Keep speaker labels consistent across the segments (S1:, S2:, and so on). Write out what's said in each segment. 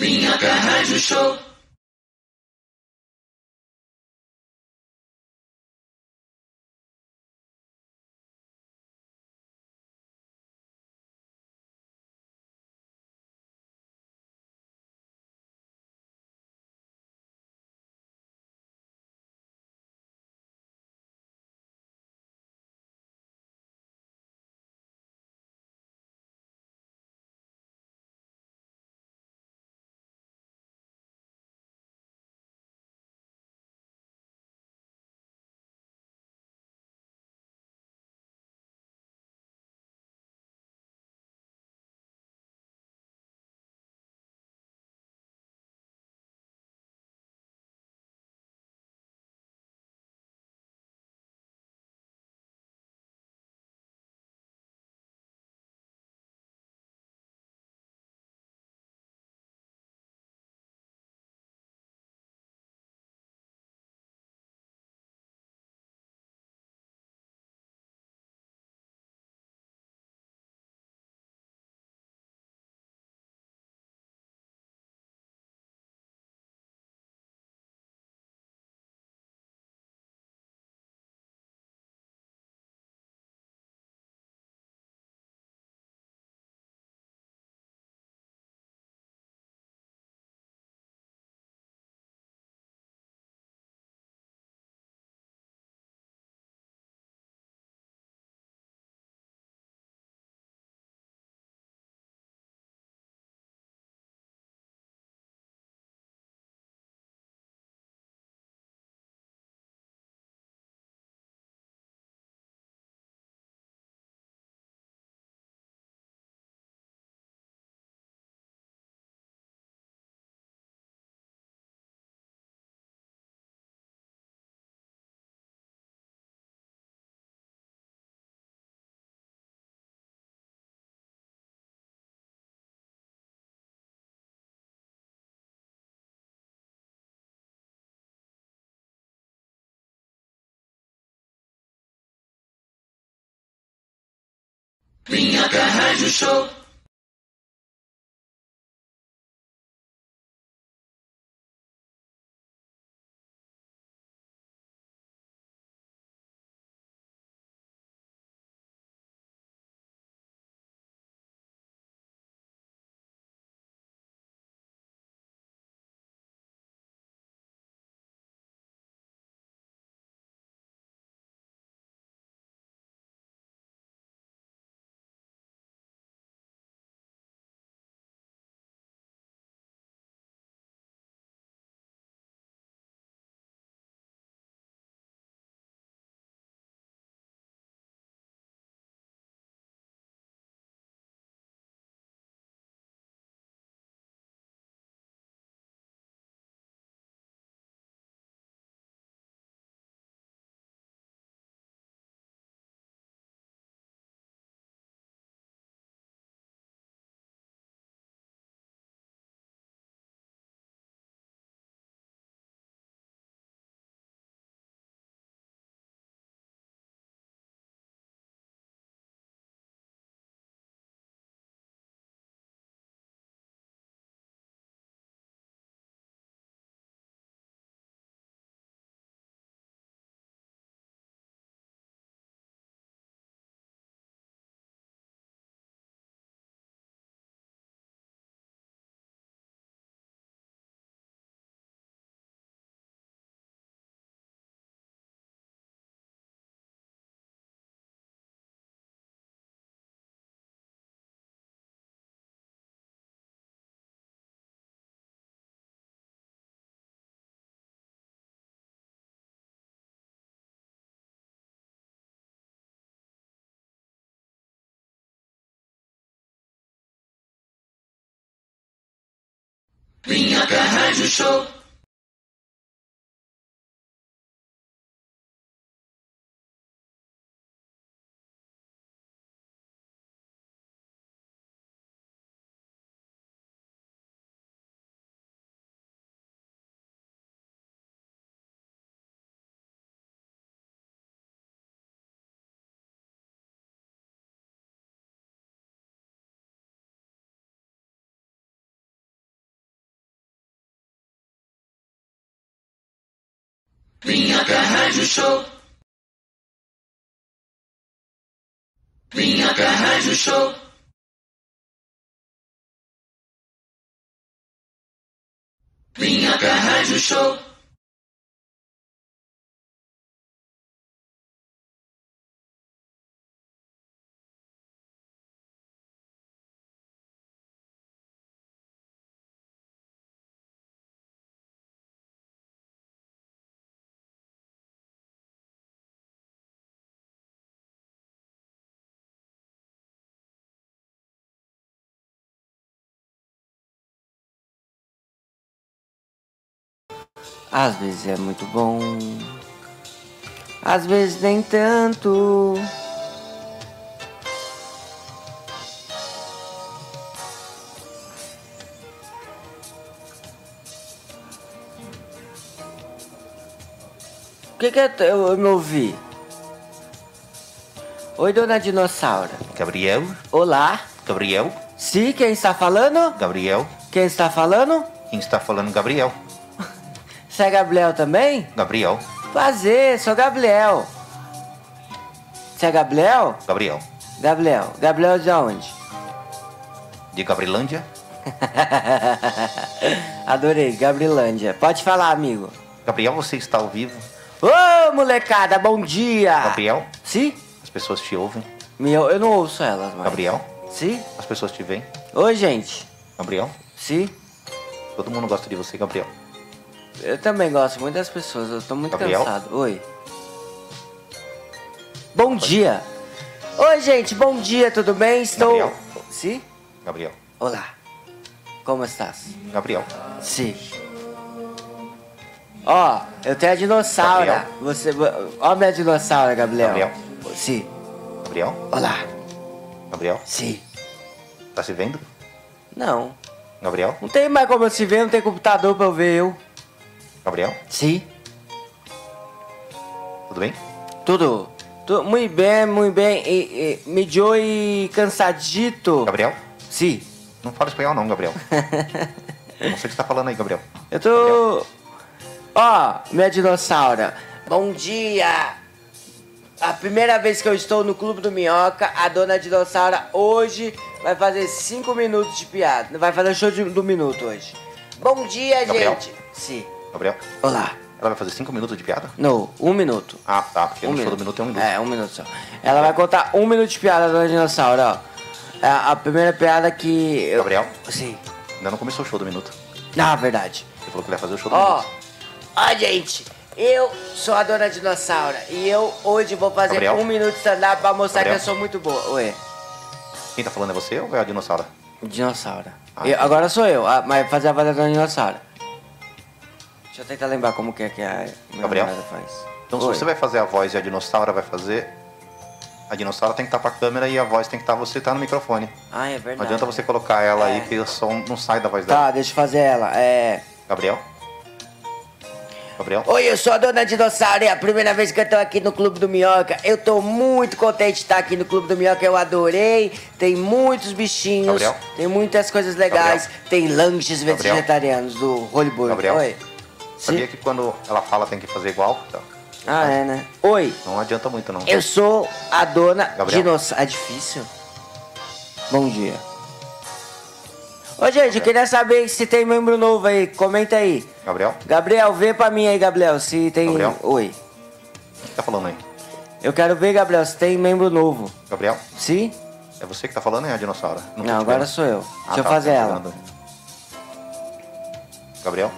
S1: Minhoca Rádio Show. Minhoca Rádio Show. Minhoca Rádio Show.
S2: Vinhaca Rádio Show. Vinhaca Rádio Show. Vinhaca Rádio Show.
S3: Às vezes é muito bom, às vezes nem tanto. O que, que eu, eu, eu me ouvi? Oi, dona dinossauro.
S1: Gabriel,
S3: Olá.
S1: Gabriel,
S3: Sim, quem está falando?
S1: Gabriel.
S3: Quem está falando?
S1: Quem está falando? Gabriel,
S3: Você é Gabriel também?
S1: Gabriel,
S3: Prazer, sou Gabriel. Você é Gabriel?
S1: Gabriel.
S3: Gabriel. Gabriel de onde?
S1: De Gabrilândia,
S3: Adorei, Gabrilândia. Pode falar, amigo.
S1: Gabriel, você está ao vivo.
S3: Ô, molecada, bom dia!
S1: Gabriel,
S3: Sim?
S1: as pessoas te ouvem.
S3: Me, eu, eu não ouço elas, mas...
S1: Gabriel,
S3: Sim?
S1: as pessoas te veem.
S3: Oi, gente.
S1: Gabriel,
S3: Sim?
S1: todo mundo gosta de você, Gabriel.
S3: Eu também gosto muito das pessoas, eu tô muito
S1: Gabriel?
S3: cansado. Oi. Bom dia! Oi, gente, bom dia, tudo bem? Estou...
S1: Gabriel?
S3: Sim?
S1: Gabriel,
S3: Olá. Como estás?
S1: Gabriel,
S3: Sim. Ó, eu tenho a dinossauro. né?
S1: Gabriel.
S3: Você, ó minha dinossauro, Gabriel.
S1: Gabriel.
S3: Sim.
S1: Gabriel,
S3: Olá.
S1: Gabriel,
S3: Sim.
S1: tá se vendo?
S3: Não.
S1: Gabriel,
S3: Não tem mais como eu se ver, não tem computador pra eu ver eu.
S1: Gabriel,
S3: Sim.
S1: tudo bem?
S3: Tudo. Tu- muito bem, muito bem. E, e, me e cansadito.
S1: Gabriel,
S3: Sim.
S1: não fala espanhol não, Gabriel. Não sei o que você tá falando aí, Gabriel.
S3: Eu tô. Ó, minha dinossauro. Bom dia! A primeira vez que eu estou no Clube do Minhoca, a dona dinossauro hoje vai fazer 5 minutos de piada. Vai fazer show de- do minuto hoje. Bom dia,
S1: Gabriel?
S3: gente! Sim.
S1: Gabriel,
S3: Olá.
S1: ela vai fazer cinco minutos de piada?
S3: Não, um minuto.
S1: Ah, tá, porque
S3: Um
S1: no show do minuto é um minuto.
S3: É, um minuto só. Ela vai contar um minuto de piada, dona dinossauro, ó. É a primeira piada que. eu-
S1: Gabriel?
S3: Sim.
S1: Ainda não começou o show do minuto.
S3: Na verdade.
S1: Ele falou que ele ia fazer o show do
S3: Ó,
S1: minuto.
S3: ó, gente, eu sou a dona dinossauro e eu hoje vou fazer
S1: Gabriel?
S3: um minuto de stand-up pra mostrar
S1: Gabriel?
S3: que eu sou muito boa. Oi,
S1: Quem tá falando é você ou é a dinossauro?
S3: dinossauro.
S1: Ah.
S3: Eu- agora sou eu, ah, mas fazer a voz da dona dinossauro. Deixa eu tentar lembrar como que é que a minha
S1: Gabriel?
S3: namorada faz.
S1: Então,
S3: Oi.
S1: se você vai fazer a voz e a dinossauro vai fazer, a dinossauro tem que estar pra câmera e a voz tem que estar você tá no microfone.
S3: Ah, é verdade.
S1: Não adianta você colocar ela
S3: É.
S1: aí que o som não sai da voz dela.
S3: Tá, deixa eu fazer ela. É.
S1: Gabriel? Gabriel?
S3: Oi, eu sou a Dona Dinossauro e é a primeira vez que eu tô aqui no Clube do Minhoca. Eu tô muito contente de estar aqui no Clube do Minhoca, eu adorei. Tem muitos bichinhos,
S1: Gabriel?
S3: tem muitas coisas legais, tem lanches
S1: Gabriel?
S3: vegetarianos do Holy Burger.
S1: Gabriel?
S3: Oi.
S1: Sabia
S3: Sim.
S1: que quando ela fala tem que fazer igual? Então,
S3: Ah, é, né? Oi,
S1: não adianta muito, não.
S3: eu sou a Dona
S1: Gabriel?
S3: Dinossauro. É difícil? Bom dia. Ô, gente, eu queria saber se tem membro novo aí, comenta aí.
S1: Gabriel?
S3: Gabriel, vê pra mim aí, Gabriel, se tem...
S1: Gabriel?
S3: Oi.
S1: O que tá falando aí?
S3: Eu quero ver, Gabriel, se tem membro novo.
S1: Gabriel?
S3: Sim?
S1: É você que tá falando ou é a dinossauro?
S3: Não,
S1: tô
S3: agora
S1: entendendo.
S3: sou eu.
S1: Ah,
S3: Deixa eu
S1: tá,
S3: fazer
S1: tá
S3: ela.
S1: falando. Gabriel?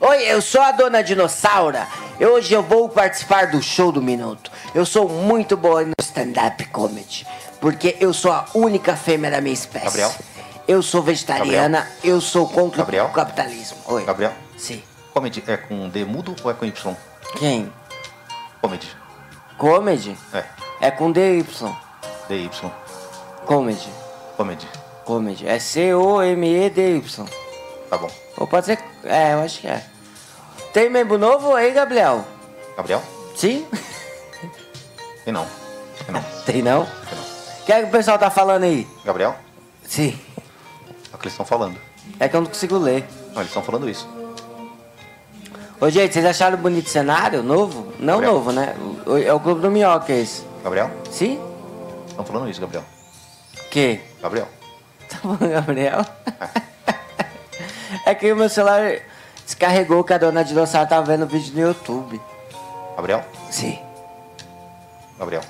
S3: Oi, eu sou a dona Dinossauro. E hoje eu vou participar do show do minuto. Eu sou muito boa no stand-up comedy. Porque eu sou a única fêmea da minha espécie.
S1: Gabriel?
S3: Eu sou vegetariana, eu sou contra
S1: Gabriel?
S3: o capitalismo. Oi.
S1: Gabriel?
S3: Sim.
S1: Comedy é com D mudo ou é com Y?
S3: Quem?
S1: Comedy.
S3: Comedy?
S1: É.
S3: É com DY.
S1: DY.
S3: Comedy.
S1: Comedy.
S3: Comedy. É C-O-M-E-D-Y.
S1: Tá bom.
S3: Ou pode ser. É, eu acho que é. Tem membro novo aí, Gabriel?
S1: Gabriel?
S3: Sim?
S1: E não. E não.
S3: Tem não?
S1: E não.
S3: O que é que o pessoal tá falando aí?
S1: Gabriel?
S3: Sim.
S1: É o que eles estão falando.
S3: É que eu não consigo ler.
S1: Não, eles estão falando isso.
S3: Ô, gente, vocês acharam bonito o cenário novo? Não
S1: Gabriel.
S3: novo, né? O- É o Clube do Minhoca esse.
S1: Gabriel?
S3: Sim?
S1: Estão falando isso, Gabriel.
S3: Que?
S1: Gabriel.
S3: Tá bom, Gabriel. é que o meu celular descarregou que a dona dinossauro tava vendo vídeo no YouTube.
S1: Gabriel?
S3: Sim.
S1: Gabriel.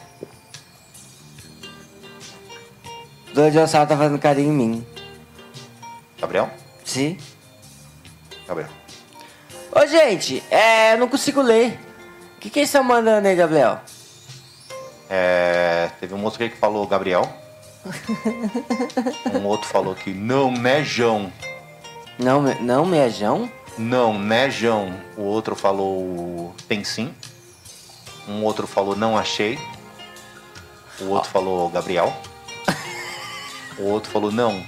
S3: A dona dinossauro tá fazendo carinho em mim.
S1: Gabriel?
S3: Sim.
S1: Gabriel.
S3: Ô, gente, é, eu não consigo ler. O que que eles estão mandando aí, Gabriel?
S1: É, teve um outro aqui que falou Gabriel. um outro falou que não, né, João?
S3: Não, me- é não, mejão?
S1: Não, né, João? O outro falou tem sim. Um outro falou não achei. O outro falou Gabriel. o outro falou não.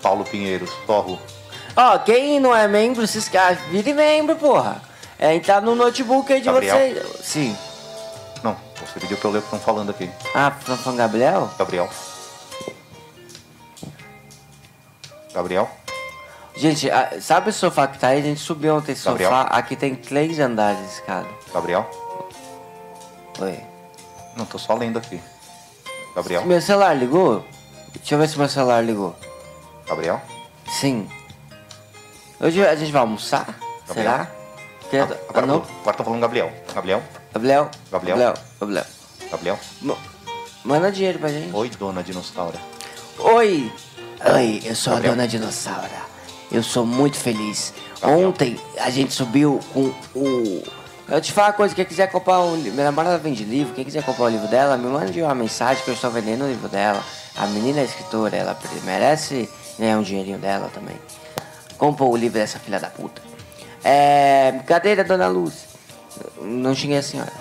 S1: Paulo Pinheiro, Torro.
S3: Ó, quem não é membro, se esca... vire membro, porra. É, tá no notebook aí de
S1: Gabriel.
S3: vocês. Sim.
S1: Não, você pediu pra eu ler o que estão falando aqui.
S3: Ah, tá falando Gabriel?
S1: Gabriel. Gabriel.
S3: Gente, a- sabe o sofá que tá aí? A gente subiu ontem esse
S1: Gabriel.
S3: sofá. Aqui tem três andares de escada.
S1: Gabriel.
S3: Oi.
S1: Não, tô só lendo aqui. Gabriel.
S3: Meu celular ligou? Deixa eu ver se meu celular ligou.
S1: Gabriel.
S3: Sim. Hoje a gente vai almoçar?
S1: Gabriel?
S3: Será? Que-
S1: Ah, Agora
S3: não?
S1: tô- agora tô falando Gabriel. Gabriel.
S3: Gabriel?
S1: Gabriel?
S3: Gabriel? Gabriel.
S1: Gabriel.
S3: Ma- Manda dinheiro pra gente.
S1: Oi, dona dinossauro.
S3: Oi! Oi, eu sou
S1: Gabriel.
S3: a dona Dinossauro. Eu sou muito feliz.
S1: Gabriel.
S3: Ontem a gente subiu com o. Eu te falo uma coisa, quem quiser comprar um livro. Minha namorada vende livro, quem quiser comprar o livro dela, me mande uma mensagem que eu estou vendendo o livro dela. A menina é escritora, ela pre- merece ganhar um dinheirinho dela também. Compra o livro dessa filha da puta. É. Brincadeira, dona Luz. Não xinguei a senhora.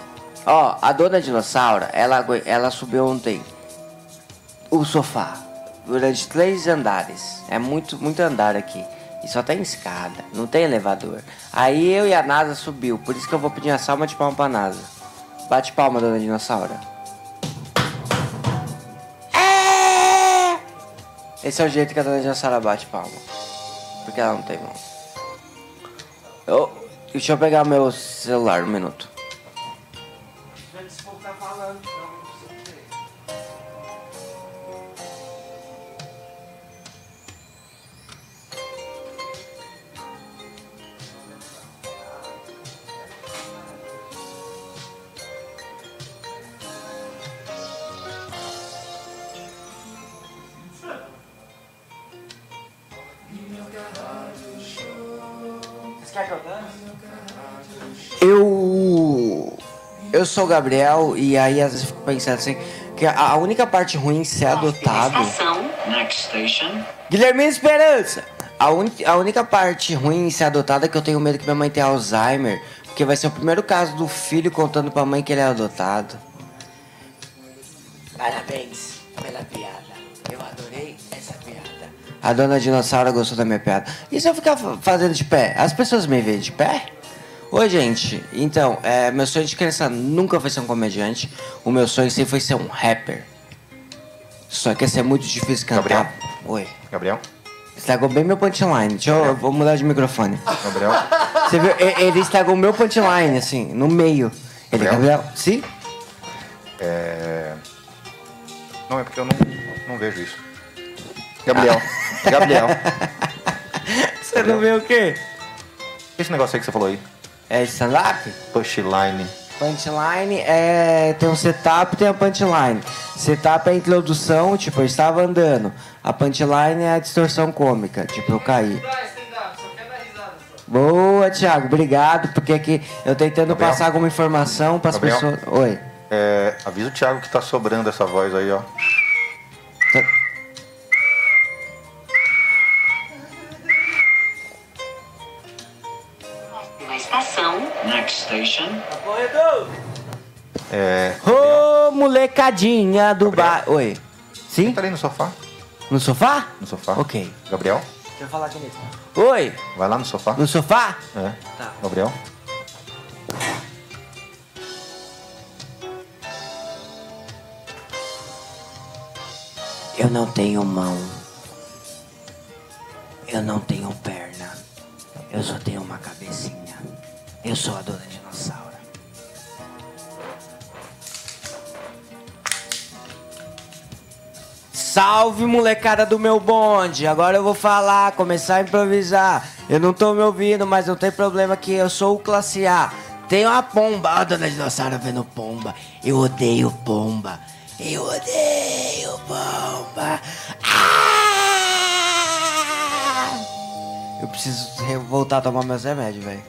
S3: Ó, a dona dinossauro, ela, agoi- ela subiu ontem o sofá durante três andares. É muito, muito andar aqui. E só tem escada, não tem elevador. Aí eu e a NASA subiu, por isso que eu vou pedir uma salva de palma pra NASA. Bate palma, dona dinossauro. É! Esse é o jeito que a dona dinossauro bate palma. Porque ela não tem mão. Eu, deixa eu pegar meu celular, um minuto. Eu. Eu sou o Gabriel e aí às vezes eu fico pensando assim, que a, a única parte ruim de ser adotado.
S4: Estação. Next station.
S3: Guilherme Esperança! A, uni- a única parte ruim em ser adotada é que eu tenho medo que minha mãe tenha Alzheimer, porque vai ser o primeiro caso do filho contando pra mãe que ele é adotado. Parabéns pela piada. Eu adorei essa piada. A dona dinossauro gostou da minha piada. E se eu ficar fa- fazendo de pé? As pessoas me veem de pé? Oi, gente. Então, é, meu sonho de criança nunca foi ser um comediante. O meu sonho sempre foi ser um rapper. Só que ia ser muito difícil cantar.
S1: Gabriel.
S3: Oi.
S1: Gabriel.
S3: Estragou bem meu punchline. Deixa eu, eu vou mudar de microfone.
S1: Gabriel.
S3: Você viu? E- Ele estragou meu punchline, assim, no meio. Ele,
S1: Gabriel?
S3: Gabriel, sim?
S1: É... Não, é porque eu não, não vejo isso. Gabriel. Gabriel.
S3: Você não vê o quê?
S1: Esse negócio aí que você falou aí.
S3: É stand-up?
S1: Pushline.
S3: Punchline é. Tem um setup tem a punchline. Setup é a introdução, tipo, eu estava andando. A punchline é a distorção cômica, tipo, eu caí. Boa, Thiago, obrigado, porque aqui eu tentando
S1: Gabriel?
S3: passar alguma informação para as
S1: Gabriel?
S3: pessoas. Oi.
S1: É, avisa o Thiago que tá sobrando essa voz aí, ó.
S3: Tá-
S4: Próxima estação. Next station.
S1: É...
S3: Ô, molecadinha do
S1: Gabriel?
S3: bar. Oi. Sim?
S1: Tá ali no sofá.
S3: No sofá?
S1: No sofá.
S3: Ok.
S1: Gabriel,
S3: Deixa eu falar aqui mesmo. Oi,
S1: vai lá no sofá.
S3: no sofá?
S1: É.
S3: Tá.
S1: Gabriel.
S3: Eu não tenho mão. Eu não tenho perna. Eu só tenho uma cabecinha. Eu sou a dona dinossauro. Salve molecada do meu bonde! Agora eu vou falar, começar a improvisar. Eu não tô me ouvindo, mas não tem problema que eu sou o classe A. Tenho a pomba, a dona dinossauro vendo pomba. Eu odeio pomba. Eu odeio pomba. Ah! Eu preciso re- voltar a tomar meus remédios, velho.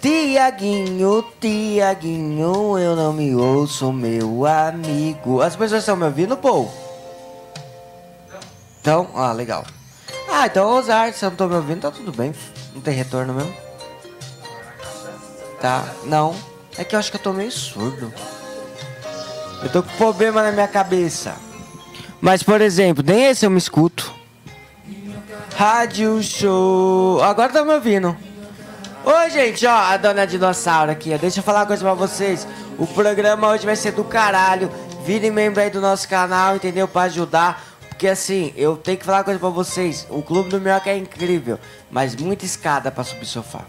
S3: Tiaguinho, Tiaguinho, eu não me ouço, meu amigo. As pessoas estão me ouvindo, pô? Então, ah, legal. Ah, então ousar, se eu não tô me ouvindo, tá tudo bem. Não tem retorno mesmo. Tá, não. É que eu acho que eu tô meio surdo. Eu tô com problema na minha cabeça. Mas, por exemplo, nem esse eu me escuto. Rádio Show. Agora tá me ouvindo. Oi, gente, ó, a dona Dinossauro aqui, ó. Deixa eu falar uma coisa pra vocês. O programa hoje vai ser do caralho. Virem membro aí do nosso canal, entendeu? Pra ajudar. Porque assim, eu tenho que falar uma coisa pra vocês. O Clube do Minhoca é incrível, mas muita escada pra subir sofá.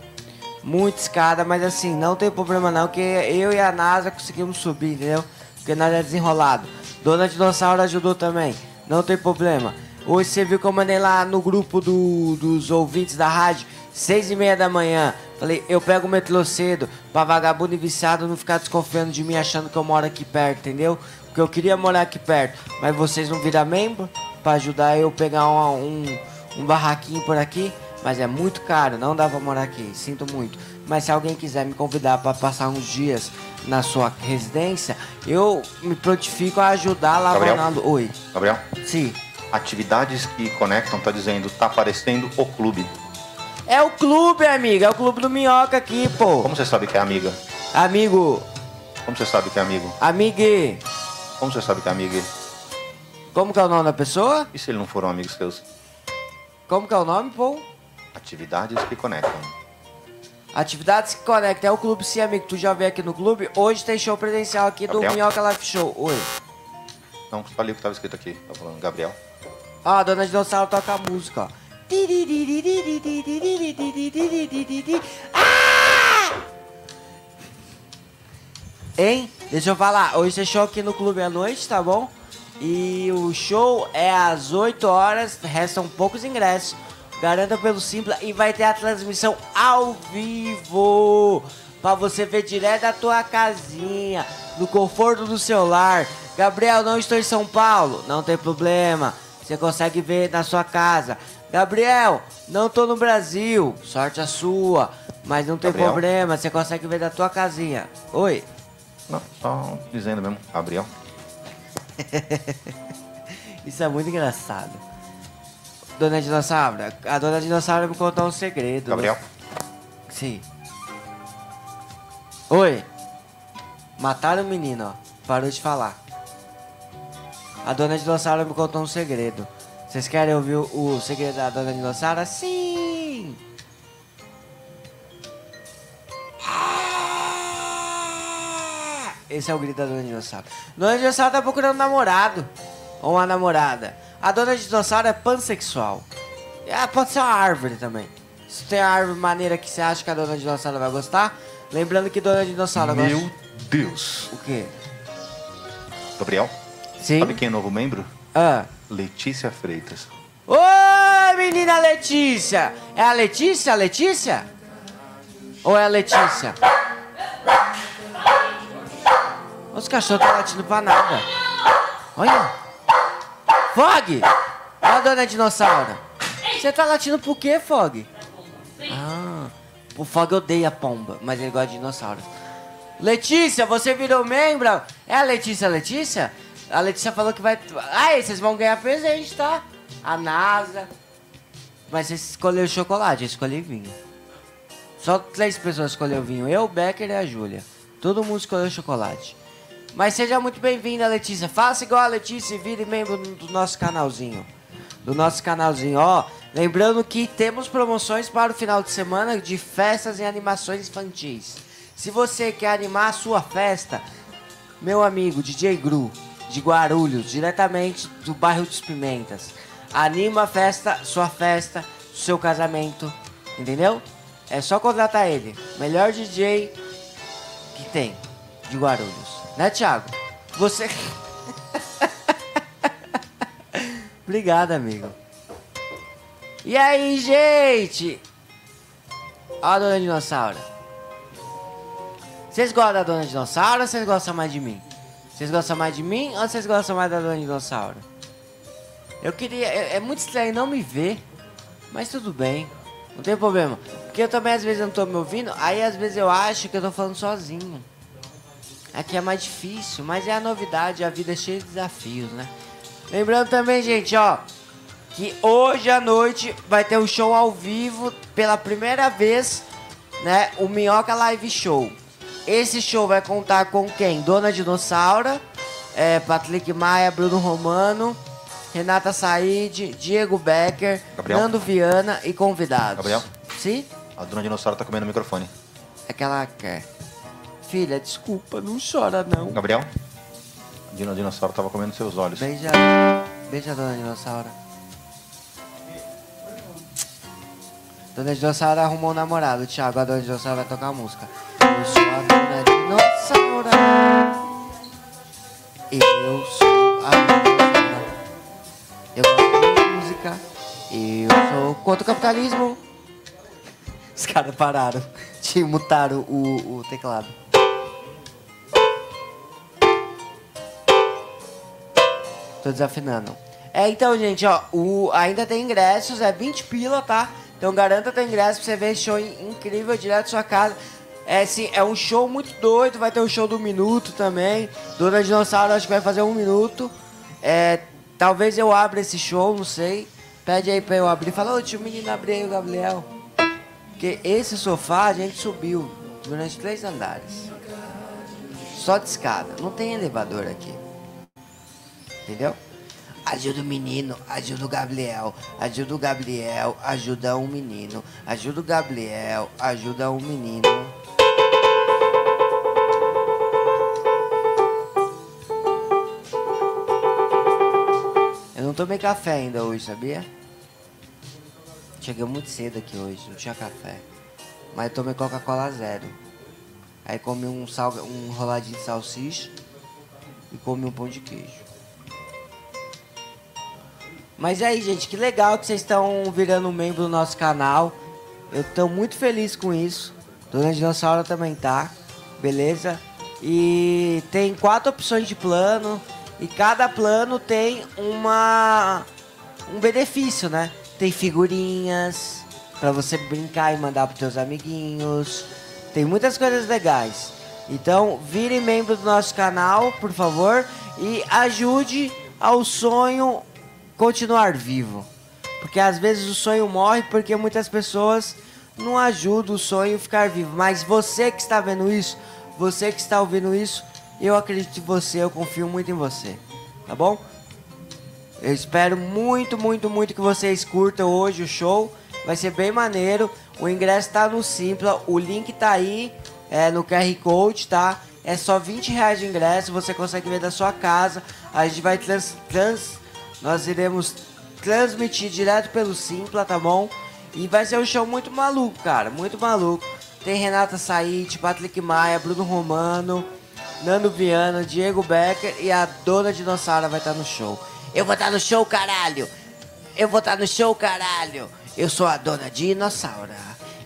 S3: Muita escada, mas assim, não tem problema não, que eu e a NASA conseguimos subir, entendeu? Porque nós é desenrolado. Dona Dinossauro ajudou também, não tem problema. Hoje você viu que eu mandei lá no grupo do- dos ouvintes da rádio, seis e meia da manhã. Falei, eu pego o metrô cedo pra vagabundo e viciado não ficar desconfiando de mim achando que eu moro aqui perto, entendeu? Porque eu queria morar aqui perto, mas vocês não viram membro pra ajudar eu pegar um, um, um barraquinho por aqui. Mas é muito caro, não dá pra morar aqui, sinto muito. Mas se alguém quiser me convidar pra passar uns dias na sua residência, eu me prontifico a ajudar lá
S1: Gabriel?
S3: Ronaldo. Oi.
S1: Gabriel,
S3: Sim.
S1: atividades que conectam, tá dizendo, tá aparecendo o clube.
S3: É o clube, amiga. É o clube do Minhoca aqui, pô.
S1: Como você sabe que é amiga?
S3: Amigo,
S1: Como você sabe que é amigo?
S3: amigue.
S1: Como você sabe que é amiga?
S3: Como que é o nome da pessoa?
S1: E se eles não um foram amigos seus?
S3: Como que é o nome, pô?
S1: Atividades que conectam.
S3: Atividades que conectam. É o clube, sim, amigo. Tu já veio aqui no clube. Hoje tem show presencial aqui do
S1: Gabriel?
S3: Minhoca Live Show. Oi.
S1: Não, falei o que tava escrito aqui. Tá falando, Gabriel.
S3: Ó, a dona dinossauro toca a música, ó. Ah! Hein? Deixa eu falar. Hoje tem show aqui no clube à noite, tá bom? E o show é às 8 horas, restam poucos ingressos. Garanta pelo Simpla e vai ter a transmissão ao vivo. Pra você ver direto da tua casinha, no conforto do seu lar. Gabriel, não estou em São Paulo. Não tem problema. Você consegue ver na sua casa. Gabriel, não tô no Brasil. Sorte a sua. Mas não tem
S1: Gabriel?
S3: problema, você consegue ver da tua casinha. Oi.
S1: Não, só dizendo mesmo. Gabriel.
S3: Isso é muito engraçado. Dona Dinossauro, a dona Dinossauro me contou um segredo.
S1: Gabriel.
S3: Sim. Oi. Mataram o menino, ó. Parou de falar. A dona Dinossauro me contou um segredo. Vocês querem ouvir o o segredo da dona Dinossauro? Sim! Ah! Esse é o grito da dona Dinossauro. Dona Dinossauro tá procurando um namorado. Ou uma namorada. A dona Dinossauro é pansexual. Ah, pode ser uma árvore também. Se tem uma árvore maneira que você acha que a dona Dinossauro vai gostar. Lembrando que dona Dinossauro
S1: Meu
S3: gosta...
S1: Deus.
S3: O quê?
S1: Gabriel.
S3: Sim?
S1: Sabe quem é novo membro?
S3: Ah.
S1: Letícia Freitas.
S3: Oi, menina Letícia! É a Letícia, a Letícia? Ou é a Letícia? Os cachorros estão latindo pra nada. Olha! Fog! Olha a dona dinossauro. Você tá latindo por quê, Fog? Ah, o Fog odeia pomba, mas ele gosta de dinossauros. Letícia, você virou membro? É a Letícia, Letícia? A Letícia falou que vai. Aí, vocês vão ganhar presente, tá? A NASA. Mas vocês escolheram chocolate, eu escolhi vinho. Só três pessoas escolheram vinho: eu, o Becker e a Júlia. Todo mundo escolheu chocolate. Mas seja muito bem-vinda, Letícia. Faça igual a Letícia e vire membro do nosso canalzinho. Do nosso canalzinho, ó. Lembrando que temos promoções para o final de semana de festas e animações infantis. Se você quer animar a sua festa, meu amigo DJ Gru, de Guarulhos, diretamente do bairro dos Pimentas. Anima a festa, sua festa, seu casamento, entendeu? É só contratar ele. Melhor DJ que tem de Guarulhos. Né, Thiago? Você. Obrigado, amigo. E aí, gente? Ó a dona dinossauro. Vocês gostam da dona dinossauro ou vocês gostam mais de mim? Vocês gostam mais de mim ou vocês gostam mais da dona dinossauro? Eu queria. É, é muito estranho não me ver, mas tudo bem. Não tem problema. Porque eu também às vezes não tô me ouvindo, aí às vezes eu acho que eu tô falando sozinho. Aqui é mais difícil, mas é a novidade, a vida é cheia de desafios, né? Lembrando também, gente, ó, que hoje à noite vai ter um show ao vivo pela primeira vez, né? O Minhoca Live Show. Esse show vai contar com quem? Dona Dinossauro, é, Patrick Maia, Bruno Romano, Renata Said, Diego Becker,
S1: Gabriel.
S3: Nando Viana e convidados.
S1: Gabriel.
S3: Sim?
S1: A dona dinossauro tá comendo o microfone.
S3: É que ela quer. Filha, desculpa, não chora não.
S1: Gabriel? A dona dinossauro tava comendo seus olhos.
S3: Beija. Beija a dona dinossauro. Dona dinossauro arrumou um namorado. Thiago, a dona dinossauro vai tocar a música. Eu sou a dona dinossauro. Eu sou a dona dinossauro. Eu gosto de música. Eu sou contra o capitalismo. Os caras pararam. Te mutaram o, o teclado. Tô desafinando. É, então, gente, ó, o, ainda tem ingressos, é 20 pila, tá? Então garanta teu ingresso pra você ver esse show in- incrível direto da sua casa. É, assim, é um show muito doido, vai ter o show do Minuto também. Dona Dinossauro acho que vai fazer um minuto. É, talvez eu abra esse show, não sei. Pede aí pra eu abrir. Fala, ô tio menino, abre aí o Gabriel. Porque esse sofá a gente subiu durante três andares. Só de escada. Não tem elevador aqui. Entendeu? Ajuda o menino, ajuda o Gabriel, ajuda o Gabriel, ajuda o menino, ajuda o Gabriel, ajuda o menino. Eu não tomei café ainda hoje, sabia? Cheguei muito cedo aqui hoje, não tinha café. Mas eu tomei Coca-Cola zero. Aí comi um, salga, um roladinho de salsicha e comi um pão de queijo. Mas aí, gente, que legal que vocês estão virando um membro do nosso canal. Eu tô muito feliz com isso. Dona Dinossauro também tá, beleza? E tem quatro opções de plano. E cada plano tem uma um benefício, né? Tem figurinhas pra você brincar e mandar pros seus amiguinhos. Tem muitas coisas legais. Então, vire membro do nosso canal, por favor, e ajude ao sonho continuar vivo. Porque às vezes o sonho morre porque muitas pessoas não ajudam o sonho a ficar vivo. Mas você que está vendo isso, você que está ouvindo isso, eu acredito em você, eu confio muito em você. Tá bom? Eu espero muito, muito, muito que vocês curtam hoje o show. Vai ser bem maneiro. O ingresso tá no Simpla, o link tá aí é, no QR Code, tá? É só 20 reais de ingresso, você consegue ver da sua casa. A gente vai trans. trans nós iremos transmitir direto pelo Simpla, tá bom? E vai ser um show muito maluco, cara. Muito maluco. Tem Renata Said, Patrick Maia, Bruno Romano. Nando Viana, Diego Becker e a Dona Dinossauro vai estar no show. Eu vou estar no show, caralho! Eu vou estar no show, caralho! Eu sou a Dona Dinossauro.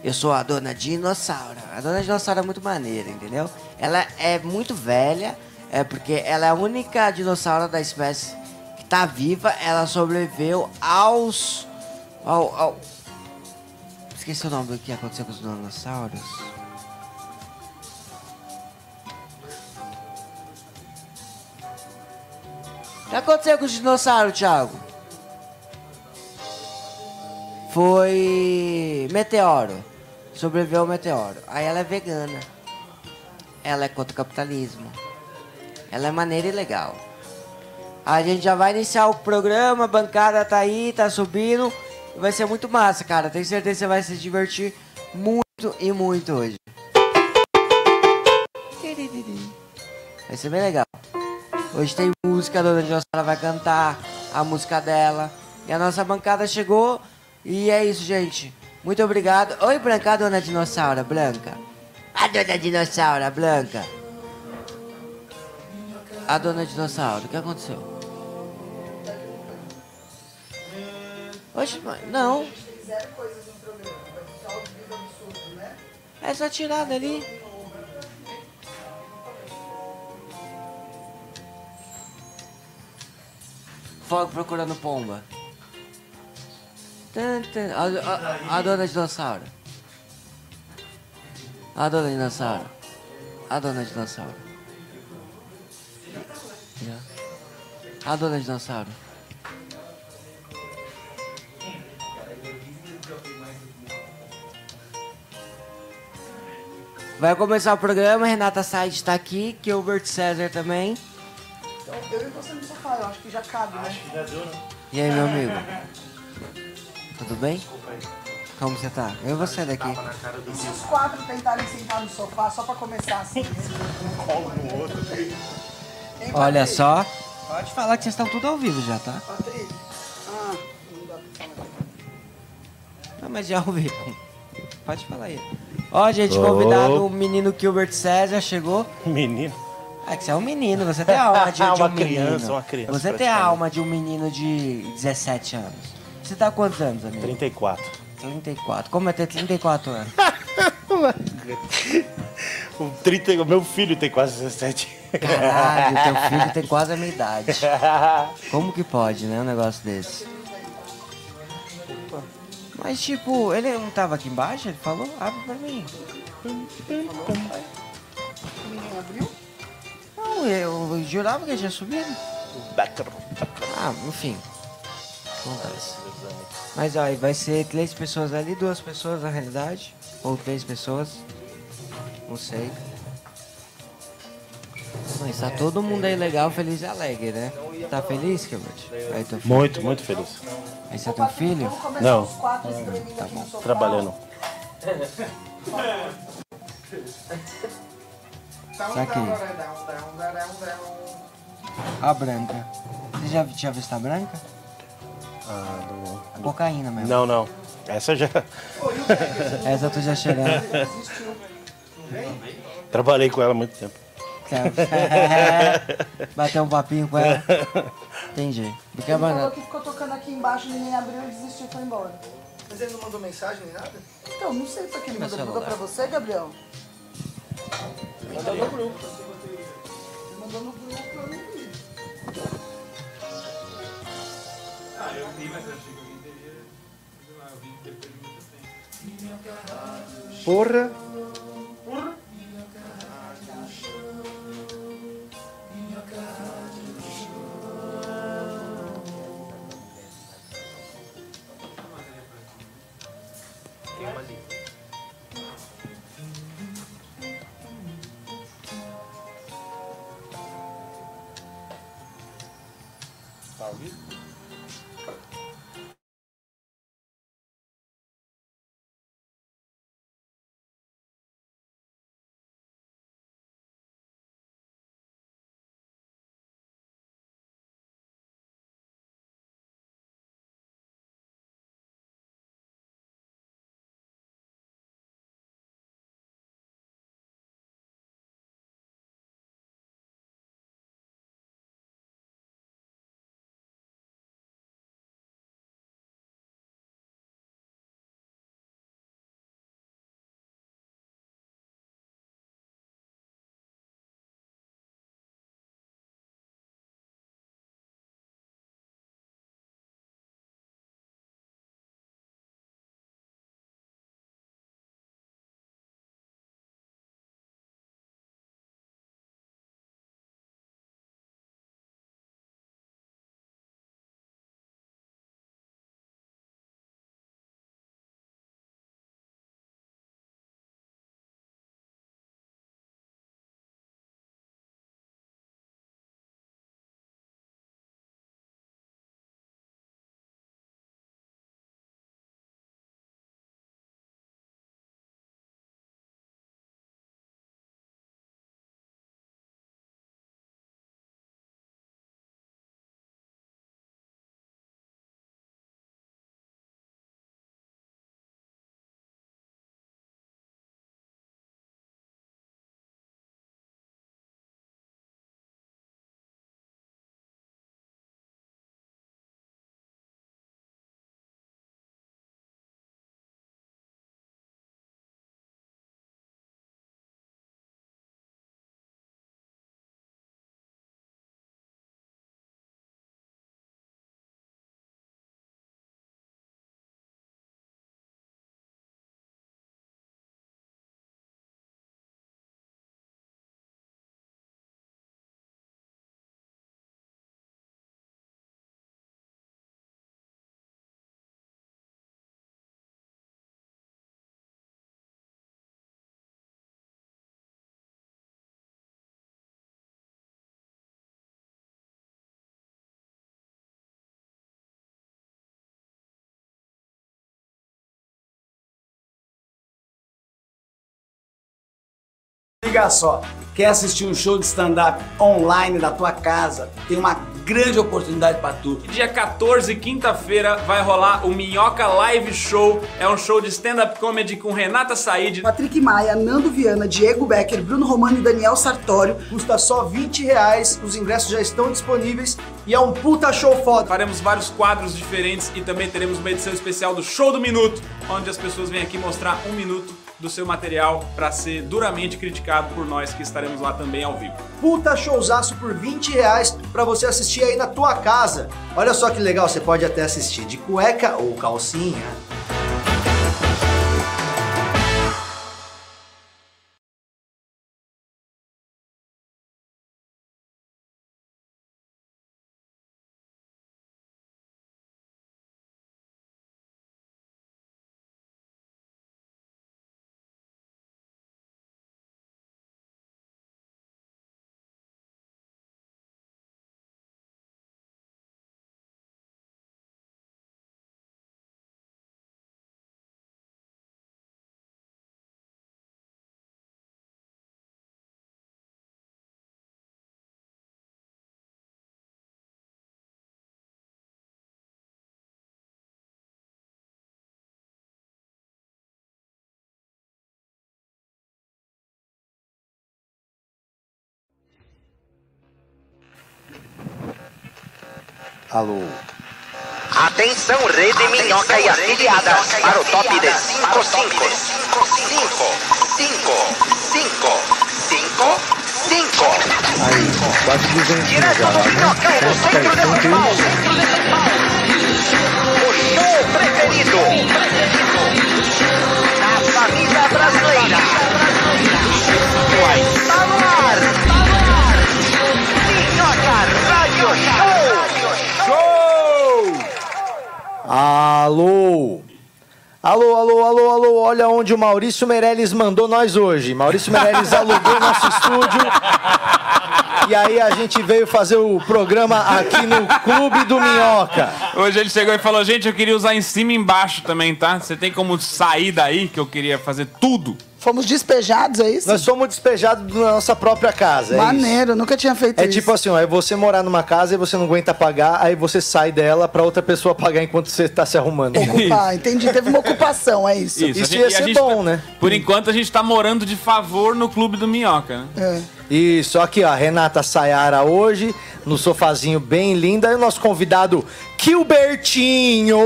S3: Eu sou a Dona Dinossauro. A Dona Dinossauro é muito maneira, entendeu? Ela é muito velha, é porque ela é a única dinossauro da espécie que tá viva. Ela sobreviveu aos. Ao, ao... Esqueci o nome do que aconteceu com os dinossauros. O que aconteceu com os dinossauros, Thiago? Foi meteoro. Sobreviveu ao meteoro. Aí ela é vegana. Ela é contra o capitalismo. Ela é maneira e legal. A gente já vai iniciar o programa, a bancada tá aí, tá subindo. Vai ser muito massa, cara. Tenho certeza que você vai se divertir muito e muito hoje. Vai ser bem legal. Hoje tem música, a Dona Dinossauro vai cantar a música dela. E a nossa bancada chegou. E é isso, gente. Muito obrigado. Oi, Branca, a dona dinossauro, Branca. A dona dinossauro, Branca. A dona dinossauro, o que aconteceu? Oxe, mãe, não. É só tirar dali. Fogo procurando pomba. Tan, tan. A, a, a dona dinossauro. A dona dinossauro. A dona dinossauro. A dona dinossauro. Vai começar o programa, Renata Said está aqui, que o Bert César também.
S5: Então, eu e você no sofá, eu acho que já cabe, né?
S3: E aí, meu amigo? Tudo bem? Como você tá? Eu vou sair daqui.
S5: E se os quatro tentarem sentar no sofá só pra começar assim? um colo no outro. Ah,
S3: Olha só. Pode falar que vocês estão tudo ao vivo já, tá?
S5: Patrick. Ah, não dá pra falar.
S3: Não, mas já ouviram. Pode falar aí. Ó, gente, convidado o menino Gilbert César chegou.
S6: Menino.
S3: Ah, que você é um menino, você tem a alma de, de um
S6: Uma
S3: menino.
S6: criança, uma criança,
S3: Você tem a
S6: praticamente.
S3: alma de um menino de 17 anos. Você tá há quantos anos, amigo?
S6: 34.
S3: 34. Como é ter 34 anos?
S6: O 30, o meu filho tem quase 17.
S3: Caralho, teu filho tem quase a minha idade. Como que pode, né, um negócio desse? Mas tipo, ele não tava aqui embaixo? Ele falou? Abre pra mim.
S5: Ninguém abriu?
S3: Não, eu jurava que ele tinha subido. Ah, enfim. Acontece. Mas ó, e vai ser três pessoas ali, duas pessoas na realidade. Ou três pessoas. Não sei. Mas
S5: É,
S3: tá todo mundo aí legal, feliz e alegre, né? Tá feliz, Kilbert? Aí teu filho.
S6: Muito, muito feliz.
S3: Aí você tem um filho?
S5: Vamos começar
S6: Não.
S5: os quatro espremindo aqui no sofá.
S6: Trabalhando.
S3: Tá aqui. A branca. Você já tinha visto a branca?
S6: Ah, não.
S3: A cocaína mesmo.
S6: Não, não. Essa já.
S3: Essa eu tô já cheirando.
S6: Trabalhei com ela há muito tempo.
S3: Quero. Bater um papinho com ela. Entendi. Não quer
S5: Ele
S3: mais
S5: falou
S3: nada.
S5: que ficou tocando aqui embaixo, ninguém abriu, ele desistiu e foi embora.
S7: Mas ele não mandou mensagem nem nada?
S5: Então, não sei pra que ele
S3: Meu
S5: mandou. Mandou
S3: celular.
S5: pra você, Gabriel?
S7: Mandou no grupo.
S5: Ele mandou no grupo, eu não vi.
S6: Porra.
S8: Liga só, quer assistir um show de stand-up online da tua casa? Tem uma grande oportunidade pra tu.
S9: Dia 14, quinta-feira, vai rolar o Minhoca Live Show. É um show de stand-up comedy com Renata Said.
S10: Patrick Maia, Nando Viana, Diego Becker, Bruno Romano e Daniel Sartório. Custa só 20 reais, os ingressos já estão disponíveis e é um puta show foda.
S9: Faremos vários quadros diferentes e também teremos uma edição especial do Show do Minuto, onde as pessoas vêm aqui mostrar um minuto do seu material para ser duramente criticado por nós que estaremos lá também ao vivo.
S10: Puta showzaço por 20 reais pra você assistir aí na tua casa. Olha só que legal, você pode até assistir de cueca ou calcinha.
S1: Alô.
S11: Atenção, Rede Minhoca e afiliadas para o top de 5, 5, 5, 5, 5, 5, 5.
S1: Aí, quase 200 mil já lá,
S11: Minhocão
S1: né?
S11: do é centro de São Paulo. O show preferido da família brasileira. Vai estar no ar. Minhoca Rádio Show.
S12: Alô! Alô, alô, alô, alô, olha onde o Maurício Meirelles mandou nós hoje. Maurício Meirelles alugou nosso estúdio. E aí a gente veio fazer o programa aqui no Clube do Minhoca.
S9: Hoje ele chegou e falou: Gente, eu queria usar em cima e embaixo também, tá? Você tem como sair daí que eu queria fazer tudo?
S12: Fomos despejados, é isso? Nós somos despejados da nossa própria casa. é isso.
S5: Maneiro, nunca tinha feito
S12: É
S5: isso.
S12: tipo assim, ó, é você morar numa casa e você não aguenta pagar, aí você sai dela pra outra pessoa pagar enquanto você tá se arrumando.
S5: É. Ocupar, entendi. Teve uma ocupação, é isso.
S12: Isso, Isso a gente- ia e a ser gente bom, tá- né?
S9: Por enquanto a gente tá morando de favor no Clube do Minhoca, né?
S12: Isso, aqui ó, Renata Sayara hoje, no sofazinho bem linda, e o nosso convidado Kilbertinho!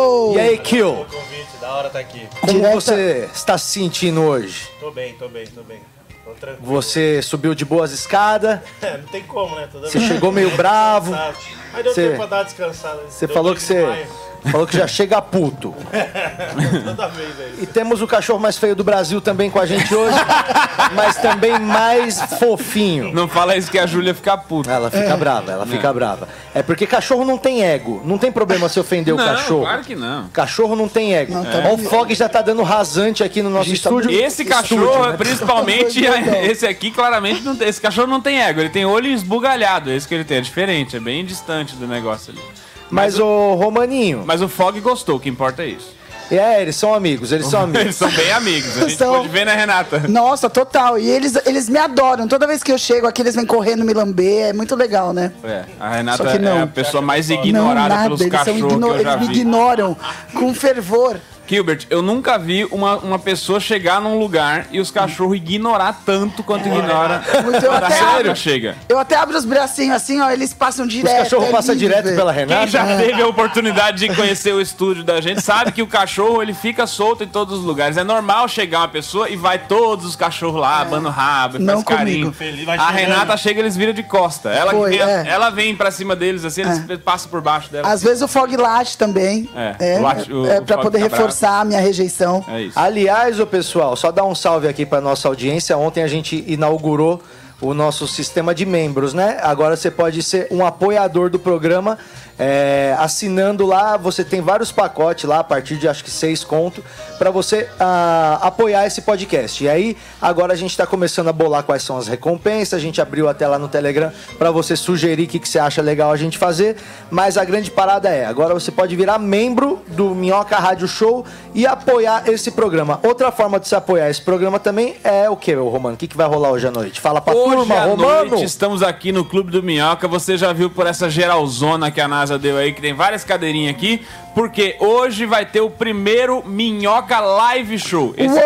S5: Oh!
S12: E aí, Kil,
S6: convite, da hora tá aqui.
S12: como é você está se sentindo hoje?
S6: Tô bem, tô bem, tô bem. Tô tranquilo.
S12: Você subiu de boas escadas,
S6: não tem como, né? Toda
S12: Você
S6: vez-
S12: chegou meio bravo.
S6: Cansado. Mas Tá, deu
S12: Você-
S6: tempo pra dar uma descansada.
S12: você
S6: Deu
S12: falou que
S6: tempo
S12: você
S6: demais.
S12: falou que já chega puto.
S6: Toda vez, velho.
S12: E temos o cachorro mais feio do Brasil também com a gente hoje, mas também mais fofinho.
S9: Não fala isso que a Júlia fica puta.
S12: Ela fica
S5: É.
S12: brava, ela fica brava. É porque cachorro não tem ego. Não tem problema se ofender
S9: não,
S12: o cachorro.
S9: claro que não.
S12: Cachorro não tem ego.
S9: Não, tá
S12: Ó, o
S9: bom.
S12: Fog já tá dando rasante aqui no nosso estúdio.
S9: Esse
S12: Estúdio,
S9: cachorro,
S12: né?
S9: principalmente, esse aqui claramente não tem. Esse cachorro não tem ego, ele tem olho esbugalhado, é isso que ele tem, é diferente, é bem distante do negócio ali.
S12: Mas o Romaninho.
S9: Mas o Fog gostou, o que importa é isso.
S12: É, eles são amigos, eles são amigos. Então-
S9: Eles são bem amigos, a gente
S5: São-
S9: pode ver, né, Renata?
S5: Nossa, total. E eles, eles me adoram. Toda vez que eu chego aqui, eles vêm correndo me lamber. É muito legal, né?
S9: É, a
S5: Só
S9: Renata
S5: que não.
S9: é a pessoa mais
S5: não,
S9: ignorada
S5: nada.
S9: pelos
S5: Eles, são
S9: cachorros
S5: igno-
S9: que eu já
S5: eles me
S9: vi.
S5: ignoram com fervor.
S9: Gilbert, eu nunca vi uma, uma pessoa chegar num lugar e os cachorros ignorar tanto quanto ignora.
S5: É. Muito eu
S9: Tá
S5: até
S9: sério,
S5: abro.
S9: chega.
S5: Eu até abro os bracinhos assim, ó. Eles passam direto. é lindo de ver.
S9: Quem já teve a oportunidade de conhecer o estúdio da gente sabe que o cachorro ele fica solto em todos os lugares. É normal chegar uma pessoa e vai todos os cachorros lá, abando rabo, e faz
S5: É. Não
S9: carinho.
S5: comigo. Vai
S9: A
S5: chegando.
S9: Renata chega, eles viram de costa. Ela,
S5: Foi,
S9: vem,
S5: é.
S9: ela vem pra cima deles assim, eles passam por baixo dela.
S5: Às vezes o fog late também.
S9: É,
S5: É,
S9: late- o-
S5: é
S9: o
S5: pra
S9: fog
S5: poder
S9: tá bravo.
S5: reforçar a minha rejeição.
S9: É
S12: Aliás, o pessoal, só dar um salve aqui pra nossa audiência. Ontem a gente inaugurou o nosso sistema de membros, né? Agora você pode ser um apoiador do programa, é, assinando lá, você tem vários pacotes lá, a partir de acho que seis conto, para você ah, apoiar esse podcast. E aí, agora a gente está começando a bolar quais são as recompensas, a gente abriu até lá no Telegram para você sugerir o que, que você acha legal a gente fazer, mas a grande parada é, agora você pode virar membro do Minhoca Rádio Show e apoiar esse programa. Outra forma de se apoiar esse programa também é o que, Romano? O que, que vai rolar hoje à noite? Fala pra
S9: Hoje
S12: turma,
S9: à
S12: Romano!
S9: noite estamos aqui no Clube do Minhoca. Você já viu por essa geralzona que a NASA deu aí, que tem várias cadeirinhas aqui, porque hoje vai ter o primeiro Minhoca Live Show. Esse-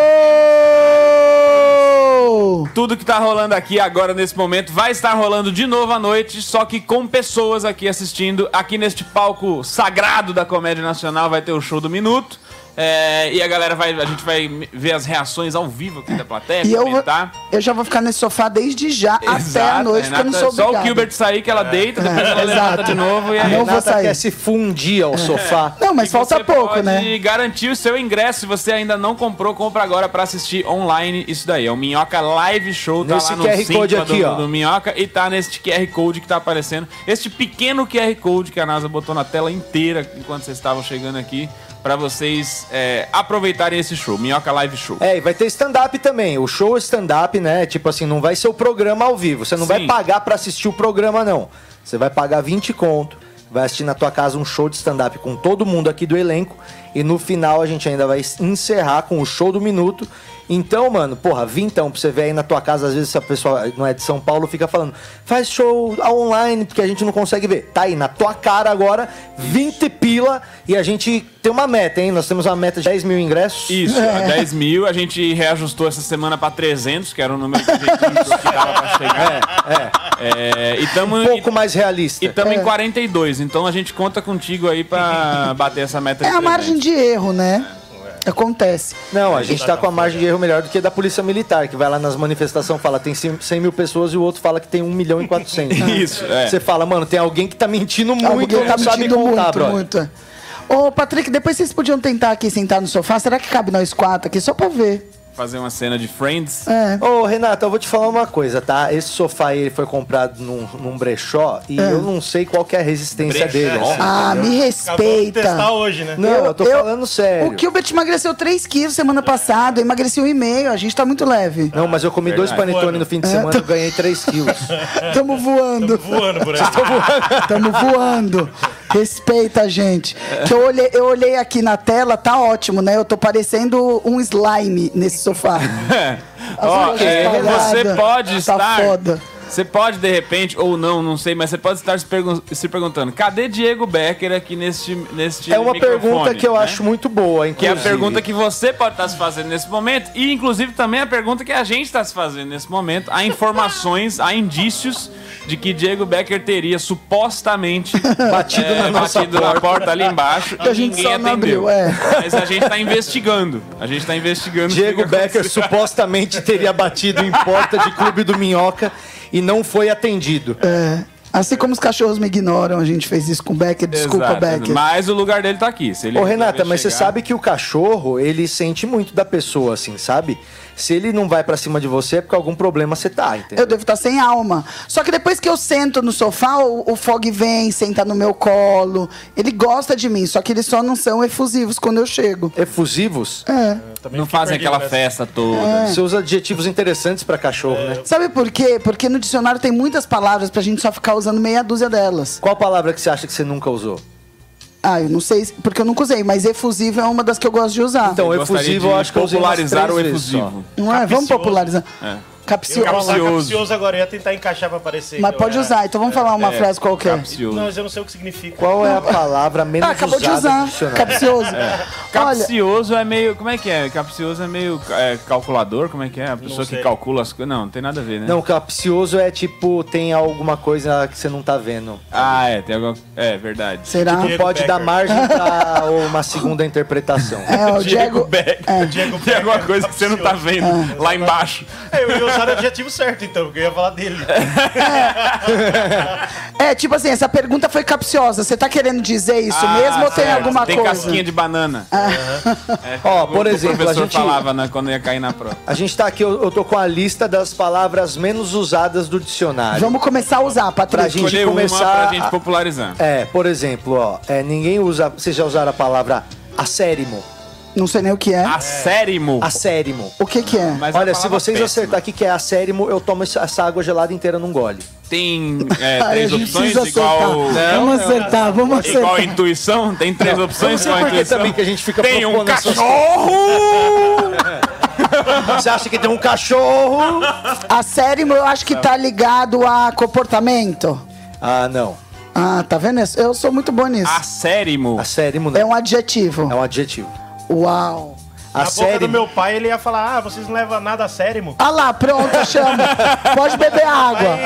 S9: Tudo que tá rolando aqui agora nesse momento vai estar rolando de novo à noite, só que com pessoas aqui assistindo. Aqui neste palco sagrado da Comédia Nacional vai ter o show do minuto. É, e a galera vai. A gente vai ver as reações ao vivo aqui da plateia,
S5: E eu,
S9: comentar.
S5: eu já vou ficar nesse sofá desde já até a
S9: Exato,
S5: noite, porque eu não
S9: Renata-
S5: sou
S9: Só
S5: obrigada.
S9: o Gilbert sair que
S12: É.
S9: ela deita, depois ela levanta
S5: exato.
S9: de novo e é assim
S5: Não
S9: aí.
S5: vou Renata sair. quer
S12: se fundir ao sofá.
S5: Não, mas falta pouco, né?
S9: E garantir o seu ingresso. Se você ainda não comprou, compra agora pra assistir online isso daí. É o Minhoca Live Show, tá
S12: Nesse
S9: lá no
S12: QR Code
S9: Simpla
S12: aqui,
S9: do,
S12: ó.
S9: do Minhoca e tá neste QR Code que tá aparecendo. Este pequeno QR Code que a NASA botou na tela inteira enquanto vocês estavam chegando aqui pra vocês é, aproveitarem esse show, Minhoca Live Show.
S12: É, e vai ter stand-up também. O show é stand-up, né? Tipo assim, não vai ser o programa ao vivo. Você não vai pagar pra assistir o programa, não. Você vai pagar 20 conto, vai assistir na tua casa um show de stand-up com todo mundo aqui do elenco. E no final a gente ainda vai encerrar com o show do minuto. Então, mano, porra, vintão pra você ver aí na tua casa, às vezes se a pessoa não é de São Paulo, fica falando, faz show online, porque a gente não consegue ver. Tá aí, na tua cara agora, 20 pila, e a gente tem uma meta, hein? Nós temos uma meta de 10 mil ingressos.
S9: Isso, a 10 mil, a gente reajustou essa semana pra 300, que era o número que a gente achou que dava pra chegar. É, é. e tamo, um pouco
S12: mais realista.
S9: E estamos
S5: É.
S9: em 42, então a gente conta contigo aí pra bater essa meta
S5: É
S9: de
S5: a
S9: 300.
S5: margem de erro, né? Acontece.
S12: Não, a gente tá com a margem de erro melhor do que a da polícia militar, que vai lá nas manifestações fala tem 100 100 mil pessoas e o outro fala que tem 1 milhão e 400.
S9: Isso, é.
S12: Você fala, mano, tem alguém que tá mentindo muito,
S5: Alguém
S12: não
S5: tá
S12: sabe
S5: mentindo
S12: contar,
S5: muito,
S12: brother.
S5: muito. Ô, Patrick, depois vocês podiam tentar aqui sentar no sofá. Será que cabe nós quatro aqui? Só pra ver. É.
S9: Fazer uma cena de Friends.
S12: Ô, Renata, eu vou te falar uma coisa, tá? Esse sofá aí ele foi comprado num, num brechó e
S5: É.
S12: eu não sei qual que é a resistência
S5: Brechó.
S12: dele. assim,
S5: Ah,
S12: entendeu?
S5: me respeita.
S6: né?
S12: Não, eu, tô falando sério.
S5: O Gilbert emagreceu 3 quilos semana passada, eu emagreci um e meio, a gente tá muito leve.
S12: Não, mas eu comi dois
S5: Verdade.
S12: panetone no fim de
S5: É,
S12: semana e
S5: tô-
S12: ganhei 3 quilos.
S5: Tamo voando. Tamo
S6: voando por aí.
S5: Tamo voando. Respeita a gente. Que eu, olhei, eu olhei aqui na tela, tá ótimo, né? Eu tô parecendo um slime nesse sofá.
S9: Ó,
S5: Nossa,
S9: é,
S5: espalhada.
S9: você pode
S5: Tá
S9: estar.
S5: foda.
S9: Você pode, de repente, ou não, não sei, mas você pode estar se, pergun- se perguntando: cadê Diego Becker aqui neste. neste
S12: É uma
S9: microfone,
S12: pergunta que eu
S9: né?
S12: acho muito boa,
S9: Que é a
S12: inclusive.
S9: pergunta que você pode estar se fazendo nesse momento, e inclusive também a pergunta que a gente está se fazendo nesse momento. Há informações, há indícios de que Diego Becker teria supostamente eh,
S12: Batido na nossa
S9: É, batido na porta ali embaixo
S12: E
S9: e,
S12: a gente
S9: ninguém
S12: só não
S9: atendeu.
S12: abriu, é.
S9: Mas a gente está investigando. A gente está investigando.
S12: Diego Becker supostamente teria batido em porta de clube do Minhoca e não foi atendido.
S5: É. Assim como os cachorros me ignoram, a gente fez isso com o Becker. Desculpa,
S9: Exato.
S5: Becker.
S9: Mas o lugar dele tá aqui. Se ele
S12: Ô, Renata, mas você
S9: chegar-
S12: sabe que o cachorro, ele sente muito da pessoa, assim, sabe? Se ele não vai pra cima de você, é porque algum problema você tá, entendeu?
S5: Eu devo estar sem alma. Só que depois que eu sento no sofá, o, o Fog vem, senta no meu colo. Ele gosta de mim, só que eles só não são efusivos quando eu chego.
S12: Efusivos?
S5: É.
S9: Não fazem
S12: perdido
S9: aquela
S12: nessa.
S9: festa toda.
S5: É.
S12: Você usa adjetivos interessantes pra cachorro, né?
S5: Sabe por quê? Porque no dicionário tem muitas palavras pra gente só ficar usando meia dúzia delas.
S12: Qual palavra que você acha que você nunca usou?
S5: Ah, eu não sei, se- porque eu nunca usei, mas efusivo é uma das que eu gosto de usar.
S12: Então, efusivo, eu acho que eu usei umas
S9: popularizar
S12: três
S9: o
S12: vezes só.
S9: efusivo.
S5: Não é? Vamos popularizar.
S9: É.
S5: Capcioso.
S6: Capcioso agora, eu ia tentar encaixar pra aparecer.
S5: Mas
S6: que eu
S5: pode
S6: era-
S5: usar, então vamos falar uma
S6: É,
S5: frase qualquer.
S6: Não, mas eu não sei o que significa.
S12: Qual é a palavra menos
S5: Ah, acabou de
S12: usada
S5: usar.
S12: no dicionário?
S5: Capcioso.
S9: É.
S5: Olha-
S9: Capcioso é meio. Como é que é? Capcioso é meio é, calculador? Como é que é? A pessoa que
S12: sei.
S9: calcula as coisas. Não, não tem nada a ver, né?
S12: Não, capcioso é tipo, tem alguma coisa que você não tá vendo.
S9: Ah, é, tem alguma. É, verdade.
S5: Será?
S12: Tipo, pode dar margem pra uma segunda interpretação.
S5: É, o Diego-
S9: Beck.
S5: É.
S12: É.
S9: Diego Becker. Tem alguma coisa que você não tá vendo lá embaixo.
S6: Eu ia usar o adjetivo certo, então, porque eu ia falar dele.
S5: É, tipo assim, essa pergunta foi capciosa. Você tá querendo dizer isso
S13: Ah,
S5: mesmo ou tem
S13: certo.
S5: alguma
S13: tem
S5: coisa?
S13: casquinha de banana. É,
S12: Ó,
S13: o-
S12: por exemplo,
S13: o professor
S12: a gente-
S13: falava né, quando ia cair na prova.
S12: A gente tá aqui, eu, eu tô com a lista das palavras menos usadas do dicionário.
S5: Vamos começar a usar,
S12: pra
S5: Patrícia.
S12: gente
S13: Escolher uma
S12: começar
S13: pra gente
S12: a-
S13: popularizar.
S12: É, por exemplo, ó, é, ninguém usa. Vocês já usaram a palavra acérimo?
S5: Não sei nem o que é.
S13: Acérimo?
S12: Acérimo.
S5: O que que é?
S12: Olha, se vocês acertar aqui que é acérimo, eu tomo essa essa água gelada inteira num gole.
S13: Tem é,
S12: Ai,
S13: três
S12: a gente
S13: opções
S12: precisa
S13: igual.
S12: acertar. Vamos acertar, vamos
S13: Igual a
S5: tá-
S12: acertar.
S13: intuição? Tem três
S12: Não,
S13: opções
S12: eu não sei
S13: igual a
S12: por que
S13: intuição.
S12: também que a gente fica
S13: Tem um
S12: propondo essas
S13: cachorro!
S12: Você acha que tem um cachorro?
S5: Acérimo, eu acho que tá ligado a comportamento.
S12: Ah, não.
S5: Ah, tá vendo? isso? Eu sou muito bom nisso.
S13: Acérimo.
S12: Acérimo,
S5: É um adjetivo. É
S12: um adjetivo.
S5: Uau.
S6: Na boca do meu pai, ele ia falar, ah, vocês não levam nada a sério, mo.
S5: Ah lá, pronto, chama. Pode beber água.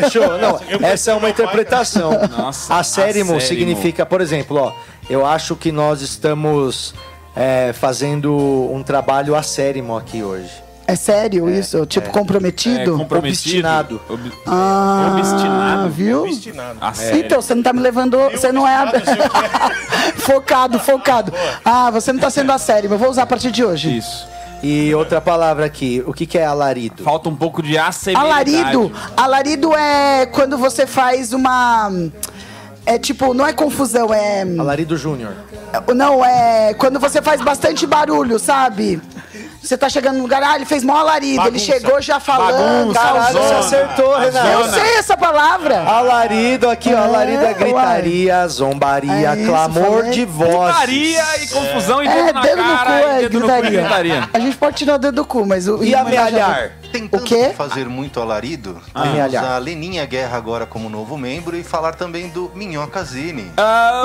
S12: Fechou? Não,
S5: Assim,
S12: essa é uma interpretação.
S13: Nossa,
S12: acérimo,
S13: acérimo.
S12: significa, por exemplo, ó, eu acho que nós estamos é, fazendo um trabalho acérimo aqui hoje.
S5: É sério isso? Tipo,
S12: é.
S5: comprometido?
S12: É, comprometido. Obstinado.
S5: Ah,
S13: Obstinado.
S5: viu?
S12: É.
S13: Acérimo.
S5: Então, você não tá me levando. Você não é. focado, focado. Ah, você não tá sendo a sério, eu vou usar a partir de hoje.
S13: Isso.
S12: E outra palavra aqui, o que, que é alarido?
S13: Falta um pouco de aceriedade.
S5: Alarido. Alarido é quando você faz uma. É tipo, não é confusão, é.
S12: Alarido Júnior.
S5: Não, é quando você faz bastante barulho, sabe? Você tá chegando num lugar, ah, ele fez mó alarido, ele
S12: Bagunça.
S5: chegou já falando.
S12: Bagunça,
S5: tal.
S12: Caralho, você zona. acertou, Renato.
S5: Eu
S12: Zona.
S5: sei essa palavra.
S12: Alarido aqui, ó, alarido é gritaria, zombaria,
S5: É isso,
S12: clamor
S5: falei.
S12: de vozes.
S13: Gritaria e confusão e dedo
S5: É,
S13: na
S5: dedo no cu,
S13: cara
S5: é,
S13: e dedo no cu e
S5: gritaria.
S13: gritaria.
S5: A gente pode tirar o dedo do cu, mas o.
S12: E
S5: amealhar?
S1: Tentando
S5: O quê?
S1: fazer muito alarido,
S12: Ah.
S1: temos
S12: Amealhar.
S1: a Leninha Guerra agora como novo membro e falar também do Minhoca Zine.
S13: Ah,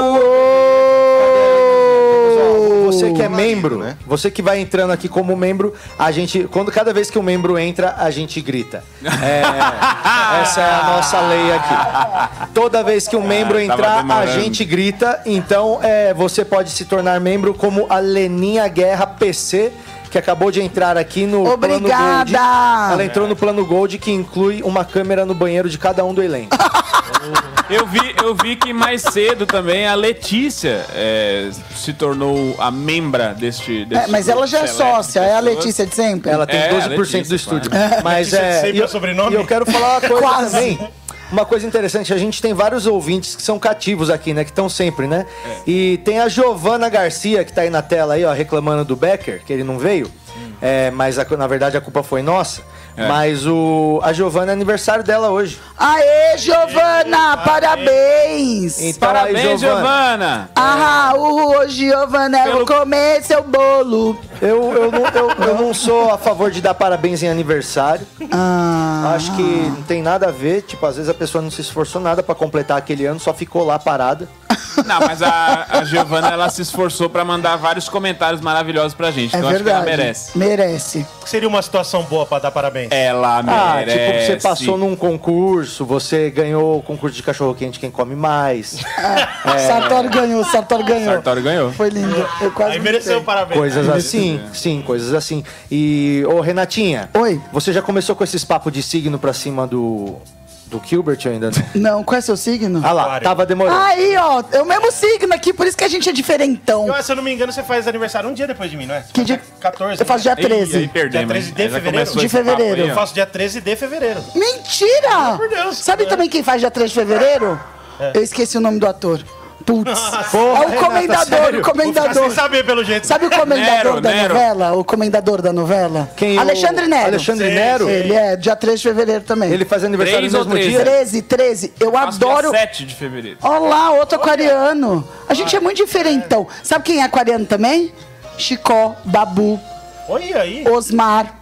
S12: Você que é membro,
S13: né?
S12: você que vai entrando aqui como membro, a gente, quando cada vez que um membro entra, a gente grita. É, essa é a nossa lei aqui. Toda vez que um membro
S13: É, tava
S12: entrar, a
S13: demorando.
S12: gente grita. Então, é, você pode se tornar membro como a Leninha Guerra PC. Que acabou de entrar aqui no Plano
S5: Obrigada!
S12: Gold. Ela entrou no plano Gold que inclui uma câmera no banheiro de cada um do elenco.
S13: Eu vi, eu vi que mais cedo também a Letícia é, se tornou a membra deste.
S5: É,
S13: deste
S5: mas
S13: grupo
S5: ela já é
S13: seleto de
S5: sócia, é a
S13: pessoas.
S5: Letícia de sempre.
S12: Ela tem 12% do estúdio. Mas
S13: Letícia de
S12: é.
S13: sempre
S12: e
S13: é o sobrenome?
S12: e eu quero falar uma coisa
S13: Quase.
S12: também. Uma coisa interessante, a gente tem vários ouvintes que são cativos aqui, né? Que estão sempre, né? E tem a Giovana Garcia, que tá aí na tela aí, ó, reclamando do Becker, que ele não veio. É, mas a- na verdade a culpa foi nossa. Mas o, a Giovana é aniversário dela hoje.
S5: Aê, Giovana! Parabéns!
S12: Então, aí,
S13: Giovana!
S5: Ah, uhul, Giovana, eu comer seu bolo.
S12: Eu, eu, não, eu, eu não sou a favor de dar parabéns em aniversário.
S5: Ah,
S12: Acho que não tem nada a ver. Tipo, às vezes a pessoa não se esforçou nada pra completar aquele ano, só ficou lá parada.
S13: Não, mas a, a Giovana ela se esforçou pra mandar vários comentários maravilhosos pra gente.
S5: É
S13: então
S5: verdade.
S13: acho que ela merece.
S5: Merece.
S6: O que seria uma situação boa pra dar parabéns?
S5: É,
S13: Ela
S12: Ah,
S13: merece.
S12: tipo, você passou num concurso, você ganhou o concurso de cachorro-quente quem come mais.
S5: Sartori ganhou, Sartori ganhou.
S13: É. Sartori ganhou.
S5: Foi lindo. Eu quase
S6: Aí mereceu
S5: gritei.
S6: parabéns.
S12: Coisas assim, sim, coisas assim. E, ô Renatinha.
S5: Oi.
S12: Você já começou com esses papos de signo pra cima do. do Gilbert ou ainda não?
S5: Não, qual é seu signo?
S12: Ah lá, tava demorando.
S5: Aí, ó, é o mesmo signo aqui, por isso que a gente é diferentão.
S6: Ah, se eu não me engano, você faz aniversário um dia depois de mim, não é?
S5: Que dia?
S6: 14.
S5: Eu faço dia
S6: né?
S5: 13. Ih, aí
S6: Dia
S5: perdemos,
S6: 13
S5: hein?
S6: de
S5: Aí já
S6: fevereiro.
S5: começou De esse papo fevereiro. aí, ó.
S6: Eu faço dia 13 de fevereiro.
S5: Mentira! Sabe também quem faz dia 3 de fevereiro? Eu esqueci o nome do ator. Putz.
S6: Porra,
S5: é o
S6: Renata,
S5: comendador,
S6: sério?
S5: o comendador.
S6: Vou ficar sem saber, pelo jeito.
S5: Sabe o comendador
S6: Nero,
S5: da
S6: Nero.
S5: novela? O comendador da novela?
S12: Quem, o-
S5: Alexandre Nero.
S12: Alexandre Sim, Nero? sim.
S5: Ele é dia 3 de fevereiro também.
S12: Ele faz aniversário Três no ou mesmo treze?
S5: 13,
S12: dia?
S5: 13. Eu
S13: Faço dia
S5: adoro.
S13: 7 de fevereiro.
S5: Olha lá, outro aquariano. A gente é muito diferentão. Sabe quem é aquariano também? Chicó, Babu.
S6: Olha aí. Tá
S5: Osmar.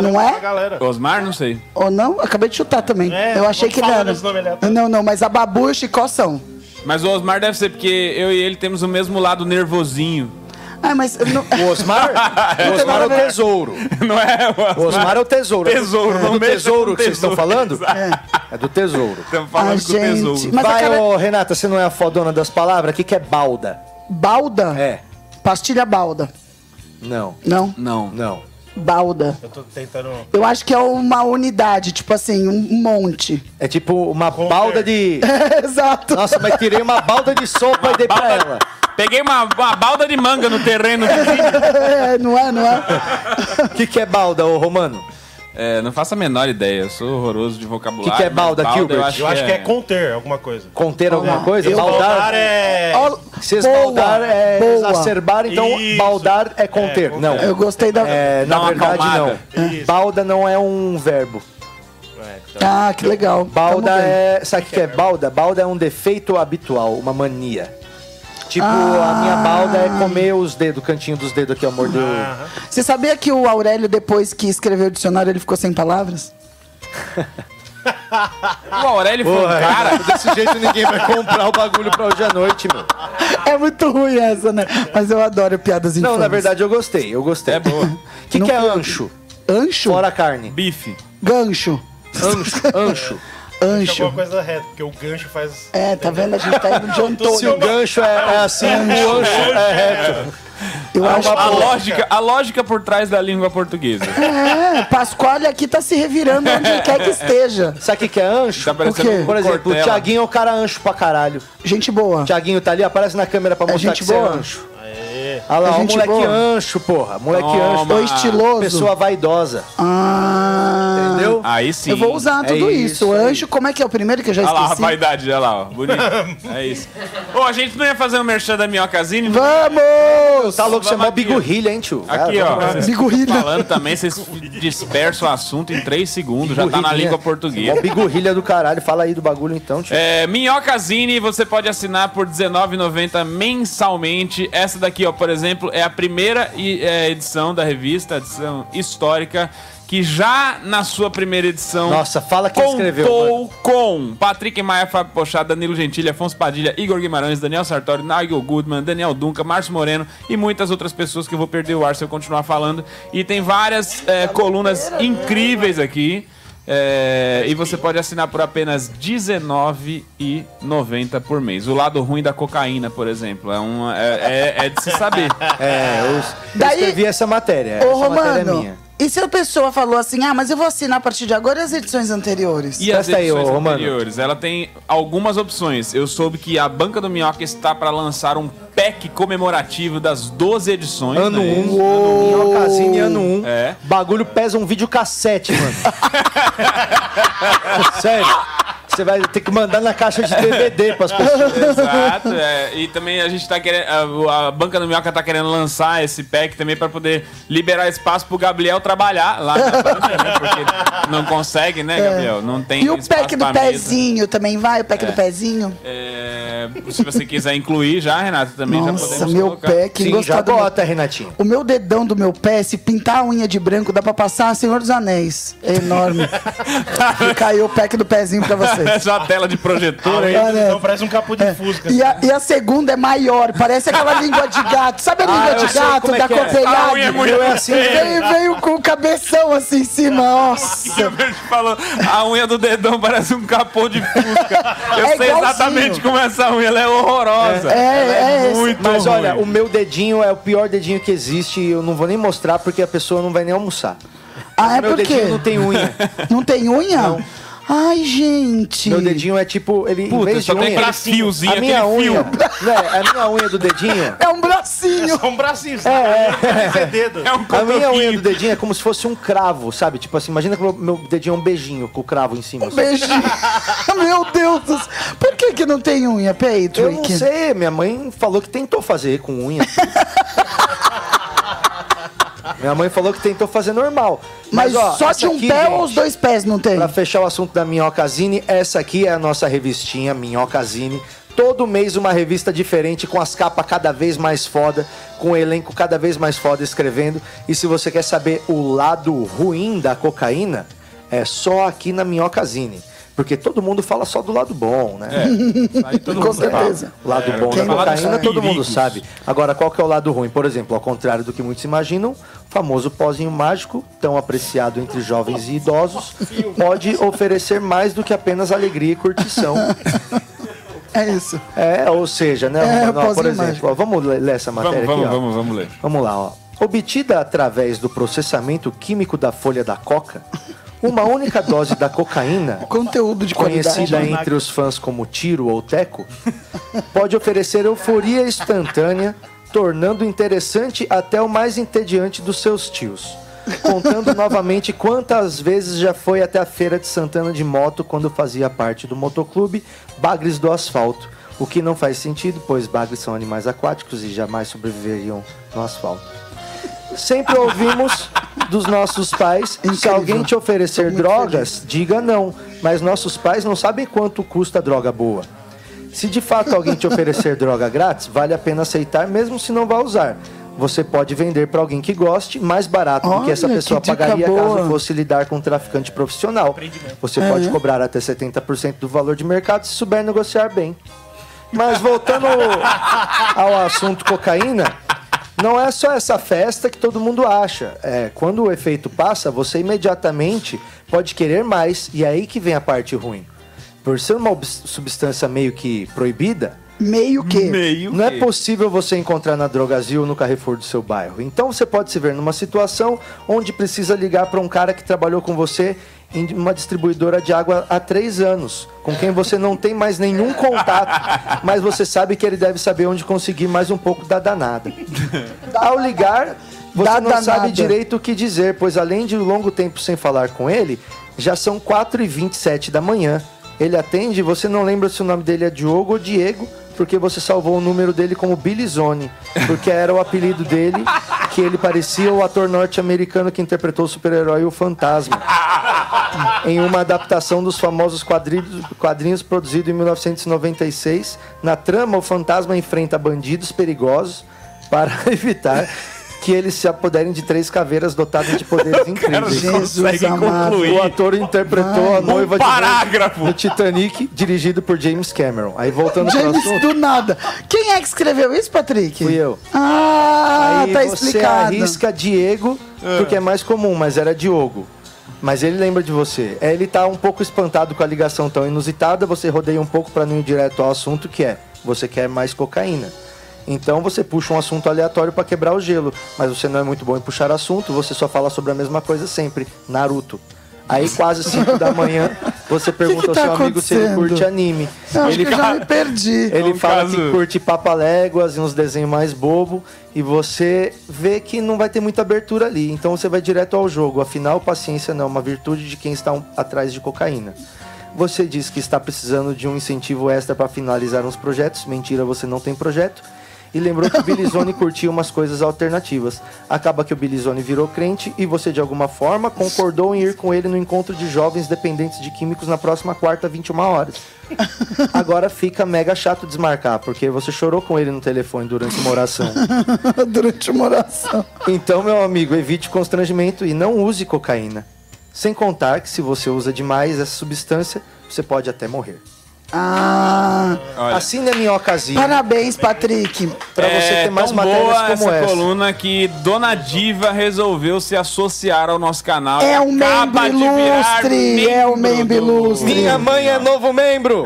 S5: não é?
S13: Osmar, não sei.
S5: Ou não? Acabei de chutar também.
S13: É,
S5: eu achei
S13: não
S5: que ele
S13: fala
S5: era.
S13: desse nome aleatório.
S5: Não, não, mas a Babu e o Chicó são.
S13: Mas o Osmar deve ser porque eu e ele temos o mesmo lado nervosinho.
S5: Ah, mas. Não...
S12: O Osmar? o Osmar é o tesouro.
S13: Não é? O Osmar,
S12: O Osmar é o tesouro.
S13: Tesouro,
S12: é
S13: não
S12: do
S13: mexa
S12: tesouro
S13: com
S12: que vocês estão
S13: um tesouro.
S12: falando? É. do tesouro.
S13: Estamos
S5: Ah,
S13: falando com o tesouro.
S12: Vai, ô Renata, você não é a fodona das palavras? O que, que é balda?
S5: Balda?
S12: É.
S5: Pastilha balda.
S12: Não.
S5: Não?
S13: Não.
S12: Não.
S5: balda.
S6: Eu tô tentando.
S5: Eu acho que é uma unidade, tipo assim, um monte.
S12: É tipo uma balda de.
S5: Exato.
S12: Nossa, mas tirei uma balda de sopa e dei pra
S9: balda-
S12: ela.
S9: Peguei uma, uma balda de manga no terreno.
S5: É, não é, não é?
S12: O que, que é balda, ô Romano?
S9: É, não faço a menor ideia, eu sou horroroso de vocabulário.
S12: Que que é
S9: mas
S12: balda, Gilbert?
S9: Eu
S6: Eu
S9: acho,
S6: que é... conter alguma coisa.
S12: Conter alguma coisa?
S6: Eu- Baldar é- Ó,
S12: Se
S6: boa,
S12: esbaldar é
S6: boa.
S12: exacerbar, então
S6: Isso.
S12: baldar é conter. não.
S5: Eu gostei da-
S12: É,
S5: Dá
S12: na
S5: uma
S12: verdade,
S5: acalmada.
S12: não. Balda não é um verbo.
S5: Ah, que legal.
S12: Balda
S6: Tá
S5: Tamo vendo.
S12: é. Sabe o que, que é balda? Balda é um defeito habitual, uma mania. Tipo, a minha
S6: Ah.
S12: balda é comer os dedos, o cantinho dos dedos aqui, ó, mordeu.
S5: Você sabia que o Aurélio, depois que escreveu o dicionário, ele ficou sem palavras?
S9: O Aurélio foi um
S12: Porra,
S9: cara.
S12: Desse jeito ninguém vai comprar o bagulho pra hoje à noite, meu.
S5: É muito ruim essa, né? Mas eu adoro piadas infames.
S12: Não, na verdade eu gostei, eu gostei. É boa. O que, que é ancho?
S5: Ancho?
S12: Fora a carne.
S9: Bife.
S5: Gancho.
S12: Ancho. Ancho.
S5: Ancho.
S6: Alguma coisa reta, porque o gancho faz.
S5: É, tá vendo? A gente tá indo de Antônio.
S12: Se o gancho é, é assim, o ancho é reto.
S5: Eu
S9: a,
S5: acho
S9: a
S5: que-
S9: lógica, a lógica por trás da língua portuguesa.
S5: É, Pasquale aqui tá se revirando onde ele quer que esteja.
S12: Sabe o que, que é ancho?
S9: Tá parecendo O quê? um
S12: Por exemplo,
S9: Cortella.
S12: o Thiaguinho é o cara ancho pra caralho.
S5: Gente boa.
S12: Thiaguinho tá ali, aparece na câmera pra
S5: É
S12: mostrar
S5: gente
S12: que você é
S5: boa.
S12: ancho. Olha lá,
S5: É
S12: ó, o
S5: gente
S12: moleque
S5: boa.
S12: ancho, porra. Moleque
S9: Toma.
S12: ancho.
S9: Tô
S5: estiloso.
S12: Pessoa vaidosa.
S5: Ah,
S12: Entendeu?
S9: Aí sim.
S5: eu vou usar
S12: É
S5: tudo isso.
S12: isso aí.
S5: Anjo, como é que é o primeiro que eu já
S9: Olha lá a
S5: esqueci?
S9: vaidade, olha lá, ó. Bonito. É isso. Ô, a gente não ia fazer um merchan da minhocazine?
S5: Vamos!
S12: Tá louco,
S9: Vamos
S12: chamou
S9: aqui, ó.
S12: bigorrilha, hein, tio?
S9: Aqui,
S12: Ah,
S9: ó.
S12: vamos lá.
S9: Vocês
S5: Bigorrilha.
S9: ficam falando também, vocês dispersam o assunto em três segundos, já tá na
S12: Bigorrilhinha.
S9: língua
S12: Mó
S9: portuguesa.
S12: bigorrilha do caralho. Fala aí do bagulho então, tio.
S9: É, Minhocazine, você pode assinar por R$19,90 mensalmente. Essa daqui, ó, por exemplo, é a primeira e- é, edição da revista, edição histórica, que já na sua primeira edição.
S12: Nossa, fala quem
S9: contou
S12: escreveu,
S9: com Patrick Maia, Fábio Pochá, Danilo Gentili, Afonso Padilha, Igor Guimarães, Daniel Sartori, Nigel Goodman, Daniel Dunca, Márcio Moreno e muitas outras pessoas que eu vou perder o ar se eu continuar falando. E tem várias é, colunas incríveis aqui. É, e você pode assinar por apenas R$19,90 por mês. O lado ruim da cocaína, por exemplo, é, uma, é, é- é de se saber.
S12: É, eu, eu
S5: Daí-
S12: escrevi essa matéria.
S5: Ô,
S12: essa matéria é
S5: Romano,
S12: minha.
S5: e se a pessoa falou assim, ah, mas eu vou assinar a partir de agora e as edições anteriores?
S9: E as
S12: Presta aí, ô,
S9: edições
S12: Romano.
S9: anteriores, ela tem algumas opções. Eu soube que a Banca do Minhoca está para lançar um pack comemorativo das 12 edições.
S12: Ano 1,
S9: né?
S12: um, Minhocazine ano 1. Um.
S9: É.
S12: Bagulho pesa um videocassete, mano. Sério. Você vai ter que mandar na caixa de DVD pras pessoas.
S9: Exato, é. e também a gente tá querendo. A, a banca do Minhoca tá querendo lançar esse pack também para poder liberar espaço pro Gabriel trabalhar lá na banca, né? Porque não consegue, né, Gabriel? Não tem
S5: É. E o
S9: espaço
S5: pack do
S9: pra mesa.
S5: pezinho também vai? O pack do pezinho?
S9: É, se você quiser incluir já, Renato, também já
S5: Nossa,
S9: podemos
S5: meu
S9: colocar.
S5: pé, que
S12: Sim, já
S5: gostado.
S12: bota, Renatinho.
S5: O meu dedão do meu pé, se pintar a unha de branco, dá pra passar Senhor dos Anéis. É enorme. Fica aí o pack do pezinho pra vocês.
S9: Só a tela de projetor aí.
S5: Olha.
S6: Então parece um capô de fusca.
S5: E a, e a segunda é maior, parece aquela língua de gato. Sabe a língua
S12: eu
S5: de
S12: sei
S5: gato
S12: como é
S5: da
S12: que é.
S9: A unha é
S5: Copenhague?
S9: muito
S12: Eu é assim,
S9: feia.
S5: Veio, veio com o cabeção assim em cima,
S9: O
S5: nossa.
S9: Gilbert falou, a unha do dedão parece um capô de fusca. Eu
S5: É
S9: sei
S5: igualzinho.
S9: exatamente como é essa unha, ela é horrorosa.
S5: É, é, esse.
S9: muito
S12: Mas
S9: ruim.
S12: olha, o meu dedinho é o pior dedinho que existe e eu não vou nem mostrar porque a pessoa não vai nem almoçar.
S5: Ah, é
S12: meu
S5: porque
S12: dedinho não tem unha.
S5: não tem unha? Ai, gente.
S12: Meu dedinho é tipo, ele
S9: Puta,
S12: em vez de
S9: só tem
S12: unha,
S9: aquele fiozinho,
S12: a minha
S9: aquele
S12: unha,
S9: fio.
S12: né, a minha unha do dedinho,
S5: É um bracinho.
S6: Só um bracinho,
S12: é,
S6: sabe?
S12: é.
S6: Esse dedo.
S9: É um
S12: A minha unha do
S9: cotoquinho.
S12: dedinho é como se fosse um cravo, sabe? Tipo assim, imagina que meu, meu dedinho é um beijinho com o cravo em cima. assim.
S5: Beijinho. Meu Deus do céu. Por que, que não tem unha, Patrick?
S12: Eu não sei, minha mãe falou que tentou fazer com unha. minha mãe falou que tentou fazer normal.
S5: Mas,
S12: ó,
S5: só
S12: essa
S5: de um
S12: aqui,
S5: pé
S12: gente,
S5: ou os dois pés não tem?
S12: Pra fechar o assunto da Minhocazine, essa aqui é a nossa revistinha Minhocazine. Todo mês uma revista diferente, com as capas cada vez mais foda, com o elenco cada vez mais foda escrevendo. E se você quer saber o lado ruim da cocaína, é só aqui na Minhocazine. Porque todo mundo fala só do lado bom, né?
S9: Aí todo
S5: Com
S9: mundo fala.
S5: certeza.
S12: O lado
S9: É,
S12: bom da
S9: quem não
S12: cocaína
S9: sabe?
S12: todo mundo
S9: Perigos.
S12: sabe. Agora, qual que é o lado ruim? Por exemplo, ao contrário do que muitos imaginam, o famoso pozinho mágico, tão apreciado entre jovens e idosos, pode oferecer mais do que apenas alegria e curtição.
S5: É isso.
S12: É, ou seja, né?
S5: É,
S12: Romano? Ó, por
S5: pozinho
S12: exemplo,
S5: mágico.
S12: ó, vamos ler essa matéria
S9: Vamos, vamos,
S12: aqui, ó.
S9: vamos, vamos ler.
S12: Vamos lá, ó. obtida através do processamento químico da folha da coca, uma única dose da cocaína,
S5: conteúdo de
S12: conhecida
S5: qualidade.
S12: entre os fãs como tiro ou teco, pode oferecer euforia instantânea, tornando interessante até o mais entediante dos seus tios. Contando novamente quantas vezes já foi até a feira de Santana de moto quando fazia parte do motoclube Bagres do Asfalto. O que não faz sentido, pois bagres são animais aquáticos e jamais sobreviveriam no asfalto. Sempre ouvimos dos nossos pais: se alguém te oferecer drogas, diga não. Mas nossos pais não sabem quanto custa a droga boa. Se de fato alguém te oferecer droga grátis, vale a pena aceitar, mesmo se não vá usar. Você pode vender para alguém que goste, mais barato do que essa
S5: Olha,
S12: pessoa
S5: que dica
S12: pagaria
S5: boa.
S12: caso fosse lidar com um traficante profissional. Você
S5: É.
S12: pode cobrar até 70% do valor de mercado se souber negociar bem. Mas voltando ao assunto cocaína, não é só essa festa que todo mundo acha. É, quando o efeito passa, você imediatamente pode querer mais, e é aí que vem a parte ruim. Por ser uma obs- substância meio que proibida.
S5: Meio que.
S12: Meio não é possível você encontrar na Drogazil ou no Carrefour do seu bairro. Então você pode se ver numa situação onde precisa ligar para um cara que trabalhou com você em uma distribuidora de água há três anos, com quem você não tem mais nenhum contato, mas você sabe que ele deve saber onde conseguir mais um pouco da danada. Ao ligar, você
S5: Da
S12: não
S5: danada.
S12: sabe direito o que dizer, pois além de um longo tempo sem falar com ele, já são 4h27 da manhã. Ele atende e você não lembra se o nome dele é Diogo ou Diego, porque você salvou o número dele como Billy Zone, porque era o apelido dele, que ele parecia o ator norte-americano que interpretou o super-herói O Fantasma em uma adaptação dos famosos quadrilhos- quadrinhos produzido em 1996. Na trama, o fantasma enfrenta bandidos perigosos para evitar que eles se apoderem de três caveiras dotadas de poderes incríveis.
S5: não Jesus consegue amado. concluir.
S12: O ator interpretou
S5: Vai.
S12: a noiva
S5: Um parágrafo.
S12: de no Titanic, dirigido por James Cameron. Aí voltando para o
S5: James
S12: assunto,
S5: do nada. Quem é que escreveu isso, Patrick?
S12: fui eu.
S5: Ah,
S12: Aí
S5: tá
S12: você
S5: explicado.
S12: arrisca Diego, porque é mais comum, mas era Diogo. Mas ele lembra de você. É, Ele tá um pouco espantado com a ligação tão inusitada, você rodeia um pouco pra não ir direto ao assunto que é: você quer mais cocaína. Então você puxa um assunto aleatório pra quebrar o gelo, mas você não é muito bom em puxar assunto, você só fala sobre a mesma coisa sempre, Naruto. Aí quase 5 da manhã, você pergunta
S5: tá
S12: ao seu amigo se ele
S5: acontecendo?
S12: curte anime.
S5: Eu acho que eu
S12: tá-
S5: já me perdi.
S12: Ele
S5: É um
S12: fala
S5: caso-
S12: que curte papaléguas e uns desenhos mais bobo e você vê que não vai ter muita abertura ali. Então você vai direto ao jogo. Afinal, paciência não é uma virtude de quem está um- atrás de cocaína. Você diz que está precisando de um incentivo extra para finalizar uns projetos. Mentira, você não tem projeto. E lembrou que o Billy Zone curtia umas coisas alternativas. Acaba que o Billy Zone virou crente e você, de alguma forma, concordou em ir com ele no encontro de jovens dependentes de químicos na próxima quarta, 21 horas. Agora fica mega chato desmarcar, porque você chorou com ele no telefone durante uma oração.
S5: Durante uma oração.
S12: Então, meu amigo, evite constrangimento e não use cocaína. Sem contar que se você usa demais essa substância, você pode até morrer.
S5: Ah.
S12: Assim na minha ocasião.
S5: Parabéns, Patrick.
S12: Pra você ter mais
S9: é tão
S12: matérias
S9: boa
S12: como
S9: essa
S12: essa.
S9: coluna que Dona Diva resolveu se associar ao nosso canal.
S5: É um
S9: Acaba
S5: membro
S9: de virar
S5: ilustre.
S9: membro
S5: É um membro ilustre.
S9: Minha
S12: mãe é novo membro.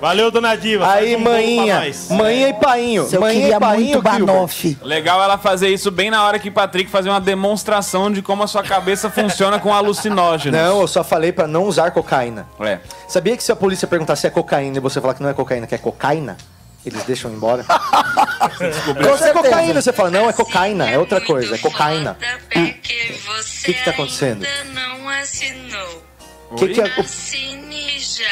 S6: Valeu, dona Diva.
S12: Aí,
S6: Faz um bolo pra
S12: maninha.
S6: nós.
S12: Maninha e painho.
S6: Eu
S12: Maninha
S6: queria
S12: e painho,
S6: muito
S12: Gilbert.
S5: é Banoff.
S9: Legal ela fazer isso bem na hora que Patrick fazer uma demonstração de como a sua cabeça funciona com alucinógenos.
S12: Não, eu só falei pra não usar cocaína.
S9: É.
S12: Sabia que se a polícia perguntar se é cocaína e você falar que não é cocaína, que é cocaína, eles deixam embora?
S2: Com
S12: Você é
S2: certeza.
S12: cocaína, você fala, não, é cocaína, é outra coisa, é cocaína. O que, que tá acontecendo?
S2: Não assinou.
S12: O que, que é. o-
S2: Assine já.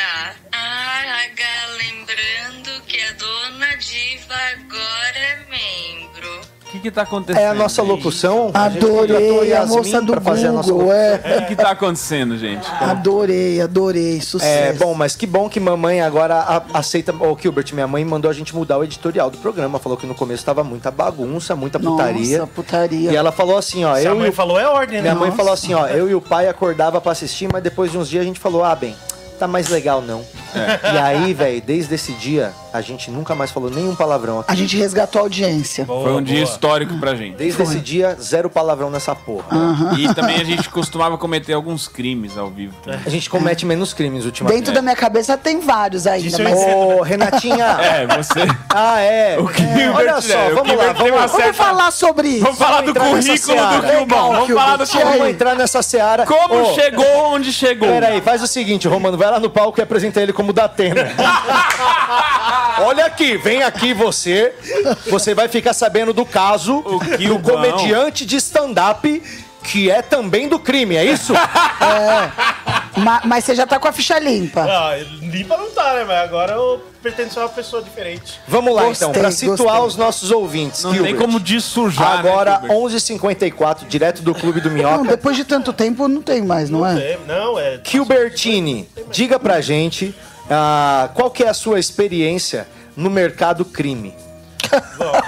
S2: Ah, H, lembrando que a dona Diva agora é membro.
S9: O que, que tá acontecendo?
S12: É a nossa locução? gente contratou
S5: Adorei a
S12: Yasmin
S5: moça do
S12: pra fazer a nossa
S5: Google.
S9: O que,
S5: É.
S9: que tá acontecendo, gente?
S5: Adorei, adorei. Sucesso.
S12: É, bom, mas que bom que mamãe agora a- aceita. Ô, Gilbert, minha mãe mandou a gente mudar o editorial do programa. Falou que no começo tava muita bagunça, muita putaria.
S5: Nossa, putaria.
S12: E ela falou assim, ó.
S6: Se a
S12: eu
S6: mãe
S12: e o-
S6: falou, é ordem, né?
S12: Minha mãe
S6: Nossa.
S12: falou assim, ó. Eu e o pai acordava pra assistir, mas depois de uns dias a gente falou, ah, bem, tá mais legal não.
S6: É.
S12: E aí, velho, desde esse dia, A gente nunca mais falou nenhum palavrão aqui.
S5: A gente resgatou a audiência.
S9: Foi um dia histórico pra gente.
S12: Desde esse dia, zero palavrão nessa porra.
S9: Ah. E também a gente costumava cometer alguns crimes ao vivo. também.
S12: A gente comete menos crimes ultimamente.
S5: Dentro da minha cabeça tem vários ainda. Mas...
S12: Ô, Renatinha.
S9: É, você.
S12: Ah, é. O Olha
S9: Gilbert,
S12: só,
S9: é, o
S12: vamos lá.
S9: Gilbert tem uma
S12: Vamos,
S9: certa-
S5: Vamos falar sobre isso.
S9: Vamos falar do
S12: entrar nessa
S9: currículo do
S12: seara.
S9: Kilbão. Vamos
S12: Kilbert.
S9: falar do
S12: Vamos
S9: currículo.
S12: entrar nessa seara.
S9: Como
S12: Ô,
S9: chegou onde chegou?
S12: Peraí, faz o seguinte, Romano, vai lá no palco e apresenta ele como Datena. Olha aqui, vem aqui você. Você vai ficar sabendo do caso do
S9: Kilbão.
S12: comediante de stand-up que é também do crime, é isso?
S5: Ma- mas você já tá com a ficha limpa.
S6: Ah, limpa não tá, né? Mas agora eu pretendo ser uma pessoa diferente.
S12: Vamos lá
S6: Gostei,
S12: então, pra situar
S6: gostei.
S12: os nossos ouvintes.
S9: Não tem como dessujar, né,
S12: Agora,
S9: Gilbert?
S12: 11h54, direto do Clube do
S9: Ah,
S12: Minhoca.
S5: Não, depois de tanto tempo não tem mais, não, é?
S6: Não, é.
S12: Gilbertini, diga pra gente ah, qual que é a sua experiência no mercado crime.
S6: Bom,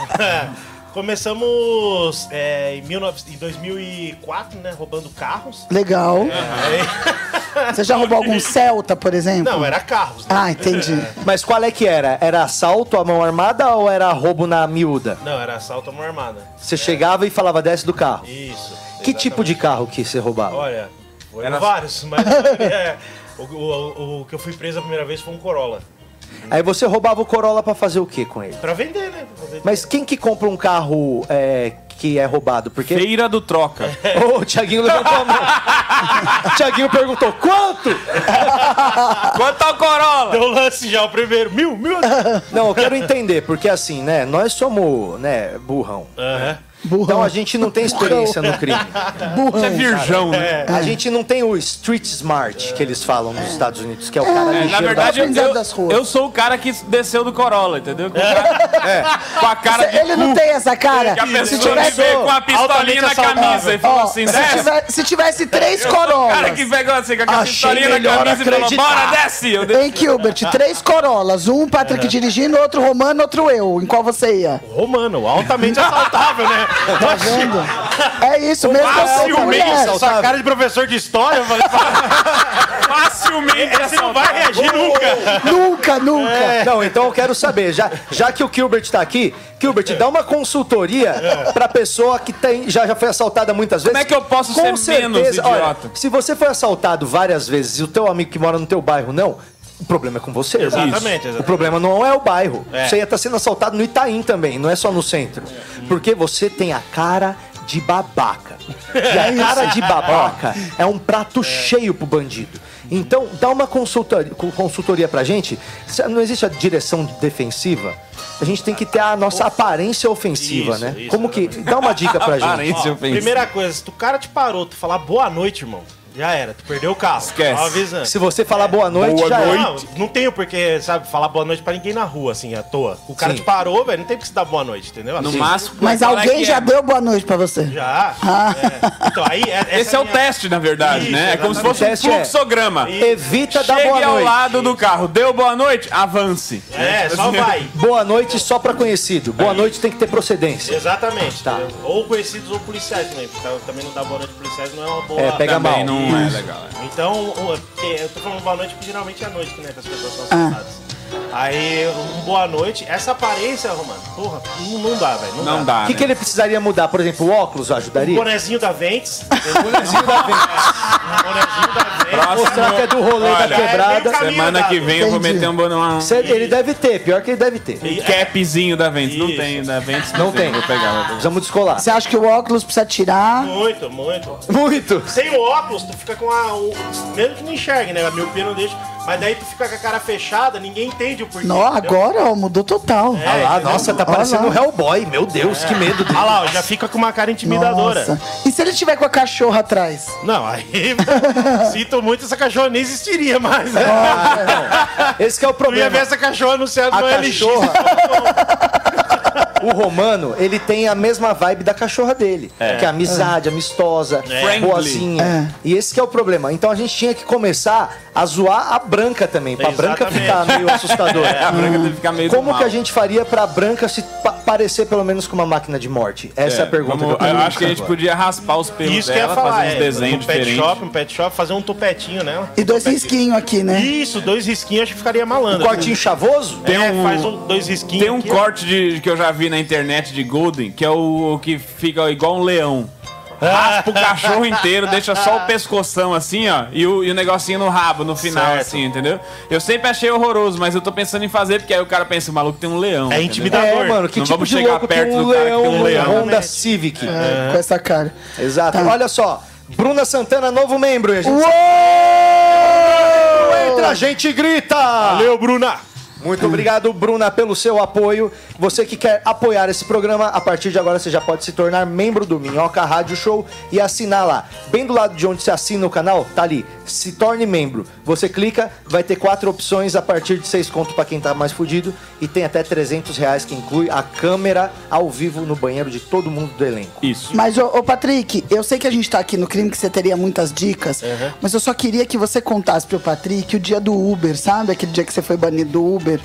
S6: começamos é, em, 19 em 2004, né? Roubando carros.
S5: Legal.
S12: Ah.
S6: É.
S5: Você já roubou algum Celta, por exemplo?
S6: Não, era carros. né?
S5: Ah, entendi.
S12: Mas qual é que era? Era assalto à mão armada ou era roubo na miúda?
S6: Não, era assalto à mão armada.
S12: Você chegava e falava, desce do carro.
S6: Isso.
S12: Que tipo de carro que você roubava?
S6: Olha, foram vários, mas é, o, o- o que eu fui preso a primeira vez foi um Corolla.
S12: Aí você roubava o Corolla pra fazer o que com ele?
S6: Pra vender, né? Pra vender.
S12: Mas quem que compra um carro é, que é roubado? Porque...
S9: Feira do Troca.
S12: Ô, o Tiaguinho levantou a mão. O Tiaguinho perguntou, quanto?
S9: Quanto ao Corolla?
S6: Deu lance já o primeiro. Mil, mil.
S12: Não, eu quero entender, porque assim, né, nós somos, né, burrão.
S6: Aham.
S12: Então
S9: é
S12: a gente não tem experiência no crime.
S9: Burrão. Você é virgão, né?
S12: A gente não tem o street smart que eles falam nos Estados Unidos, que é o cara
S9: É, na
S12: ligeiro
S9: verdade,
S12: da-
S9: eu, eu, eu sou o cara que desceu do Corolla, entendeu? Com, cara,
S6: É.
S9: com a cara de
S5: Ele não
S9: cu.
S5: tem essa cara.
S9: Que a
S5: Se
S9: pessoa me
S5: tivesse,
S9: vê com a pistolinha na camisa e fala
S5: Ó,
S9: assim,
S5: se,
S9: desce.
S5: tiver- se tivesse
S9: Eu
S5: três
S9: sou O cara
S5: Corollas.
S9: que pegou assim com a
S5: Achei
S9: pistolinha na
S5: melhor
S9: camisa e falou,
S5: acreditar.
S9: bora, desce! Eu desci.
S5: Em Gilbert, três Corollas. Um Patrick dirigindo, outro Romano, outro eu. Em qual você ia?
S6: Romano, altamente assaltável, né?
S5: Tá vendo? É isso mesmo. eu sou
S6: Facilmente,
S5: mulher.
S6: essa cara de professor de história, eu falei,
S9: facilmente
S6: esse não vai reagir nunca.
S5: Nunca, nunca.
S12: Não, então eu quero saber, já, já que o Gilbert tá aqui, Gilbert, dá uma consultoria pra pessoa que tem, já, já foi assaltada muitas vezes.
S9: Como é que eu posso
S12: Com
S9: ser menos idiota?
S12: se você foi assaltado várias vezes e o teu amigo que mora no teu bairro não, o problema é com você. irmão.
S6: Exatamente, exatamente.
S12: O problema não é o bairro.
S6: É.
S12: Você ia estar sendo assaltado no Itaim também, não é só no centro. Porque você tem a cara de babaca. E a cara de babaca é um prato cheio pro bandido. Então, dá uma consultoria, consultoria pra gente. Se Não existe a direção defensiva. A gente tem que ter a nossa aparência ofensiva,
S6: Isso,
S12: né?
S6: isso,
S12: Como que. Dá uma dica pra gente.
S6: Ó, primeira coisa, se o cara te parou, tu falar boa noite, irmão, já era, tu perdeu o carro.
S12: Esquece.
S6: Tava avisando.
S12: Se você falar boa noite, já é.
S6: Não, não tenho porque, sabe, falar boa noite pra ninguém na rua, assim, à toa. O cara
S12: Sim.
S6: te parou, velho, não tem porque se dar boa noite, entendeu?
S9: No
S6: Assim,
S9: máximo,
S5: Mas
S9: qual é
S5: alguém
S9: que
S5: já
S9: é?
S5: deu boa noite pra você.
S6: Já. é. Então, aí, é- essa
S9: Esse é o
S6: minha-
S9: teste, na verdade,
S6: Isso,
S9: né? É como se fosse um
S12: exatamente. O teste é-
S9: fluxograma.
S12: Evita dar
S9: Chegue
S12: boa
S9: ao
S12: noite.
S9: lado do carro, deu boa noite, avance.
S6: É, só vai.
S12: Boa noite só pra conhecido. Boa noite tem que ter procedência.
S6: Exatamente.
S12: Tá.
S6: entendeu? Ou conhecidos ou policiais também. Porque tá- também não dar boa noite pra policiais não é uma boa.
S12: É, pega mal.
S9: Também não é legal. é.
S6: Então, o- porque eu tô falando boa noite porque geralmente é à noite, né? Que as pessoas são
S12: Ah.
S6: assustadas. Aí, um boa noite. Essa aparência, Romano, porra, não, não dá, velho. Não,
S9: Não dá,
S12: O que,
S9: né?
S12: que ele precisaria mudar? Por exemplo, o óculos
S6: O
S12: ajudaria?
S6: bonezinho da Ventes.
S12: bonezinho da Ventes.
S6: bonezinho da Ventes.
S12: Mostrar que é do rolê
S9: Olha,
S12: da
S6: é bem
S12: quebrada.
S6: caminho,
S9: Semana
S6: tá?
S9: que vem eu vou
S5: Entendi.
S9: meter um bonão.
S12: Cê- ele deve ter, pior que ele deve ter.
S6: E-
S9: Capzinho da Ventes. Não
S6: Isso.
S9: tem, da Ventes
S12: Não tem.
S9: Vou pegar, vou pegar.
S12: Precisamos descolar.
S5: Você acha que o óculos precisa tirar?
S6: Muito, muito.
S12: Muito!
S6: Sem o óculos, tu fica com a. O, mesmo que não enxergue, né? A miopia não deixa. Mas daí tu fica com a cara fechada, ninguém entende o porquê.
S5: Não,
S6: entendeu?
S5: agora ó, mudou total.
S12: Ah lá,
S6: entendeu?
S12: nossa, tá
S5: Olha lá.
S12: parecendo um Hellboy. Meu Deus, que medo dele.
S6: Olha lá, ó, já fica com uma cara intimidadora.
S5: Nossa. E se ele tiver com a cachorra atrás?
S6: Não, aí. sinto muito, essa cachorra nem existiria mais. Né?
S12: Esse que é o
S6: Eu ia ver
S12: problema.
S6: essa cachorra anunciada
S12: A
S6: no LX.
S12: cachorra. o romano, ele tem a mesma vibe da cachorra dele.
S14: É.
S12: Que é amizade, amistosa,
S14: É.
S12: boazinha.
S14: Friendly.
S12: E esse que é o problema. Então a gente tinha que começar a zoar a branca também. Pra branca ficar
S9: Exatamente.
S12: meio assustadora.
S9: É, a branca tem que ficar meio do
S12: Como
S9: mal.
S12: que a gente faria pra branca se pa- parecer pelo menos com uma máquina de morte? Essa é, a pergunta
S9: vamos-
S12: que eu tô
S9: eu acho que a gente
S12: agora.
S9: podia raspar os pelos
S6: Isso que eu
S9: dela,
S6: ia falar.
S9: fazer uns
S6: é,
S9: desenhos
S6: um pet
S9: diferentes.
S6: shop, um pet shop, fazer um tupetinho nela.
S5: E dois risquinhos aqui, né?
S6: Isso, dois risquinhos acho que ficaria malandro.
S9: Um cortinho
S12: chavoso?
S6: Tem um... faz um- dois risquinhos
S9: Tem um
S6: aqui, ó.
S9: corte de- que eu já vi na internet de Golden, que é o, o que fica igual um leão. Raspa o cachorro inteiro, deixa só o pescoção assim, ó, e o, e o negocinho no rabo no final, assim, entendeu? Eu sempre achei horroroso, mas eu tô pensando em fazer, porque aí o cara pensa, o maluco tem um leão.
S12: É
S9: entendeu?
S12: intimidador. É, mano, que
S9: Não
S12: tipo
S9: vamos
S12: de
S9: chegar
S12: louco tem
S9: perto
S12: um
S9: do cara que tem
S12: leão
S9: um
S12: numa
S9: leão.
S12: Honda Civic.
S5: É, Com essa cara.
S12: Exato. Olha só, Bruna Santana, novo membro. e a gente- Entra, a gente grita! Valeu,
S6: Bruna!
S12: Muito obrigado, Bruna, pelo seu apoio. Você que quer apoiar esse programa, a partir de agora você já pode se tornar membro do Minhoca Rádio Show e assinar lá. Bem do lado de onde você assina o canal, tá ali. Se torne membro. Você clica, vai ter quatro opções a partir de seis conto pra quem tá mais fudido e tem até 300 reais que inclui a câmera ao vivo no banheiro de todo mundo do elenco.
S9: Isso.
S5: Mas, ô, ô, Patrick, eu sei que a gente tá aqui no crime que você teria muitas dicas,
S12: Uhum.
S5: mas eu só queria que você contasse pro Patrick o dia do Uber, sabe? Aquele dia que você foi banido do Uber.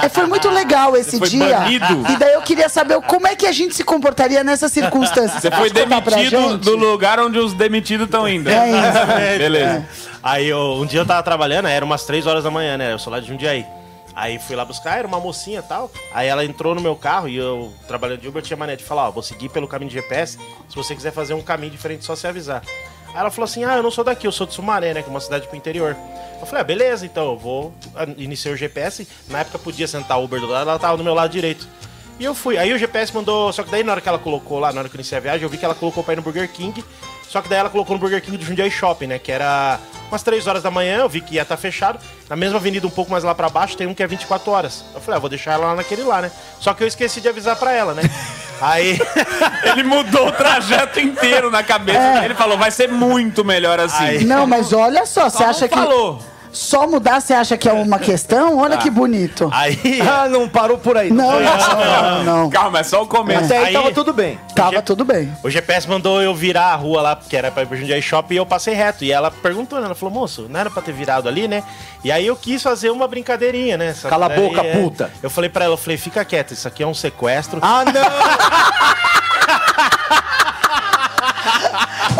S5: É, foi muito legal esse
S9: Você foi
S5: dia.
S9: banido?
S5: E daí eu queria saber como é que a gente se comportaria nessas circunstâncias.
S9: Você foi
S5: pode contar tá pra
S9: demitido
S5: gente?
S9: do lugar onde os demitidos estão indo.
S6: É isso.
S9: Beleza.
S6: É. Aí eu- um dia eu tava trabalhando, era umas 3 horas da manhã, né? Eu sou lá de Jundiaí. Aí fui lá buscar, era uma mocinha e tal. Aí ela entrou no meu carro e eu, trabalhando de Uber, tinha mané de falar: Ó, vou seguir pelo caminho de GPS. Se você quiser fazer um caminho diferente, só se avisar. Aí ela falou assim: Ah, eu não sou daqui, eu sou de Sumaré, né? Que é uma cidade pro interior. Eu falei: Ah, beleza, então eu vou. Ah, Iniciei o GPS. Na época podia sentar Uber do lado, ela tava do meu lado direito. E eu fui. Aí o GPS mandou. Só que daí na hora que ela colocou lá, na hora que eu iniciei a viagem, eu vi que ela colocou pra ir no Burger King. Só que daí ela colocou no Burger King do Jundiaí Shopping, né? Que era umas 3 horas da manhã, eu vi que ia estar fechado. Na mesma avenida, um pouco mais lá pra baixo, tem um que é 24 horas. Eu falei, ah, vou deixar ela lá naquele lá, né? Só que eu esqueci de avisar pra ela, né? Aí.
S9: Ele mudou o trajeto inteiro na cabeça. dele. Ele falou, vai ser muito melhor assim.
S5: Não, mas olha só, você acha que.
S9: falou.
S5: Só mudar, você acha que é uma questão? Olha
S9: Ah.
S5: que bonito.
S6: Aí.
S12: Ah, não parou por aí.
S5: Não,
S6: Foi,
S5: não,
S6: não,
S5: não. não.
S9: Calma, é só o começo.
S12: Até aí, tava tudo bem.
S5: Tava tudo bem.
S6: O GPS mandou eu virar a rua lá, porque era pra ir pro Jundiaí Shopping, e eu passei reto. E ela perguntou, né? Ela falou, moço, não era pra ter virado ali, né? E aí eu quis fazer uma brincadeirinha, né? Essa-
S12: Cala a boca,
S6: é.
S12: puta.
S6: Eu falei pra ela, eu falei, fica quieta, isso aqui é um sequestro.
S12: Ah, não!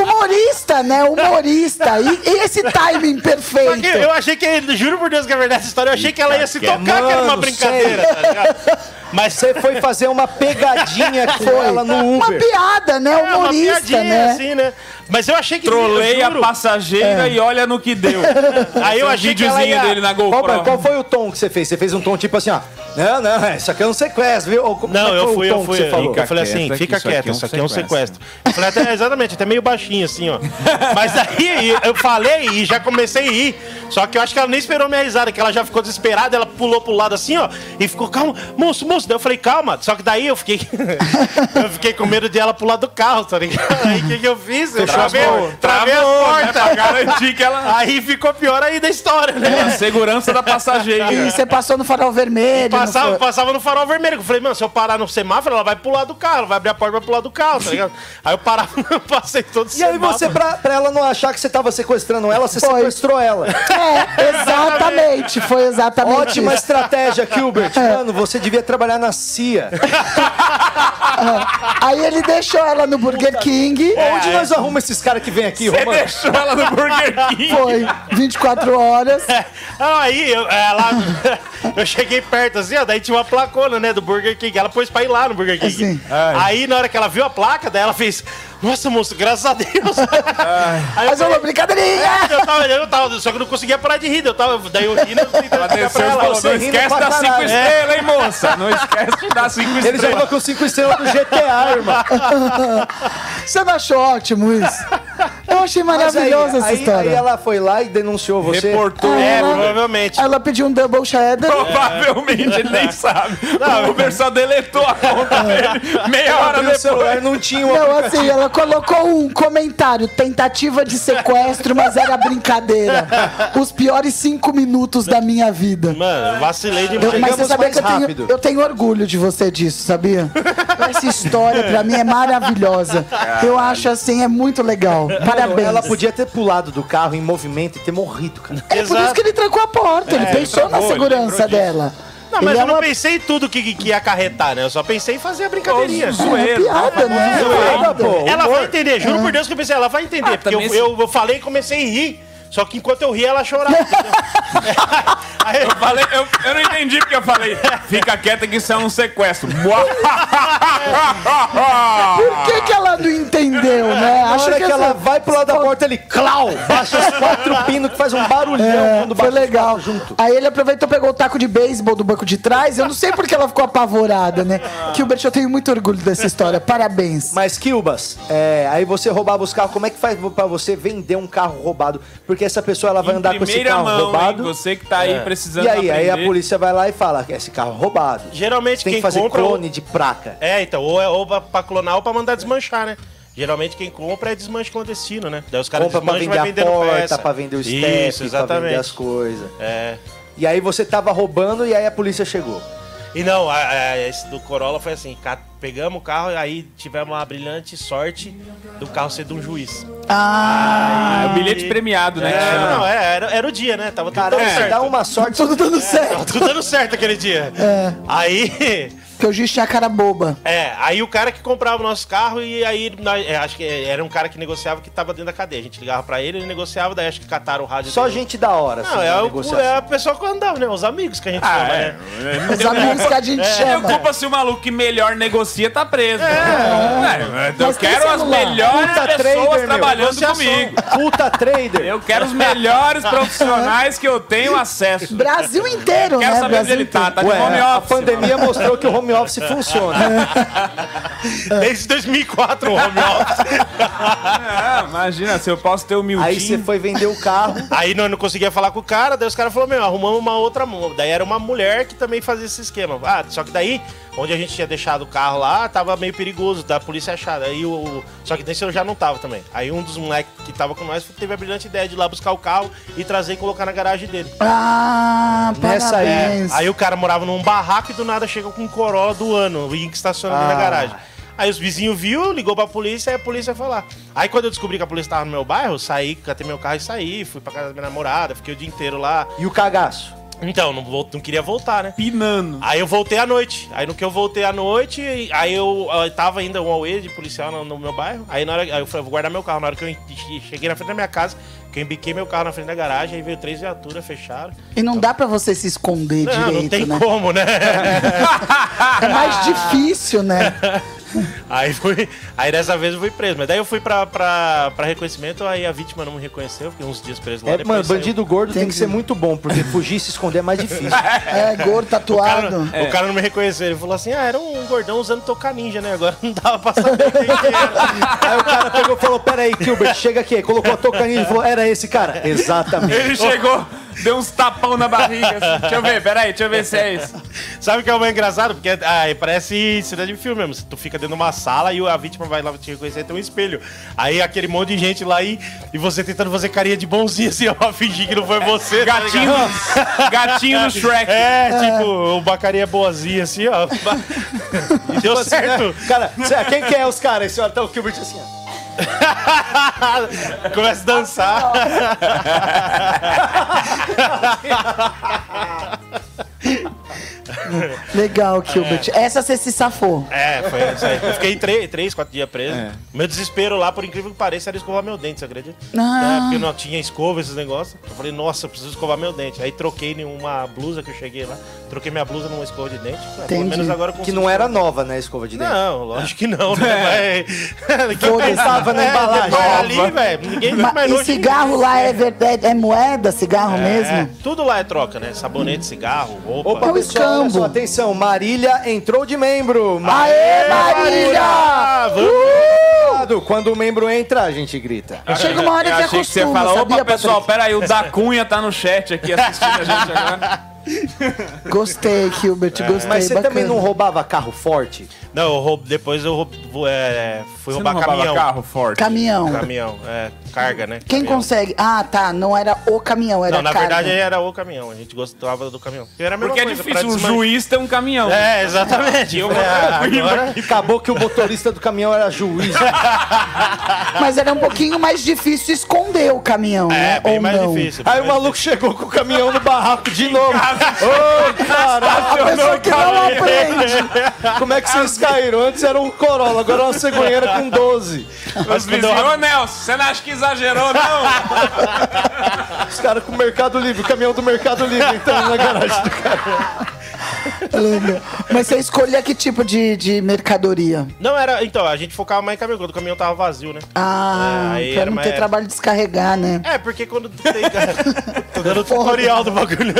S5: Humorista, né? Humorista. E, e esse timing perfeito.
S12: então.
S6: Eu achei que, juro por Deus que é verdade essa história, eu achei que ela ia se tocar que era uma
S12: Mano,
S6: brincadeira,
S12: sei.
S6: tá ligado? Mas é
S12: você foi fazer uma pegadinha com
S6: Foi.
S12: ela no
S6: Uma
S12: Uber.
S5: piada, né?
S6: É, uma piadinha, assim, né? Mas eu achei que...
S9: Troleia
S6: eu
S9: a
S6: juro.
S9: passageira
S6: É.
S9: e olha no que deu.
S6: Aí eu
S9: Tem um
S6: achei que ela
S9: videozinho
S6: ia-
S9: dele na
S12: Qual,
S9: GoPro.
S12: mas qual foi o tom que você fez? Você fez um tom tipo assim, ó. Não, não, é, isso aqui é um sequestro, viu? Ou como é
S6: Não,
S12: que
S6: eu
S12: foi
S6: fui,
S12: o tom
S6: eu
S12: que
S6: fui.
S12: você falou?
S6: eu falei assim, fica quieto, isso aqui é um sequestro. Eu falei até, exatamente, até meio baixinho assim, ó. Mas aí eu falei e já comecei a ir. Só que eu acho que ela nem esperou minha risada, que ela já ficou desesperada, ela pulou pro lado assim, ó, e ficou, calma, moço, moço. Daí eu falei, calma. Só que daí eu fiquei. eu fiquei com medo de ela pular do carro, tá ligado? Aí o que, que eu fiz? Eu
S9: Fechou
S6: travei,
S9: as portas.
S6: travei as
S9: Travou, né,
S6: portas.
S9: pra garantir que ela-
S6: Aí ficou pior ainda a história, né?
S9: A segurança da
S12: né?
S9: passageira.
S5: E você passou no farol
S6: E
S5: vermelho.
S6: passava,
S5: não foi?
S6: passava no farol vermelho. que Eu falei, mano, se eu parar no semáforo, ela vai pular do carro, ela vai abrir a porta e vai pular do carro, tá ligado? aí eu parava, eu passei todo
S12: E aí você, pra, pra ela não achar que você tava sequestrando ela, você sequestrou ela.
S5: É, exatamente. Foi exatamente
S12: Ótima
S5: isso.
S12: estratégia, Gilbert.
S5: É.
S12: Mano, você devia trabalhar na CIA.
S5: Ah, Aí ele deixou ela no Burger King.
S12: Onde nós arrumamos esses caras que vêm aqui,
S5: Você
S12: Romano?
S5: deixou
S9: ela no Burger King.
S5: Foi, 24 horas.
S6: é. Aí eu, ela, eu cheguei perto assim, ó, daí tinha uma placona, né, do Burger King. Ela pôs pra ir lá no
S5: Ah,
S6: Burger King.
S15: Ai.
S6: Aí na hora que ela viu a placa, daí ela fez, nossa, moço, graças a Deus. Aí eu
S5: Mas é uma
S6: falei,
S5: brincadeirinha.
S6: É, eu tava, eu tava, só que eu não conseguia parar de rir, eu tava, daí eu rindo, tentando explicar pra ela.
S9: Não esquece da 5 estrelas,
S6: É.
S9: hein, moça? Não esquece de dar 5 estrelas.
S12: Ele já colocou 5 estrelas do GTA, irmão.
S5: Você não achou ótimo isso? Eu eu achei
S12: Mas aí-
S5: maravilhosa essa
S12: aí-
S5: história.
S12: Aí ela É, foi lá e denunciou você.
S5: Ah,
S6: "É,
S5: ela- Ela pediu um double cheddar.
S9: Provavelmente ele nem sabe. o Uber só deletou a conta dele meia hora
S12: abriu o
S9: depois.
S12: celular, não tinha um o
S5: Não, assim, ela colocou um comentário, tentativa de sequestro, mas era brincadeira. Os piores cinco minutos da minha vida.
S6: Mano, vacilei demais.
S5: Eu- mas você
S6: Chegamos
S5: sabia
S6: mais
S5: que eu tenho,
S6: rápido.
S5: eu tenho orgulho de você disso, sabia? Essa história pra mim é maravilhosa. Eu acho assim, é muito legal. Parabéns.
S12: Ela podia ter pulado do carro em movimento e ter morrido, cara.
S5: É por isso que ele trancou a porta, ele
S6: É,
S5: pensou
S6: ele
S5: na
S6: trancou, ele
S5: segurança
S6: lembrou disso.
S5: dela.
S6: Não,
S5: Ele
S6: mas
S5: é
S6: eu não
S5: uma-
S6: pensei em tudo que, que ia acarretar, né? Eu só pensei em fazer a brincadeirinha.
S5: Ô, zoeiro, É uma piada, né?
S6: É,
S5: É
S6: zoeiro.
S5: piada, pô,
S6: Ela
S5: humor.
S6: vai entender, juro
S12: Ah.
S6: por Deus que eu pensei, ela vai entender. porque eu,
S5: também
S6: eu, eu falei e comecei a rir. Só que enquanto eu ria, ela chorava.
S9: Eu, falei, eu, eu não entendi porque eu falei. Fica quieta que isso é um sequestro. Boa.
S5: Por que, que ela não entendeu, né?
S12: Na hora que,
S5: essa-
S12: ela vai pro lado da porta, ele clau, baixa os quatro pinos que faz um barulhão
S5: É,
S12: quando
S5: foi
S12: baixa.
S5: legal. Aí ele aproveitou e pegou o taco de beisebol do banco de trás. Eu não sei porque ela ficou apavorada, né? Gilbert, eu tenho muito orgulho dessa história. Parabéns.
S12: Mas Kilbas, é, aí você roubava os carros, como é que faz pra você vender um carro roubado? Porque essa pessoa ela vai andar com esse
S9: primeira
S12: carro
S9: mão, hein?
S12: roubado.
S9: Você que tá aí
S12: É.
S9: precisando
S12: E aí, aí a
S9: aprender.
S12: polícia vai lá e fala que esse carro é roubado.
S6: Geralmente
S12: tem
S6: quem
S12: que fazer
S6: compra-
S12: clone de placa.
S6: É, então, ou, é, ou pra, pra clonar ou pra mandar desmanchar, né? Geralmente quem compra é desmanche clandestino, né? Daí os caras
S12: Compra pra
S6: desmancham e vai
S12: vender a
S6: vendendo
S12: porta,
S6: peça.
S12: pra vender o step,
S6: Isso,
S12: pra vender
S6: exatamente.
S12: as coisas.
S6: É.
S12: E aí você tava roubando e aí a polícia chegou.
S6: E não, a- a- esse do Corolla foi assim, ca- pegamos o carro e aí tivemos a brilhante sorte do carro ser de um juiz.
S5: Ah,
S9: é o bilhete premiado, né? que
S6: É,
S9: chama.
S6: não, é, era, era o dia, né? Tava tudo
S12: Caralho,
S6: dando certo.
S12: dá uma sorte.
S5: Tudo dando certo.
S6: Tava tudo dando certo aquele dia.
S5: É.
S6: Aí,
S5: Porque o Giz tinha a cara boba.
S6: é, aí o cara que comprava o nosso carro e aí, nós- é, acho que era um cara que negociava que tava dentro da cadeia. A gente ligava pra ele, ele negociava, daí acho que cataram o rádio.
S12: Só
S6: dele.
S12: gente da hora. assim,
S6: Não, é, o, é a pessoa que andava, né? Os amigos que a gente chama,
S9: é.
S6: né?
S9: Não tem culpa- não tem culpa se o maluco que melhor negocia tá preso. É, eu
S12: Mas tem
S9: quero as
S12: celular.
S9: melhores
S12: Puta
S9: pessoas
S12: trader, meu.
S9: trabalhando
S12: Negociação.
S9: comigo.
S12: Puta trader.
S6: É
S9: Eu quero os melhores profissionais que eu tenho acesso.
S5: Brasil inteiro,
S9: Quero
S5: né?
S9: saber
S5: Brasil
S9: onde ele tá,
S5: inteiro.
S9: tá de
S12: Ué,
S9: home
S12: a
S9: office. É,
S12: pandemia mostrou que o home office funciona.
S6: Desde 2004 o home office.
S9: Ah, imagina, se eu posso ter o Miltinho.
S6: Aí você
S12: foi vender o carro.
S6: Aí nós não conseguia falar com o cara, daí os caras falaram, meu, arrumamos uma outra. mu-". Daí era uma mulher que também fazia esse esquema. Ah, só que daí, onde a gente tinha deixado o carro lá, tava meio perigoso, da polícia achada. Aí o. o- Só que nesse eu já não tava também. Aí um dos moleques que tava com nós teve a brilhante ideia de ir lá buscar o carro e trazer e colocar na garagem dele.
S5: Ah,
S6: Nessa aí.
S5: parabéns.
S6: É, Aí o cara morava num barraco e do nada chegou com um Corolla do ano e estacionou ali na
S5: Ah.
S6: garagem. Aí os vizinhos viu, ligou pra polícia e a polícia foi lá. Aí quando eu descobri que a polícia tava no meu bairro, eu saí, catei meu carro e saí, fui pra casa da minha namorada, fiquei o dia inteiro lá.
S12: E o cagaço?
S6: Então, não, vol- não queria voltar, né?
S9: Pinando.
S6: Aí eu voltei à noite. Aí no que eu voltei à noite, aí eu, ah, tava ainda um away de policial no, no meu bairro. Aí na hora aí eu falei, vou guardar meu carro. Na hora que eu en- cheguei na frente da minha casa, que eu embiquei meu carro na frente da garagem, aí veio três viaturas, fecharam. "Ah,
S5: E não dá pra você se esconder
S6: Não,
S5: direito,
S6: não tem
S5: né?
S6: como, né?
S5: É mais difícil, né?
S6: Aí fui, aí dessa vez eu fui preso. Mas daí eu fui pra, pra, pra reconhecimento, aí a vítima não me reconheceu, fiquei uns dias preso lá.
S12: É,
S6: depois
S12: mano,
S6: saiu.
S12: bandido gordo tem que ser muito bom, porque fugir e se esconder é mais difícil.
S5: É, gordo,
S6: O cara,
S5: tatuado.
S6: não- o cara não me reconheceu, ele falou assim: ah, era um gordão usando toca ninja, né? Agora não dava pra saber quem que era.
S12: Aí o cara pegou e falou: Pera aí, Gilbert, chega aqui. Colocou a touca ninja e falou: Era esse cara? Exatamente.
S9: Ele chegou, deu uns tapão na barriga. Assim. Deixa eu ver, peraí, deixa eu ver se é isso.
S6: Sabe o que é o mais engraçado? Porque ah, parece cidade de filme mesmo. Tu fica dentro de uma sala e a vítima vai lá te reconhecer, tem um espelho. Aí aquele monte de gente lá e, e você tentando fazer carinha de bonzinho assim, ó, pra fingir que não foi você. tá
S9: Gatinho-
S6: ligado?
S9: gatinho no Shrek.
S6: É,
S9: É.
S6: tipo, o bacaria boazinha assim, ó. E deu
S12: Tipo assim,
S6: certo.
S12: né? Cara, cê- quem que é os caras? Esse olha, tá o Gilbert assim, ó.
S6: Começa a dançar.
S5: Legal, Gilbert. Essa você se safou.
S6: É, foi isso aí. Eu fiquei três, três quatro dias preso.
S12: É.
S6: Meu desespero lá, por incrível que pareça, era escovar meu dente, você acredita?
S5: Ah.
S6: É, porque não tinha escova, esses negócios. Eu falei, nossa, eu preciso escovar meu dente. Aí troquei em uma blusa que eu cheguei lá. Troquei minha blusa numa escova de dente. Falei, Pelo menos agora eu
S12: que
S6: consigo
S12: não era
S6: escovar.
S12: nova, né, a escova
S5: é
S12: de dente?
S6: Não, lógico que não,
S12: É.
S6: né? Mas... Quem
S12: Foda-se.
S6: pensava na
S12: É,
S6: embalagem?
S12: nova.
S6: ali, velho, ninguém
S5: Ma-
S6: vive mais
S5: e
S6: longe.
S5: cigarro lá é verdade, é moeda, cigarro
S6: É,
S5: mesmo?
S6: Tudo lá é troca, né? Sabonete, cigarro, roupa.
S5: É um escambo.
S12: Isso, atenção, Marília entrou de membro.
S5: Aê,
S6: Ah,
S5: Uh! Marília!
S12: Vamos! Quando o membro entra, a gente grita.
S5: Chega uma hora
S9: Eu
S5: que
S9: achei que você
S5: acostuma,
S9: fala,
S5: sabia,
S9: opa, pessoal,
S5: Patrick?"
S9: peraí, o da Cunha tá no chat aqui assistindo a gente agora.
S5: Gostei, Hilbert, gostei.
S12: Mas você
S5: bacana.
S12: também não roubava carro forte?
S6: Não, eu roubo, depois eu roubo, vou, é, fui
S12: Você
S6: roubar
S12: não roubava
S6: caminhão.
S12: carro
S6: forte?
S5: Caminhão.
S6: Caminhão, é, carga, né?
S5: Quem
S6: Caminhão.
S5: consegue? Ah, tá, não era o caminhão, era
S6: Não, na
S5: carga.
S6: verdade era o caminhão, a gente gostava do caminhão. Era a mesma
S9: Porque é
S6: coisa,
S9: difícil,
S6: pra
S9: um
S6: desmanchar.
S9: juiz tem um caminhão.
S6: É, exatamente.
S9: Eu-
S6: É, agora-
S12: Acabou que o motorista do caminhão era juiz.
S5: Mas era um pouquinho mais difícil esconder o caminhão, né?
S6: é
S5: Ou não.
S12: Aí o maluco chegou com o caminhão no barraco de novo. Ô, caralho!
S5: A pessoa que não
S12: aprende. Como é que vocês caíram? Antes era um Corolla, agora é uma cegonheira com 12.
S9: Os vizinhos, ô Nelson, você não acha que exagerou, não?
S12: Os caras com o Mercado Livre, o caminhão do Mercado Livre entrando na garagem do cara.
S5: Lembra? Mas você escolhia que tipo de, de mercadoria?
S6: Não, era. Então, a gente focava mais em caminhão, quando o caminhão tava vazio, né?
S5: Ah,
S6: É, aí
S5: pra
S6: era
S5: não
S6: mais-
S5: ter trabalho de descarregar, né?
S6: É, porque quando tem. Tô dando tutorial do bagulho.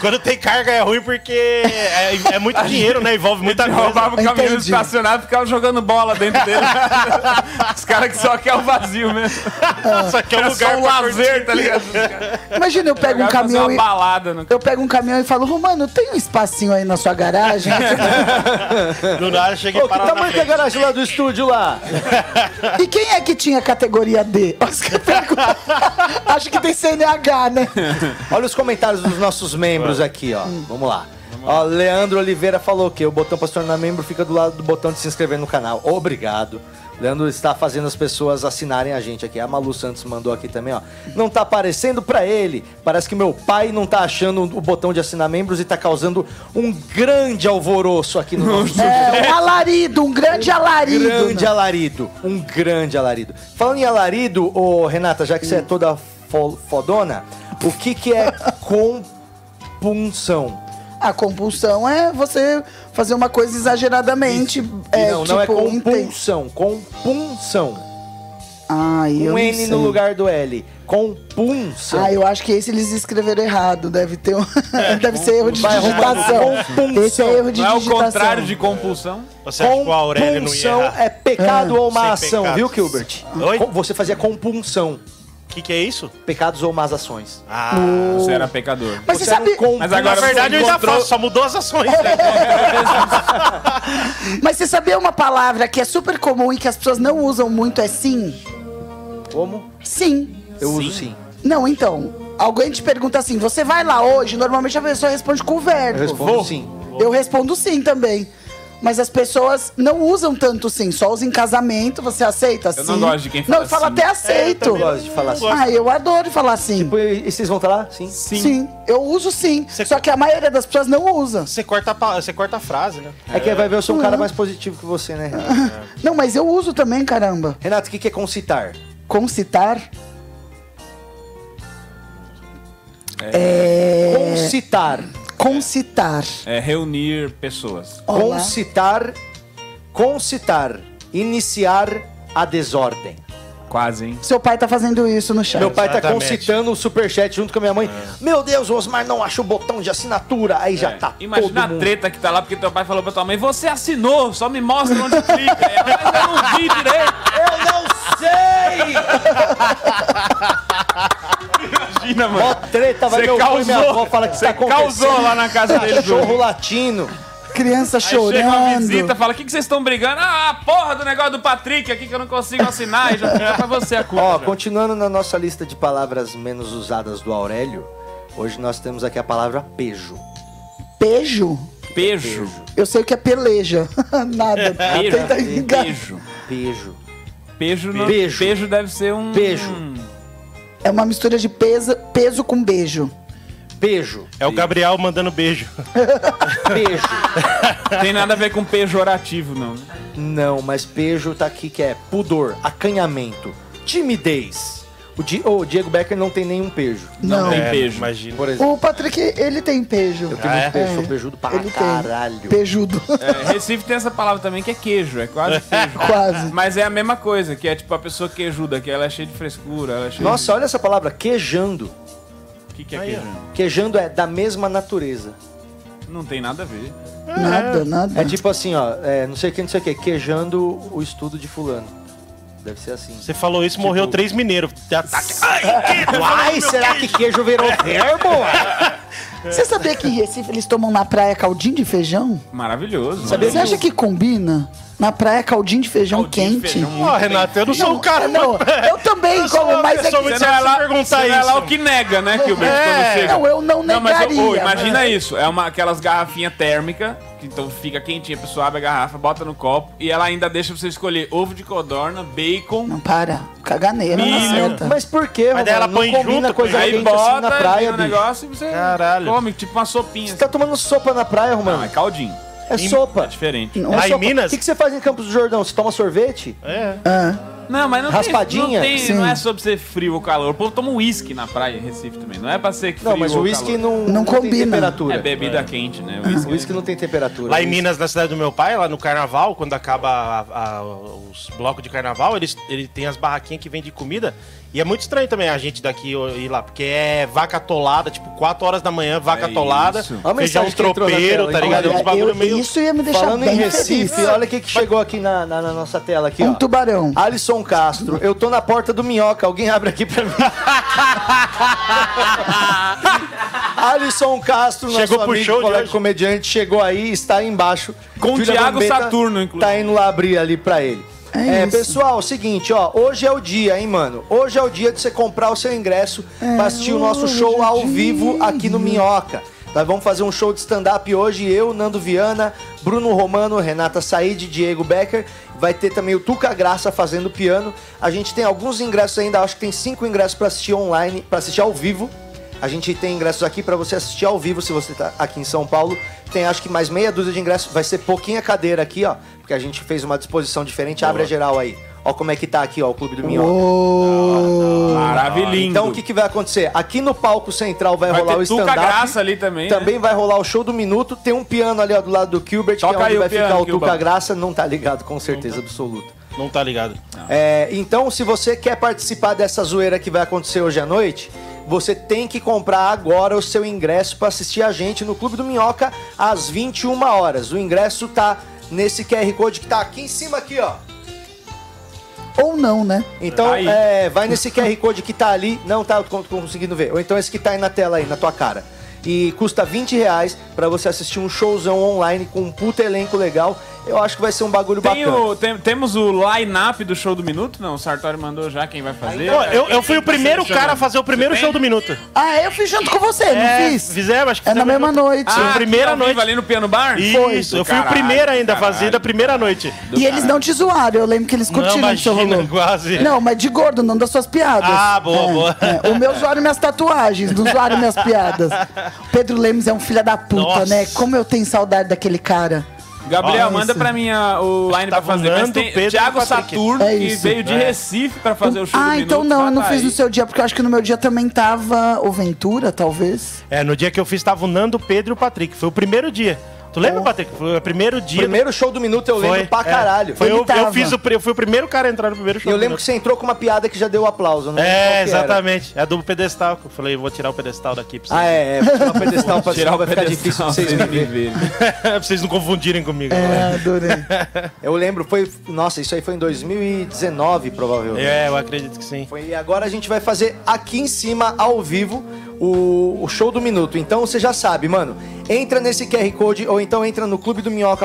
S6: quando tem carga é ruim porque é, é muito dinheiro, né? Envolve muita coisa.
S9: Roubava o caminhão estacionado e ficava jogando bola dentro dele. Os caras que só quer o vazio mesmo.
S6: Só quer um
S9: Era
S6: lugar
S9: só um
S6: pra
S9: lazer,
S6: curtir.
S9: tá ligado?
S5: Imagina, eu pego um
S9: Vai fazer
S5: caminhão
S9: uma
S5: e...
S9: balada no-
S5: Eu pego um caminhão e falo, Romano, tem um espacinho aí na sua garagem?
S6: Do nada cheguei
S12: Ô, que tamanho que é a garagem lá do estúdio lá?
S5: e quem é que tinha categoria D? Os que eu pego- Acho que tem CNH, né?
S12: Olha os comentários dos nossos membros aqui, ó. Vamos lá. Ó, Leandro Oliveira falou que o botão para se tornar membro fica do lado do botão de se inscrever no canal. Obrigado. Leandro está fazendo as pessoas assinarem a gente aqui. A Malu Santos mandou aqui também, ó. Não tá aparecendo para ele. Parece que meu pai não tá achando o botão de assinar membros e tá causando um grande alvoroço aqui no nosso
S5: É, um alarido, um grande alarido.
S12: grande
S5: né?
S12: alarido. Um grande alarido. Falando em alarido, ô Renata, já que você é toda fo- fodona, o que que é compunção?
S5: A compulsão é você fazer uma coisa exageradamente. É,
S12: não,
S5: tipo,
S12: não é
S5: inten-
S12: compulsão. Compunção.
S5: Ai, eu não
S12: Um N
S5: sei.
S12: no lugar do L. Compunção.
S5: Ah, eu acho que esse eles escreveram errado. Deve ter um... Deve ser erro de
S12: É, Vai arrumar
S5: digitação.
S12: compulsão.
S5: Esse é erro de
S9: Não é o
S5: digitação.
S9: contrário de compulsão?
S6: Você acha que o Aurélio não ia
S12: Compulsão
S6: errar?
S12: é pecado
S6: Ah.
S12: ou má
S6: Sem
S12: ação,
S6: pecados.
S12: viu, Gilbert?
S6: Oi?
S12: Com- Você fazia compunção.
S6: O que, que é isso?
S12: Pecados ou más ações.
S6: Ah,
S9: Você era pecador.
S12: Mas você Você era sabe- um compulsão.
S9: Mas agora
S6: na verdade
S9: você
S6: eu ainda
S9: Hum. encontrou-
S6: faço, só mudou as ações. né?
S5: Mas você sabia uma palavra que é super comum e que as pessoas não usam muito é sim?
S12: Como?
S5: Sim.
S12: Eu uso sim.
S5: Não, então. Alguém te pergunta assim: você vai lá hoje? Normalmente a pessoa responde com o verbo.
S12: Eu respondo Vou. sim.
S5: Eu respondo sim também. Mas as pessoas não usam tanto sim, só usam em casamento, você aceita sim.
S9: Eu não gosto de quem fala
S5: Não, eu falo
S9: sim.
S5: até
S9: É, eu
S5: aceito.
S12: também não gosto de falar sim.
S5: Ah, eu adoro falar sim.
S9: Tipo,
S12: e vocês vão estar lá? Sim.
S5: Sim. eu uso sim. Só que a maioria das pessoas não usa.
S6: Você corta a, pa- você corta a frase, né?
S12: É que vai ver eu sou um cara
S5: Uhum.
S12: mais positivo que você, né?
S9: Uhum.
S5: Não, mas eu uso também, caramba.
S12: Renato, o que que é concitar?
S5: Concitar? É.
S12: Concitar.
S5: Concitar.
S9: É reunir pessoas.
S12: Concitar. Concitar. Iniciar a desordem.
S9: Quase, hein?
S5: Seu pai tá fazendo isso no chat.
S12: Meu pai tá
S9: Exatamente. É.
S12: concitando o superchat junto com a minha mãe. Meu Deus, o Osmar não achou o botão de assinatura. Aí já tá.
S9: Imagina
S12: todo
S9: a
S12: mundo.
S9: treta que tá lá, porque teu pai falou pra tua mãe, você assinou, só me mostra onde clica. Aí ela, Mas eu não vi direito.
S12: Eu não sei!
S9: Imagina, mano.
S12: Ó, treta, vai
S9: Você
S12: meu avô e minha
S9: causou.
S12: avó fala que
S9: Você
S12: tá acontecendo.
S9: causou lá na casa dele,
S12: Cachorro
S9: Júlio.
S12: latino.
S5: Criança
S9: Aí chega uma visita, fala, o que, que vocês estão brigando? Ah, a porra do negócio do Patrick aqui que eu não consigo assinar. E já fica pra você a culpa.
S12: Ó,
S9: já.
S12: continuando na nossa lista de palavras menos usadas do Aurélio, hoje nós temos aqui a palavra pejo.
S5: Pejo?
S9: Pejo.
S5: Eu sei o que é peleja. Nada. Tenta enganar.
S9: Pejo.
S12: Pejo.
S9: Pejo, não,
S12: Pejo.
S9: pejo. deve ser um...
S12: Pejo.
S5: É uma mistura de peso, peso com beijo.
S12: Beijo.
S6: É o Gabriel mandando beijo.
S9: Tem nada a ver com pejorativo, não. né?
S12: Não, mas pejo tá aqui que é pudor, acanhamento, timidez. O, Di- ô, o Diego Becker não tem nenhum pejo.
S5: Não Não. tem
S12: É,
S9: pejo.
S6: Imagina.
S12: Por exemplo,
S5: O Patrick, ele tem pejo. É.
S12: eu tenho
S6: Ah, é?
S12: muito pejo, sou pejudo pra
S5: Ele tem.
S12: caralho.
S5: Pejudo.
S9: É, Recife tem essa palavra também que é queijo, é quase queijo.
S5: Quase.
S9: Mas é a mesma coisa, que é tipo a pessoa queijuda, que ela é cheia de frescura, ela é cheia
S12: Nossa, olha essa palavra, quejando.
S9: de... O que, que é queijo?
S12: Quejando é da mesma natureza.
S9: Não tem nada a ver.
S5: Nada, nada.
S12: É tipo assim, ó, é, não sei o que, não sei o que, queijando o estudo de fulano. Deve ser assim.
S6: Você falou isso, morreu três mineiros. Tem ataque. Ai, que-
S12: Uai, será que queijo virou verbo?
S5: Você sabia que em Recife eles tomam na praia caldinho de feijão?
S9: Maravilhoso.
S5: Você acha que combina? Na praia, caldinho de feijão quente.
S6: Ó, Renato, eu não sou o cara,
S5: não. Eu também como, mas é que...
S9: Você não é lá, você não é lá o que nega, né, Gilberto?
S5: É.
S9: quando chega.
S5: Não, eu não
S9: mas, ô, ô,
S5: negaria,
S9: imagina
S5: mas-
S9: isso. É uma, aquelas garrafinhas térmicas, que então fica quentinha, a pessoa abre a garrafa, bota no copo e ela ainda deixa você escolher ovo de codorna, bacon.
S5: Não, para. Caganeira na
S9: Milho.
S5: seta.
S12: Mas por quê,
S9: Mas daí ela põe junto,
S12: coisa
S9: aí
S12: quente
S9: bota
S12: assim na praia,
S9: vem o
S12: bicho.
S9: negócio e você
S12: Caralho.
S9: come, tipo uma sopinha.
S12: Você tá tomando sopa na praia, Romano?
S9: Não, é caldinho.
S12: É
S9: Em-
S12: sopa.
S9: É diferente.
S12: Não é sopa. O que, que você faz em Campos do Jordão? Você toma sorvete?
S6: É.
S9: Não, mas não
S12: Raspadinha?
S9: tem. Não, tem
S12: Sim.
S9: não é sobre ser frio ou calor. O povo toma um uísque na praia em Recife também. Não é pra ser frio
S12: Não, mas
S9: ou
S12: o uísque
S9: calor.
S12: não, é não, tem temperatura.
S9: É bebida quente, né?
S12: O uísque não tem temperatura.
S6: Lá em
S12: Isso.
S6: Minas, na cidade do meu pai, lá no carnaval, quando acaba a- a- os blocos de carnaval, eles, ele tem as barraquinhas que vendem comida. E é muito estranho também a gente daqui ó, ir lá, porque é vaca atolada, tipo, 4 horas da manhã, vaca atolada,
S12: isso.
S6: feijão tropeiro, tá ligado? Uns bagulho meio.
S5: Isso ia me deixar
S12: Falando em
S5: bem
S12: Recife,
S5: feliz.
S12: olha o que, que chegou aqui na, na- na nossa tela aqui,
S5: Um
S12: ó.
S5: tubarão.
S12: Alisson Castro, eu tô na porta do Minhoca, alguém abre aqui pra mim. Alisson Castro, nosso
S6: Chegou pro
S12: amigo,
S6: show de
S12: colega
S6: hoje.
S12: comediante, chegou aí, está aí embaixo.
S9: Com o
S12: Júlia
S9: Thiago
S12: Gambetta
S9: Saturno, inclusive.
S12: Tá indo lá abrir ali pra ele. É, pessoal, seguinte, ó, hoje é o dia, hein, mano? Hoje é o dia de você comprar o seu ingresso pra assistir É, o nosso show ao vivo aqui no Minhoca. Nós vamos fazer um show de stand-up hoje, eu, Nando Viana, Bruno Romano, Renata Said, Diego Becker. Vai ter também o Tuca Graça fazendo piano. A gente tem alguns ingressos ainda, acho que tem cinco ingressos pra assistir online, pra assistir ao vivo. A gente tem ingressos aqui pra você assistir ao vivo se você tá aqui em São Paulo. Tem acho que mais meia dúzia de ingressos, vai ser pouquinha cadeira aqui, ó, porque a gente fez uma disposição diferente. Abre a geral aí. Ó como é que tá aqui, ó, o Clube do Minhoca.
S9: é Maravilhindo.
S12: Então o que, que vai acontecer? Aqui no palco central vai,
S9: Vai
S12: rolar
S9: ter
S12: o
S9: Tuca
S12: stand-up.
S9: Graça ali também,
S12: Também vai rolar o show do minuto. Tem um piano ali ó, do lado do Gilbert,
S6: Toca
S12: que é onde
S6: aí o
S12: vai
S6: piano,
S12: ficar o
S6: Gilbert.
S12: Tuca Graça. Não tá ligado, com certeza absoluta.
S6: Não tá ligado.
S12: É, então, se você quer participar dessa zoeira que vai acontecer hoje à noite, você tem que comprar agora o seu ingresso para assistir a gente no Clube do Minhoca às 21 horas. O ingresso tá nesse QR Code que tá aqui em cima aqui, ó.
S5: Ou não, né?
S12: Então,
S5: Aí.
S12: é, vai nesse QR Code que tá ali. Não tá eu tô conseguindo ver. Ou então esse que tá aí na tela aí, na tua cara. E custa 20 reais pra você assistir um showzão online com um puta elenco legal. Eu acho que vai ser um bagulho
S9: Tem
S12: bacana.
S9: o- tem- temos o line-up do show do minuto? Não, o Sartori mandou já quem vai fazer.
S6: Pô, eu, eu fui o primeiro
S9: Você chama?
S6: cara a fazer o primeiro
S9: Você
S6: show do
S9: tem?
S6: minuto.
S5: Ah, eu fiz junto com você,
S6: É,
S5: não fiz?
S6: Fizemos, acho que
S5: É na
S6: fizemos
S5: mesma
S6: junto.
S5: noite.
S6: Ah,
S5: aqui
S6: primeira
S9: ao vivo,
S6: noite.
S9: ali no piano bar?
S6: Isso, eu fui o
S9: Caralho,
S6: primeiro ainda a
S9: caralho.
S6: fazer da primeira noite.
S5: E eles não te zoaram, eu lembro que eles
S6: Não,
S5: curtiram o seu
S6: imagina,
S5: rolê.
S6: quase.
S5: Não, mas de gordo, não das suas piadas.
S6: Ah, boa,
S5: É,
S6: boa.
S5: é. O meu zoaram minhas tatuagens, não zoaram minhas piadas. Pedro Lemes é um filho da puta,
S9: Nossa.
S5: né? Como eu tenho saudade daquele cara.
S9: Gabriel,
S5: Ó,
S9: manda
S5: isso.
S9: pra mim a- o line pra fazer. Mas
S6: Nando,
S9: tem
S6: Pedro e
S9: Thiago
S6: Patrick.
S9: Saturno,
S6: É
S9: que
S6: isso.
S9: veio de
S6: É.
S9: Recife pra fazer o show do
S5: ah,
S9: minuto.
S5: então não, eu não
S9: tá
S5: fiz no
S9: aí.
S5: seu dia, porque eu acho que no meu dia também tava o Ventura, talvez.
S6: É, no dia que eu fiz tava o Nando, o Pedro e o Patrick. Foi o primeiro dia. Tu lembra, Patrick? Foi o primeiro dia.
S12: Primeiro show do minuto eu lembro pra caralho.
S6: Foi
S12: Ele
S6: eu, eu
S12: tava.
S6: fiz o, pri- eu fui o primeiro cara a entrar no primeiro show.
S12: Eu
S6: do
S12: lembro que
S6: Minuto.
S12: você entrou com uma piada que já deu aplauso, né?
S6: É, exatamente. É do pedestal. que Eu falei, vou tirar o pedestal daqui pra vocês.
S12: Ah, é, é. Vou tirar o pedestal pra
S6: Tirar o
S12: vai ficar
S6: pedestal,
S12: difícil pra vocês me
S6: vocês me
S12: verem.
S6: pra vocês não confundirem comigo.
S5: É, adorei.
S12: eu lembro, foi. Nossa, isso aí foi em 2019, provavelmente.
S6: É, eu acredito que sim.
S12: E agora a gente vai fazer aqui em cima, ao vivo, o, o show do minuto. Então você já sabe, mano. Entra nesse QR Code ou então entra no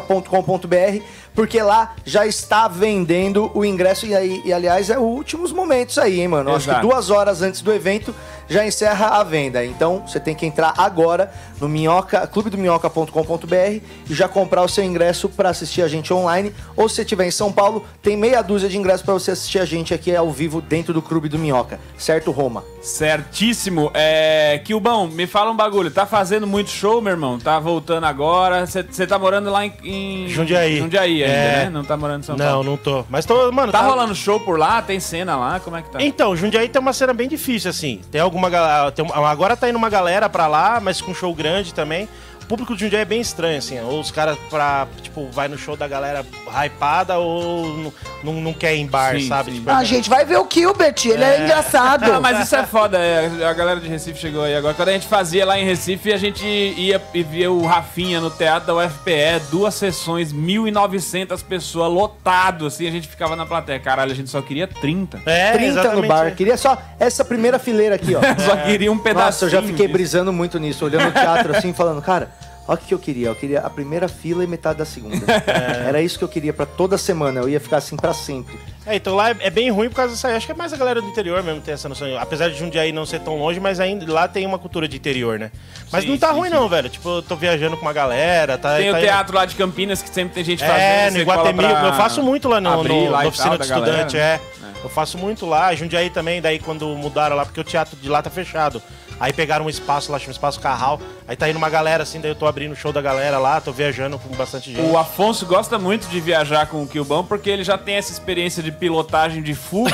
S12: clubedominhoca.com.br, porque lá já está vendendo o ingresso. E, aí, e aliás, é os últimos momentos aí, hein, mano? Acho que
S9: Exato.
S12: duas horas antes do evento já encerra a venda. Então você tem que entrar agora no minhoca, clubedominhoca.com.br e já comprar o seu ingresso para assistir a gente online. Ou se você estiver em São Paulo, tem meia dúzia de ingressos para você assistir a gente aqui ao vivo dentro do Clube do Minhoca. Certo, Roma?
S9: Certíssimo. É, Kilbão, me fala um bagulho. Tá fazendo muito show, meu irmão? Tá voltando agora? Você tá morando lá em, em...
S6: Jundiaí.
S9: Jundiaí ainda,
S6: É.
S9: né? Não tá morando em São
S6: Não,
S9: Paulo.
S6: não tô. Mas tô, mano.
S9: Tá rolando show por lá? Tem cena lá? Como é que tá?
S6: Então, Jundiaí tem uma cena bem ah, difícil, assim. Tem alguma galera. Agora tá indo uma galera pra lá, mas com show grande também. o público de um dia é bem estranho, assim. Ou os caras pra, tipo, vai no show da galera hypada ou n- não, não quer ir em bar,
S9: Sim,
S6: sabe?
S9: sim.
S6: Tipo,
S5: Ah, gente, vai ver o Gilbert, ele é, engraçado.
S9: Não, mas isso é foda. é, a galera de Recife chegou aí agora. Quando a gente fazia lá em Recife, a gente ia e via o Rafinha no teatro da UFPE, duas sessões, 1.900 pessoas, lotado, assim. A gente ficava na plateia. Caralho, a gente só queria 30.
S6: É.
S12: 30 no bar. Queria só essa primeira fileira aqui, ó.
S9: É, Só queria um pedacinho
S12: Nossa, eu já fiquei
S9: disso.
S12: brisando muito nisso, olhando o teatro assim, falando, cara, olha o que eu queria. Eu queria a primeira fila e metade da segunda.
S9: É.
S12: Era isso que eu queria pra toda semana. Eu ia ficar assim pra sempre.
S6: É, então lá é, é bem ruim por causa disso aí. Acho que é mais a galera do interior mesmo tem essa noção. Apesar de Jundiaí não ser tão longe, mas ainda lá tem uma cultura de interior, né? Mas
S9: Sim,
S6: não tá
S9: sim,
S6: ruim
S9: sim.
S6: não, velho. Tipo, eu tô viajando com uma galera, tá...
S9: Tem
S6: tá
S9: o teatro lá de Campinas que sempre tem gente fazendo.
S6: É, no
S9: você cola
S6: Iguatemi,
S9: pra
S6: eu faço muito lá no,
S9: abrir
S6: no-
S9: lá
S6: na
S9: e
S6: oficina
S9: tal,
S6: de
S9: da galera,
S6: estudante,
S9: né?
S6: é. Eu faço muito lá, Jundiaí também, daí quando mudaram lá, porque o teatro de lá tá fechado. Aí pegaram um espaço lá, chama Espaço Carral, aí tá indo uma galera assim, daí eu tô abrindo o show da galera lá, tô viajando com bastante gente.
S9: O Afonso gosta muito de viajar com o Kilbão porque ele já tem essa experiência de pilotagem de fuga.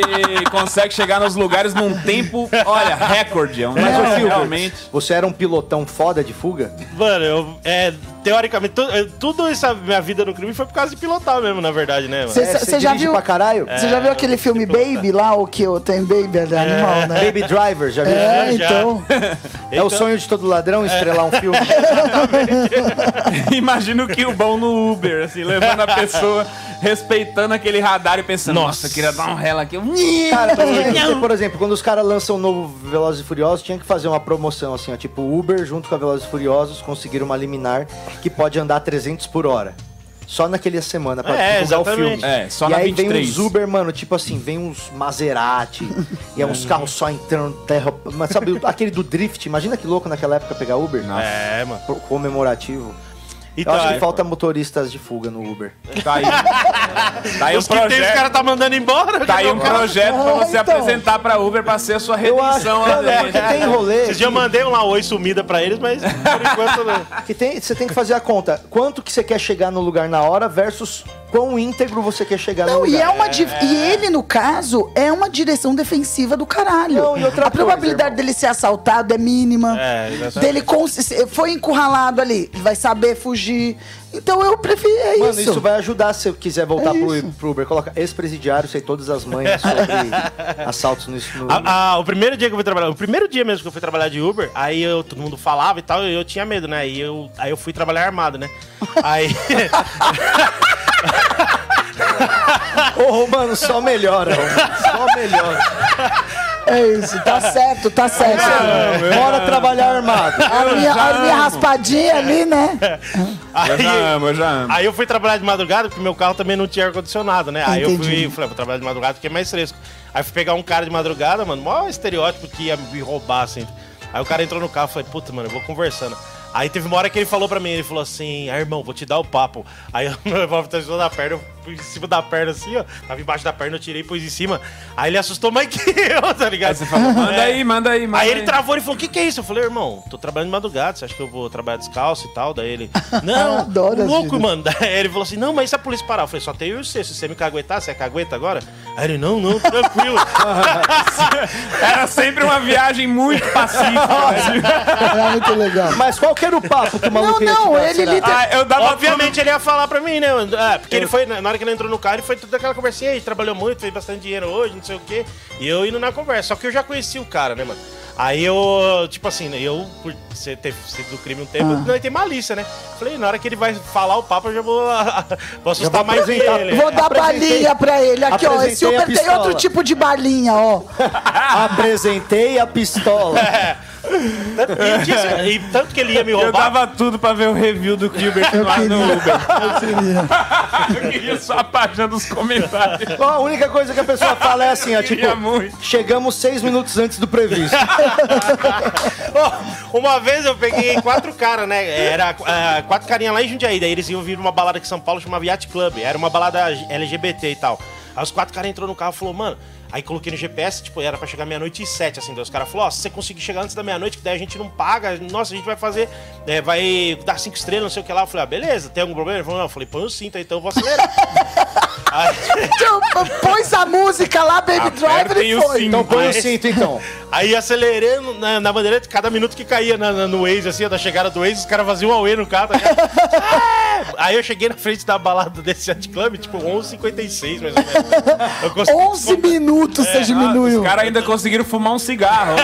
S9: então ele consegue chegar nos lugares num tempo, olha, recorde. É um
S12: Mas, ô,
S9: negócio
S12: Silvio,
S9: realmente.
S12: você era um pilotão foda de fuga?
S6: Mano, eu, é, teoricamente, tu- eu- tudo isso, a minha vida no crime foi por causa de pilotar mesmo, na verdade, né? mano?
S5: Você
S12: É,
S5: já viu? É. Você já viu aquele filme Baby lá, o que eu tenho Baby é animal, né?
S12: Baby Driver, já viu?
S5: É, então.
S12: É o sonho de todo
S6: É.
S12: ladrão estrelar um filme.
S9: Imagina o Kilbão no Uber, assim, levando a pessoa, respeitando aquele radar e pensando, nossa, queria dar um rela aqui.
S12: Cara, por exemplo, por exemplo, quando os caras lançam um novo Velozes e Furiosos, tinha que fazer uma promoção assim, ó, tipo Uber junto com a Velozes e Furiosos conseguiram uma liminar que pode andar 300 por hora. Só naquele semana pra
S6: É,
S12: divulgar o
S6: exatamente.
S12: filme.
S6: É, só
S12: e
S6: na
S12: aí vem
S6: 23.
S12: uns Uber, mano, tipo assim, vem uns Maserati, e é uns carros só entrando terra. Mas sabe, o- aquele do Drift, imagina que louco naquela época pegar Uber?
S6: É, mano.
S12: Comemorativo.
S6: Então,
S12: Eu acho que
S6: é,
S12: falta motoristas de fuga no Uber.
S9: Tá aí. Tá aí
S6: Os
S9: um
S6: que tem, os
S9: projeto.
S6: cara tá mandando embora.
S9: Tá aí um projeto pra
S5: então.
S9: você apresentar pra Uber pra ser a sua redenção lá dentro.
S6: né? Vocês já mandei um lá, oi sumida pra eles, mas por enquanto não.
S12: Que tem, você tem que fazer a conta. Quanto que você quer chegar no lugar na hora versus quão íntegro você quer chegar no
S5: Não,
S12: lugar.
S5: e, é uma di- e ele, no caso, é uma direção defensiva do caralho.
S12: Não, e outra
S5: a probabilidade dele ser assaltado é mínima.
S6: É, exatamente.
S5: dele cons- se- foi encurralado ali, vai saber fugir. Então eu prefiro. É
S12: Mano,
S5: isso.
S12: isso. vai ajudar se eu quiser voltar
S5: É
S12: pro,
S5: isso.
S12: pro Uber. Coloca ex-presidiário, sei todas as manhas sobre assaltos no... no...
S6: Ah, ah, o primeiro dia que eu fui trabalhar, o primeiro dia mesmo que eu fui trabalhar de Uber, aí eu- todo mundo falava e tal, e eu tinha medo, né? E eu, aí eu fui trabalhar armado, né? Aí.
S12: Ô, mano, só melhora. Só melhora.
S5: É isso, tá certo, tá certo.
S12: né? Bora trabalhar armado.
S5: A minha, a minha raspadinha ali, né?
S12: É.
S6: Eu
S9: já amo, eu já amo.
S6: Aí eu fui trabalhar de madrugada, porque meu carro também não tinha ar-condicionado, né? Aí eu
S5: Entendi.
S6: fui, falei, vou trabalhar de madrugada porque é mais fresco. Aí fui pegar um cara de madrugada, mano, maior estereótipo que ia me roubar, assim. Aí o cara entrou no carro, eu falei, puta, mano, eu vou conversando. Aí teve uma hora que ele falou pra mim, ele falou assim, ah, irmão, vou te dar o papo. Aí eu meu revólver tá em cima da perna, eu fui em cima da perna assim, ó. Tava embaixo da perna, eu tirei e pus em cima. Aí ele assustou mais que eu, tá ligado? Aí você
S9: falou, manda aí, manda aí, manda
S6: Aí ele
S9: aí.
S6: travou e falou, o que que é isso? Eu falei, irmão, tô trabalhando de madrugada, você acha que eu vou trabalhar descalço e tal? Daí ele, não,
S5: Adoro as
S6: louco,
S5: gírias.
S6: mano. Daí ele falou assim, não, mas e se a polícia parar? Eu falei, só tem eu e você, se você me caguetar, você é cagueta agora? Aí ele, não, não, tranquilo.
S9: Era sempre uma viagem muito pacífica.
S5: Era É muito legal.
S12: Mas qual que era o papo que o
S5: maluco Não, ia não, te dar, ele será? liter-
S6: Ah, eu dava- Obviamente ele ia falar pra mim, né? Ah, porque ele foi, na hora que ele entrou no carro, ele foi tudo aquela conversinha aí, trabalhou muito, fez bastante dinheiro hoje, não sei o quê. E eu indo na conversa. Só que eu já conheci o cara, né, mano? Aí eu, tipo assim, né, eu, por ser- ter sido do crime um tempo,
S5: Ah.
S6: não, tem malícia, né? Falei, na hora que ele vai falar o papo, eu já vou, vou assustar
S12: vou
S6: mais
S12: apresentar.
S6: ele.
S5: Vou
S6: né?
S5: dar balinha pra ele. Aqui, ó. Esse
S12: Apresentei a
S5: Uber tem
S12: pistola.
S5: outro tipo de balinha, ó.
S12: Apresentei a pistola.
S6: E, eu tinha- e tanto que ele ia me
S9: Eu
S6: roubar.
S9: dava tudo pra ver o review do Gilbert lá no Uber. Eu queria só a página dos comentários.
S12: Ó, a única coisa que a pessoa fala é assim, ó, tipo, chegamos seis minutos antes do previsto.
S6: Ó, Uma vez eu peguei quatro caras, né? Era ah, quatro carinha lá em Jundiaí. Daí eles iam vir numa balada aqui em São Paulo, chamava Yacht Club. Era uma balada LGBT e tal. Aí os quatro caras entrou no carro e falou, mano. Aí coloquei no GPS, tipo, era pra chegar meia-noite e sete, assim. Daí os caras falaram, ó, se você conseguir chegar antes da meia-noite, que daí a gente não paga, nossa, a gente vai fazer, é, vai dar cinco estrelas, não sei o que lá. Eu falei, ah, beleza, tem algum problema? Ele falou, não, eu falei, põe o cinto aí, então eu vou acelerar.
S5: Então, Pôs a música lá, Baby Driver,
S6: Apertem
S5: e
S6: o
S5: foi. então,
S6: cinto. Aí-
S12: então.
S6: Aí acelerando né, na, na bandeirante, cada minuto que caía na- na- no Waze, assim, da chegada do Waze, os caras faziam um Aue no carro. Tá ligado? Ah! Aí eu cheguei na frente da balada desse Yacht Club, tipo 11h56, mais ou menos. Eu consegui-
S5: 11 Então, minutos
S12: É,
S5: você diminuiu.
S9: Os caras ainda conseguiram fumar um cigarro.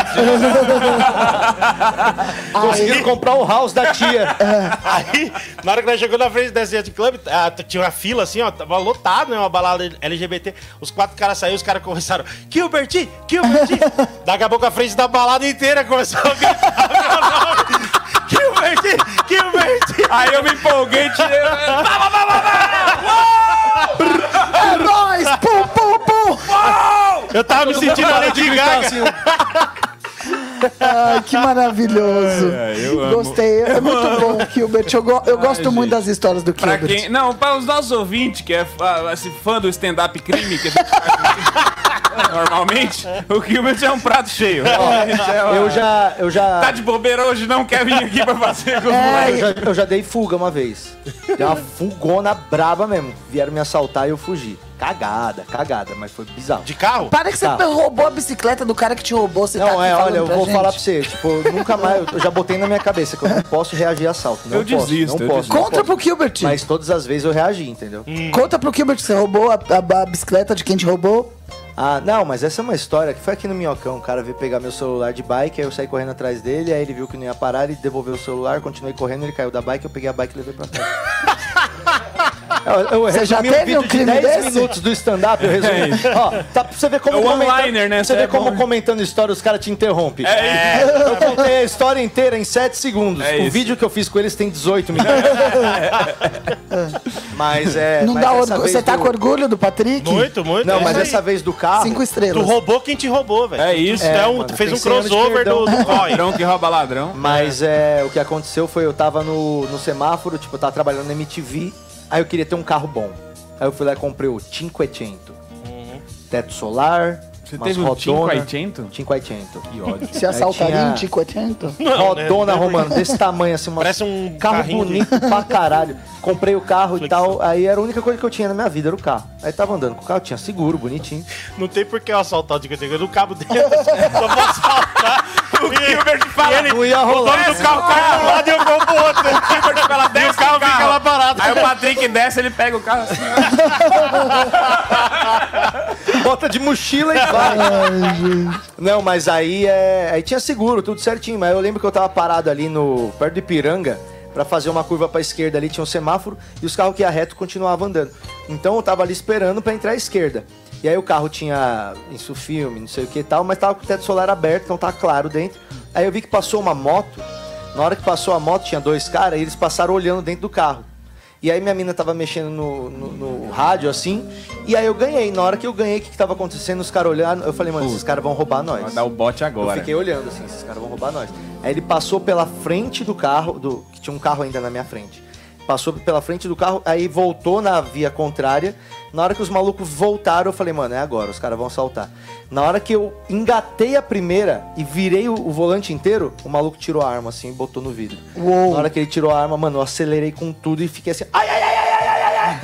S6: Conseguiram comprar o house da tia.
S5: É.
S6: Aí, na hora que nós chegou na frente da Yacht Club, ah, t- tinha uma fila assim, ó, tava lotado, né? Uma balada LGBT. Os quatro caras saíram, os caras começaram, Gilbert, Gilbert. Daqui a pouco a frente da balada inteira começou a gritar. Gilbert, Gilbert.
S9: Aí eu me empolguei, tirei.
S5: É nóis! Pum, pum, pum!
S6: Eu tava me sentindo a Lady Gaga.
S5: Ai, que maravilhoso.
S9: Ai, ai, eu amo.
S5: Gostei. É muito bom, Gilbert. Eu, go- eu gosto muito das histórias do
S9: Pra
S5: Gilbert.
S9: quem, não, para os nossos ouvintes, que é fã, esse fã do stand-up crime que a gente faz aqui, normalmente, o Gilbert é um prato cheio. Realmente é uma-
S12: Eu já. Eu já...
S9: Tá de bobeira hoje, não quer vir aqui pra fazer com
S5: É,
S12: eu, já, eu já dei fuga uma vez. Dei uma fugona braba mesmo. Vieram me assaltar e eu fugi. Cagada, cagada, mas foi bizarro.
S6: De carro?
S5: Para que você roubou a bicicleta do cara que te roubou. Você tá
S12: Tá. Não,
S5: aqui
S12: é,
S5: falando
S12: olha, eu
S5: pra
S12: vou
S5: gente.
S12: falar pra você, tipo, eu nunca mais, eu já botei na minha cabeça que eu não posso reagir a assalto. Não
S5: Eu
S12: posso,
S5: desisto,
S12: não
S5: eu
S12: posso.
S5: desisto. Conta um pro Gilbert.
S12: Mas todas as vezes eu reagi, entendeu?
S5: Conta pro Gilbert que você roubou a, a- a bicicleta de quem te roubou.
S12: Ah, não, mas essa é uma história que foi aqui no Minhocão. O cara veio pegar meu celular de bike, aí eu saí correndo atrás dele, aí ele viu que não ia parar, ele devolveu o celular, continuei correndo, ele caiu da bike, eu peguei a bike e levei pra casa. Eu, eu
S5: Você já
S12: resumi um
S5: teve
S12: vídeo
S5: um crime
S12: de 10
S5: desse?
S12: minutos do stand-up, eu resumi.
S9: É.
S12: Ó, tá, pra você ver como
S9: É o
S12: comentando-
S9: one-liner, né?
S12: pra Você
S9: É
S12: vê como
S9: bom.
S12: comentando história os caras te interrompem.
S9: É.
S12: Eu contei a história inteira em 7 segundos.
S9: É
S12: o
S9: isso.
S12: vídeo que eu fiz com eles tem 18 minutos. mas é.
S5: Não
S12: mas
S5: dá
S12: dessa
S5: orgulho.
S12: vez
S5: Você tá
S12: do-
S5: com orgulho do Patrick? Ah,
S6: Muito, muito. é
S12: Não, mas
S6: isso aí.
S12: dessa vez do carro.
S5: Cinco estrelas.
S6: Tu roubou quem te roubou, velho.
S12: É isso.
S6: Tu, tu é
S12: É,
S6: um-
S12: mano,
S6: tu fez
S12: tem
S6: um
S12: que ser ano de
S6: crossover do,
S12: perdão.
S6: do Coin.
S9: Ladrão que rouba ladrão.
S12: Mas é, o que aconteceu foi eu tava no, no semáforo, tipo, eu tava trabalhando na MTV, aí eu queria ter um carro bom. Aí eu fui lá e comprei o Cinquecento. Teto solar,
S9: Você
S12: umas
S9: teve um
S12: rodona,
S9: Cinquecento?
S12: Cinquecento. Que
S9: ódio.
S5: Se assaltaria um Tico 80?
S12: rodona romano, desse tamanho, assim, uma-
S6: Parece um
S12: carro
S6: carrinho de-
S12: bonito pra caralho. Comprei o carro e tal, aí era a única coisa que eu tinha na minha vida, era o carro. Aí tava andando com o carro, tinha seguro, bonitinho.
S6: Não tem por que eu assaltar o Tico do cabo dentro. Só vou assaltar. O Gilbert fala. Ele,
S12: não ia rolar.
S6: O dono do carro cai pro
S12: um
S6: lado e eu vou pro outro. O Gilbert fala, desce o carro, fica lá parado.
S9: Aí o Patrick desce, ele pega o carro assim.
S12: Bota de mochila e vai. Não, mas aí é. Aí tinha seguro, tudo certinho. Mas eu lembro que eu tava parado ali no. perto do Ipiranga. Pra fazer uma curva pra esquerda ali, tinha um semáforo e os carros que ia reto continuavam andando. Então eu tava ali esperando pra entrar à esquerda. E aí o carro tinha isso filme, não sei o que e tal, mas tava com o teto solar aberto, então tá claro dentro. Aí eu vi que passou uma moto. Na hora que passou a moto, tinha dois caras e eles passaram olhando dentro do carro. E aí minha mina tava mexendo no, no- no rádio, assim, e aí eu ganhei. Na hora que eu ganhei, o que, que tava acontecendo? Os caras olhando, eu falei, mano, esses caras vão roubar nós.
S9: Vai dar o bote agora.
S12: Eu fiquei olhando assim, esses caras vão roubar nós. Aí ele passou pela frente do carro, do que tinha um carro ainda na minha frente. Passou pela frente do carro, aí voltou na via contrária. Na hora que os malucos voltaram, eu falei, mano, é agora, os caras vão saltar. Na hora que eu engatei a primeira e virei o, o volante inteiro, o maluco tirou a arma assim e botou no vidro.
S5: Uou.
S12: Na hora que ele tirou a arma, mano, eu acelerei com tudo e fiquei assim, ai, ai, ai, ai, ai, ai, ai, ai.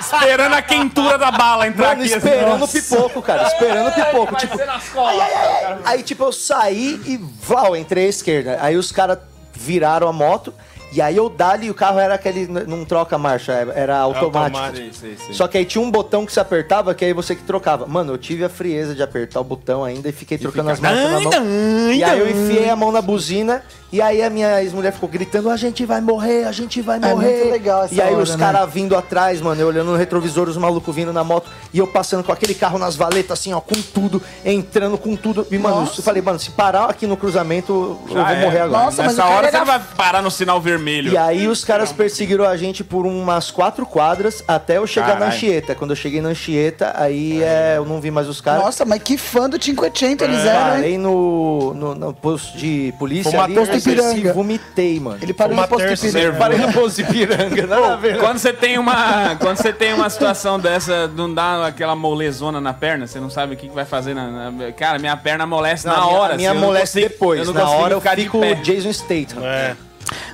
S9: Esperando a quentura da bala entrar
S12: Mano,
S9: aqui. assim.
S12: esperando o
S9: Nossa.
S12: pipoco, cara. Esperando o pipoco.
S9: Vai
S12: tipo,
S9: ser nas costas,
S12: ai, ai, ai. Aí, tipo, eu saí e vlau, entrei à esquerda. Aí os caras viraram a moto. E aí eu dali, o carro era aquele. Não troca marcha, é, era automático.
S9: É automático, sim, sim.
S12: Só que aí tinha um botão que você apertava, que aí você que trocava. Mano, eu tive a frieza de apertar o botão ainda e fiquei trocando as marchas na mão. E aí eu enfiei a mão na buzina. E aí a minha ex-mulher ficou gritando: a gente vai morrer, a gente vai
S5: É
S12: morrer.
S5: muito legal essa
S12: E aí
S5: hora,
S12: os
S5: né?
S12: caras tá vindo atrás, mano, eu olhando no retrovisor, os malucos vindo na moto e eu passando com aquele carro nas valetas, assim, ó, com tudo, entrando com tudo. E, mano, eu falei, mano, se parar aqui no cruzamento, eu
S9: Já
S12: vou
S9: é.
S12: morrer agora.
S9: Nessa hora você não vai parar no sinal vermelho.
S12: é E aí os caras perseguiram a gente por umas quatro quadras até eu chegar na
S9: Caralho.
S12: Anchieta. Quando eu cheguei na Anchieta, aí é, eu não vi mais os caras.
S5: Nossa, mas que fã do 580 eles
S12: é,
S5: eram, hein?
S12: Parei no, no, no posto de polícia
S5: Foi uma
S12: ali,
S5: terça
S12: eu
S5: Ipiranga.
S12: desci e vomitei, mano.
S5: Ele parou
S12: Foi
S5: no
S12: uma
S5: posto
S12: terça,
S5: Ipiranga.
S12: eu Parei no posto Ipiranga, nada a ver.
S9: Quando você tem uma, quando você tem uma situação dessa, não dá aquela molezona na perna, você não sabe o que que vai fazer na, na- cara, minha perna amolece
S12: Não,
S9: na
S12: minha-
S9: hora.
S12: Minha
S9: assim, eu não
S12: amolece
S9: consigo-
S12: depois.
S9: eu não
S12: Na
S9: consigo
S12: hora eu
S9: ficar de
S12: fico
S9: pé.
S12: Jason Statham.
S6: É.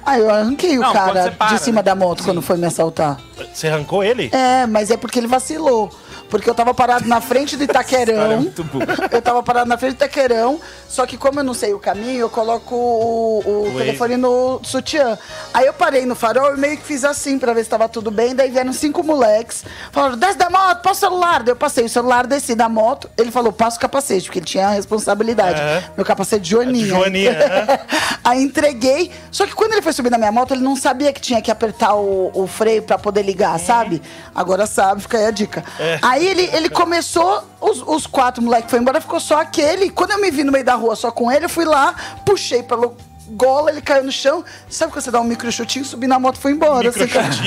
S5: Ah, eu arranquei
S6: Não,
S5: o
S6: quando
S5: cara
S6: você para, né?
S5: de cima da moto quando foi me assaltar.
S6: Você arrancou ele?
S5: É, mas é porque ele vacilou. Porque eu tava parado na frente do
S6: Cara, é
S5: Itaquerão.
S6: muito burro.
S5: eu tava parado na frente do Itaquerão. Só que como eu não sei o caminho, eu coloco o, o
S6: Waze.
S5: telefone no sutiã. Aí eu parei no farol e meio que fiz assim pra ver se tava tudo bem. Daí vieram cinco moleques. Falaram, desce da moto, passa o celular. Daí eu passei o celular, desci da moto. Ele falou, passa o capacete, porque ele tinha a responsabilidade.
S6: Aham.
S5: Meu capacete de Joaninha.
S6: Joaninha, aham.
S5: Aí entreguei. Só que quando ele foi subir na minha moto, ele não sabia que tinha que apertar o, o freio pra poder
S12: É.
S5: ligar, sabe? Agora sabe, fica aí a dica.
S6: É.
S5: Aí ele, ele começou, os, os quatro moleques foi embora, ficou só aquele. Quando eu me vi no meio da rua só com ele, eu fui lá, puxei pelo gola, ele caiu no chão. Sabe quando você dá um micro chutinho, subi na moto e foi embora. Assim,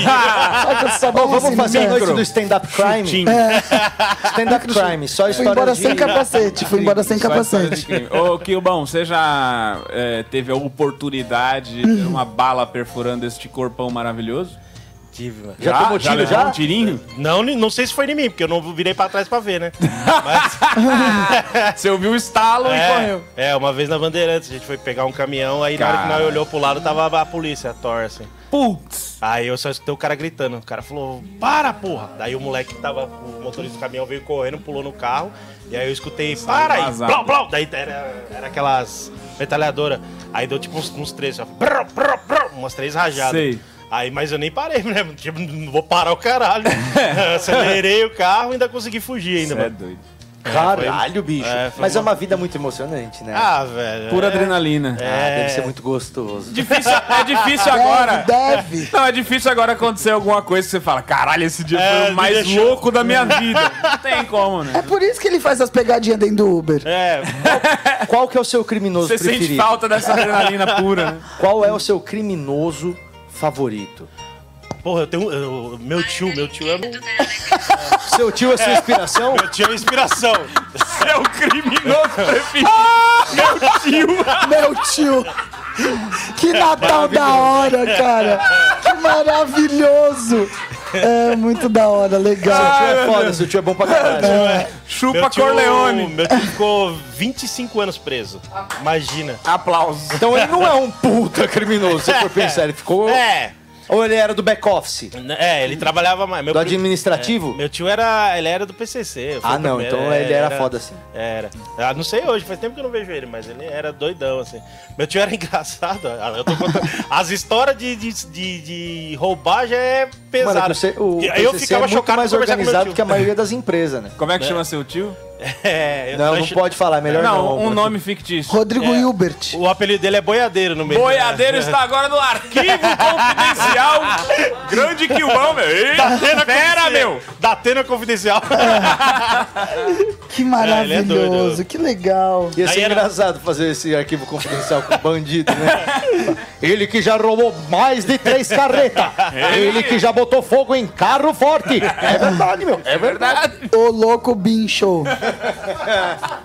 S5: Só que eu
S6: Tá
S5: só dou
S12: Ô, vamos
S5: assim,
S12: fazer a
S6: um
S5: micro.
S12: noite do stand-up crime? Stand-up crime, só
S5: Fui
S12: história
S5: embora
S12: de...
S5: sem capacete, fui embora sem
S9: Só história
S5: capacete.
S9: de crime. Ô, Kilbão, você já é, teve a oportunidade de ter uma bala perfurando este corpão maravilhoso?
S6: Tive, mano.
S9: Já, tomou tiro, já? levou Um tirinho?
S6: Não, não sei se foi em mim, porque eu não virei pra trás pra ver, né?
S9: Você ouviu o estalo
S6: é,
S9: e correu.
S6: É, uma vez na Bandeirantes, a gente foi pegar um caminhão, aí na hora que
S9: Cara.
S6: nós olhou pro lado, tava a polícia, a Thor, assim.
S9: Putz!
S6: Aí eu só escutei o cara gritando. O cara falou, para, porra! Daí o moleque que tava, o motorista do caminhão veio correndo, pulou no carro, e aí eu escutei, para aí,
S9: vazado.
S6: blau, blau! Daí era, era aquelas metralhadoras. Aí deu tipo uns, uns três, ó, brrr, brrr, brrr, umas três rajadas.
S9: Sei.
S6: Aí, mas eu nem parei, né? Tipo, não vou parar o caralho. Acelerei o carro e ainda consegui fugir ainda,
S12: Cê é
S6: mano.
S9: doido.
S12: Caralho, bicho.
S6: É, foi
S12: Mas é
S6: uma-
S12: uma vida muito emocionante, né?
S6: Ah, velho.
S9: Pura adrenalina.
S12: Ah,
S9: É.
S12: deve ser muito gostoso.
S9: Difícil- é difícil
S12: Deve,
S9: agora.
S12: deve.
S9: Não, é difícil agora acontecer alguma coisa que você fala, caralho, esse dia
S6: É,
S9: foi o
S6: me
S9: mais
S6: deixou-
S9: louco da minha vida. Não tem como, né?
S5: É por isso que ele faz as pegadinhas dentro do Uber.
S6: É.
S12: Qual que é o seu criminoso
S9: Você sente
S12: preferido?
S9: falta dessa adrenalina pura, né?
S12: Qual é o seu criminoso favorito?
S6: Porra, eu tenho. eu- meu tio, meu tio é.
S12: Seu tio é sua inspiração?
S6: Meu tio é inspiração. Seu
S9: criminoso preferido. Ah!
S6: Meu tio.
S5: Meu tio. Que Natal da hora, cara. Que maravilhoso. É, muito da hora, legal.
S12: Seu tio é foda, seu tio é bom pra caralho.
S5: É.
S6: Meu tio- Meu tio ficou 25 anos preso. Imagina.
S9: Aplausos.
S12: Então ele não é um puta criminoso, se for pensar. Ele ficou...
S6: É.
S12: Ou ele era do back-office?
S6: É, ele trabalhava mais. Meu
S12: Do
S6: pri-
S12: administrativo?
S6: É, meu tio era. Ele era do PCC. foi
S12: Ah,
S6: o
S12: não,
S6: primeiro,
S12: então
S6: é,
S12: ele era foda, assim.
S6: Era. Ah, não sei hoje, faz tempo que eu não vejo ele, mas ele era doidão, assim. Meu tio era engraçado. ah, eu tô contando- As histórias de, de, de, de roubar já é pesado.
S12: Mano, você, o
S6: E aí eu
S12: PCC
S6: ficava
S12: é muito
S6: chocado
S12: mais
S6: de conversar com meu
S12: organizado
S6: tio.
S12: que a maioria das empresas, né?
S9: Como é que chama seu tio?
S6: É, eu-
S12: Não,
S6: nós
S12: não
S6: ch-
S12: pode falar, melhor não.
S9: Não, um nome fictício.
S5: Rodrigo Hilbert.
S6: O apelido dele é Boiadeiro no meio.
S9: Boiadeiro está agora no arquivo confidencial. Grande Quilbão, meu.
S6: Da Atena
S9: Eita, pera,
S6: Confidencial.
S9: meu.
S6: Da Atena Confidencial.
S5: Que
S6: É, ele é doido.
S5: maravilhoso, que legal.
S12: Ia ser engraçado fazer esse arquivo confidencial com bandido, né? Ele que já roubou mais de três
S9: Tipo-
S12: carretas. Ele que já botou fogo em carro forte. É verdade, meu. É verdade.
S5: O louco Bincho.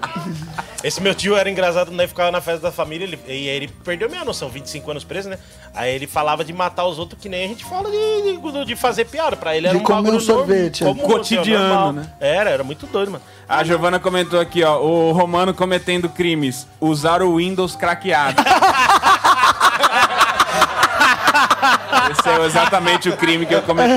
S6: Esse meu tio era engraçado, né? Ficava na festa da família ele- e aí ele perdeu minha noção, 25 anos preso, né? Aí ele falava de matar os outros que nem a gente fala de, de- de fazer piada. Pra ele era
S5: De
S6: um
S5: comer um
S6: bagulho
S5: sorvete, é.
S6: normal, como você,
S9: Cotidiano,
S6: normal.
S9: né?
S6: Era, era muito doido, mano.
S9: A Giovana comentou aqui, ó. O Romano cometendo crimes. Usar o Windows craqueado. Esse é exatamente o crime que eu cometi.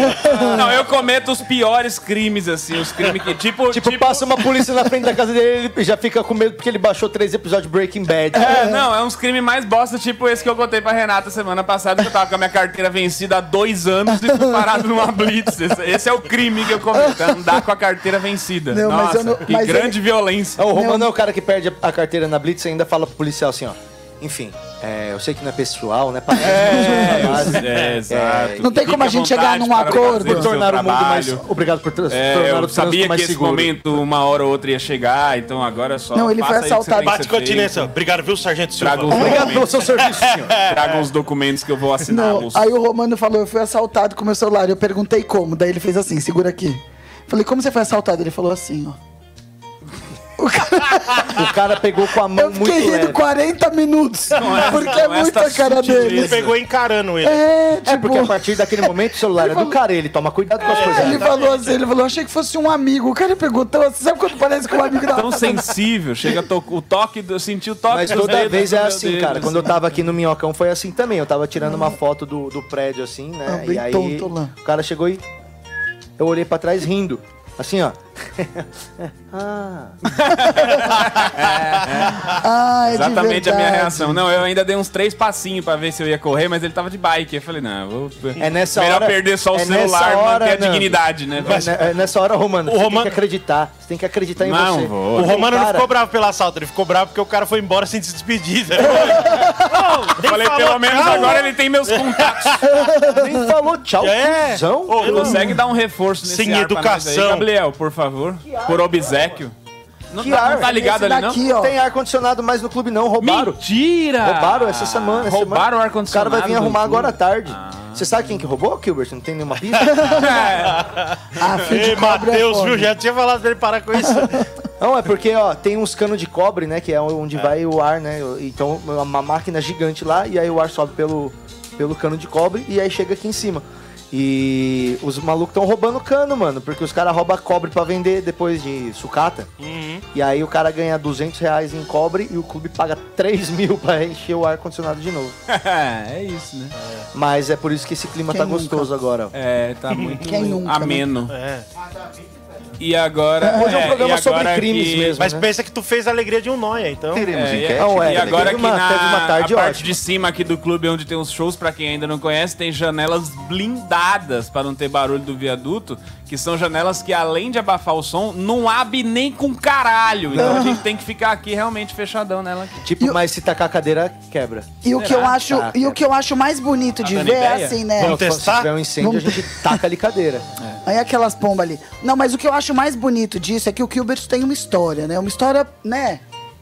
S9: Não, eu cometo os piores crimes, assim. Os crimes que, tipo...
S12: Tipo, passa uma polícia na frente da casa dele, ele já fica com medo porque ele baixou três episódios de Breaking Bad.
S9: É, não, é uns crimes mais bosta, tipo esse que eu contei pra Renata semana passada, que eu tava com a minha carteira vencida há dois anos e fui parado numa blitz. Esse, esse é o crime que eu cometo, é andar com a carteira vencida.
S12: Não,
S9: Nossa,
S12: mas eu não-
S9: que
S12: mas é-
S9: grande violência.
S12: O Romano é o cara que perde a carteira na Blitz e ainda fala pro policial assim, ó. Enfim, é, eu sei que não é pessoal, né? Parece
S9: É,
S12: mas-
S9: é, exato.
S5: Não tem como a gente chegar num acordo.
S12: Por tornar o mundo mais... Obrigado por trans-
S9: É,
S12: tornar
S9: eu
S12: o trânsito
S9: sabia que
S12: mais
S9: esse
S12: seguro.
S9: momento, uma hora ou outra, ia chegar, então agora é só.
S5: Não, ele foi
S9: faça aí o que você então. tem que
S6: Bate
S9: ser feito.
S6: continência. Obrigado, viu, Sargento Silva?
S9: Traga os documentos.
S12: seu serviço, senhor.
S9: Traga os documentos que eu vou assinar.
S5: Não,
S9: los
S5: aí o Romano falou, eu fui assaltado com meu celular. Eu perguntei como, daí ele fez assim, segura aqui. Falei, como você foi assaltado? Ele falou assim, ó.
S12: O cara pegou com a mão muito
S5: Fiquei rindo
S12: leve.
S5: 40 minutos. porque é muito a cara dele.
S6: encarando
S5: ele. É, tipo-
S12: porque a partir daquele momento o celular é do cara, ele toma cuidado com as
S9: É,
S12: coisas.
S5: Ele
S9: tá
S5: falou assim, ele falou, achei que fosse um amigo. O cara pegou tão assim, sabe quando parece que um amigo da
S9: Tão sensível, chega to- o toque, do, eu senti o toque
S12: Mas
S9: dos
S12: toda
S9: dedos
S12: vez
S9: do
S12: é
S9: meu
S12: assim,
S9: dedo,
S12: cara. Quando eu tava aqui no Minhocão foi assim também. Eu tava tirando uma foto do, do prédio assim, né?
S5: Ah, bem
S12: e aí
S5: tonto lá.
S12: o cara chegou e eu olhei pra trás rindo. Assim, ó. Ah.
S5: Ah, é
S9: Exatamente
S5: de
S9: a minha
S5: verdade.
S9: reação. Não, eu ainda dei uns três passinhos pra ver se eu ia correr, mas ele tava de bike. Eu falei, não, eu vou.
S12: É nessa
S9: Melhor
S12: hora-
S9: perder só o
S12: é
S9: celular e
S12: nessa hora,
S9: manter a
S12: Nando.
S9: dignidade, né?
S12: É, ne- é nessa hora,
S6: O
S12: Romano, você
S6: Romano-
S12: tem que acreditar. Você tem que acreditar em
S6: Não,
S12: você.
S6: o Romano não ficou bravo pelo assalto, ele ficou bravo porque o cara foi embora sem se despedir. né? Não, nem
S9: Falei,
S6: falou
S9: pelo menos
S6: tchau,
S9: agora
S6: né?
S9: ele tem meus contatos.
S12: Nem falou tchau,
S6: É.
S12: cuzão.
S9: Ô, consegue dar um reforço nesse
S6: Sem
S9: ar pra nós aí,
S6: educação.
S9: Gabriel, por favor. Por obsequio. Não,
S12: Que
S9: tá,
S12: ar?
S9: não tá ligado
S12: Esse
S9: ali,
S12: daqui, é
S9: não?
S12: ó. Tem ar-condicionado mais no clube, não. Roubaram.
S9: Mentira!
S12: Roubaram essa semana. essa
S9: Roubaram
S12: semana.
S9: o ar-condicionado Ah.
S12: O cara vai vir
S9: do
S12: arrumar
S9: clube.
S12: agora à tarde. Você sabe quem que roubou, Gilbert? Não tem nenhuma pista?
S6: Ei,
S5: é
S6: Matheus, viu? Já tinha falado dele parar com isso.
S12: Não, é porque, ó, tem uns canos de cobre, né? Que é onde vai o ar, né? Então, é uma máquina gigante lá, e aí o ar sobe pelo, pelo cano de cobre e aí chega aqui em cima. E os malucos estão roubando cano, mano, porque os caras roubam cobre pra vender depois de sucata.
S9: Uhum.
S12: E aí o cara ganha 200 reais em cobre e o clube paga 3 mil pra encher o ar-condicionado de novo.
S9: é isso, né?
S12: Mas é por isso que esse clima
S9: Quem
S12: tá
S9: nunca?
S12: gostoso agora.
S9: É, tá muito
S12: Quem nunca, né?
S9: ameno. E agora.
S12: Hoje é um programa
S9: e agora
S12: sobre crimes
S9: que-
S12: mesmo,
S6: Mas pensa que tu fez a alegria de um nóia, então.
S9: É, e,
S12: né?
S9: e agora que na a parte de cima aqui do clube, onde tem os shows, pra quem ainda não conhece, tem janelas blindadas pra não ter barulho do viaduto, que são janelas que além de abafar o som, não abre nem com caralho. Então a gente tem que ficar aqui realmente fechadão nela aqui.
S12: Tipo, mas se tacar a cadeira, quebra.
S5: E o, que eu
S9: Ah,
S5: acho,
S12: Será? Tá,
S5: e o que eu acho mais bonito de
S12: Tá
S5: ver
S12: dando
S5: é
S12: ideia?
S5: assim, né?
S12: Vamos testar? Se tiver um incêndio,
S5: Vamos-
S12: a gente taca ali cadeira.
S5: Aí aquelas pombas ali. Não, mas o que eu acho mais bonito disso é que o Gilbert tem uma história, né? Uma história, né?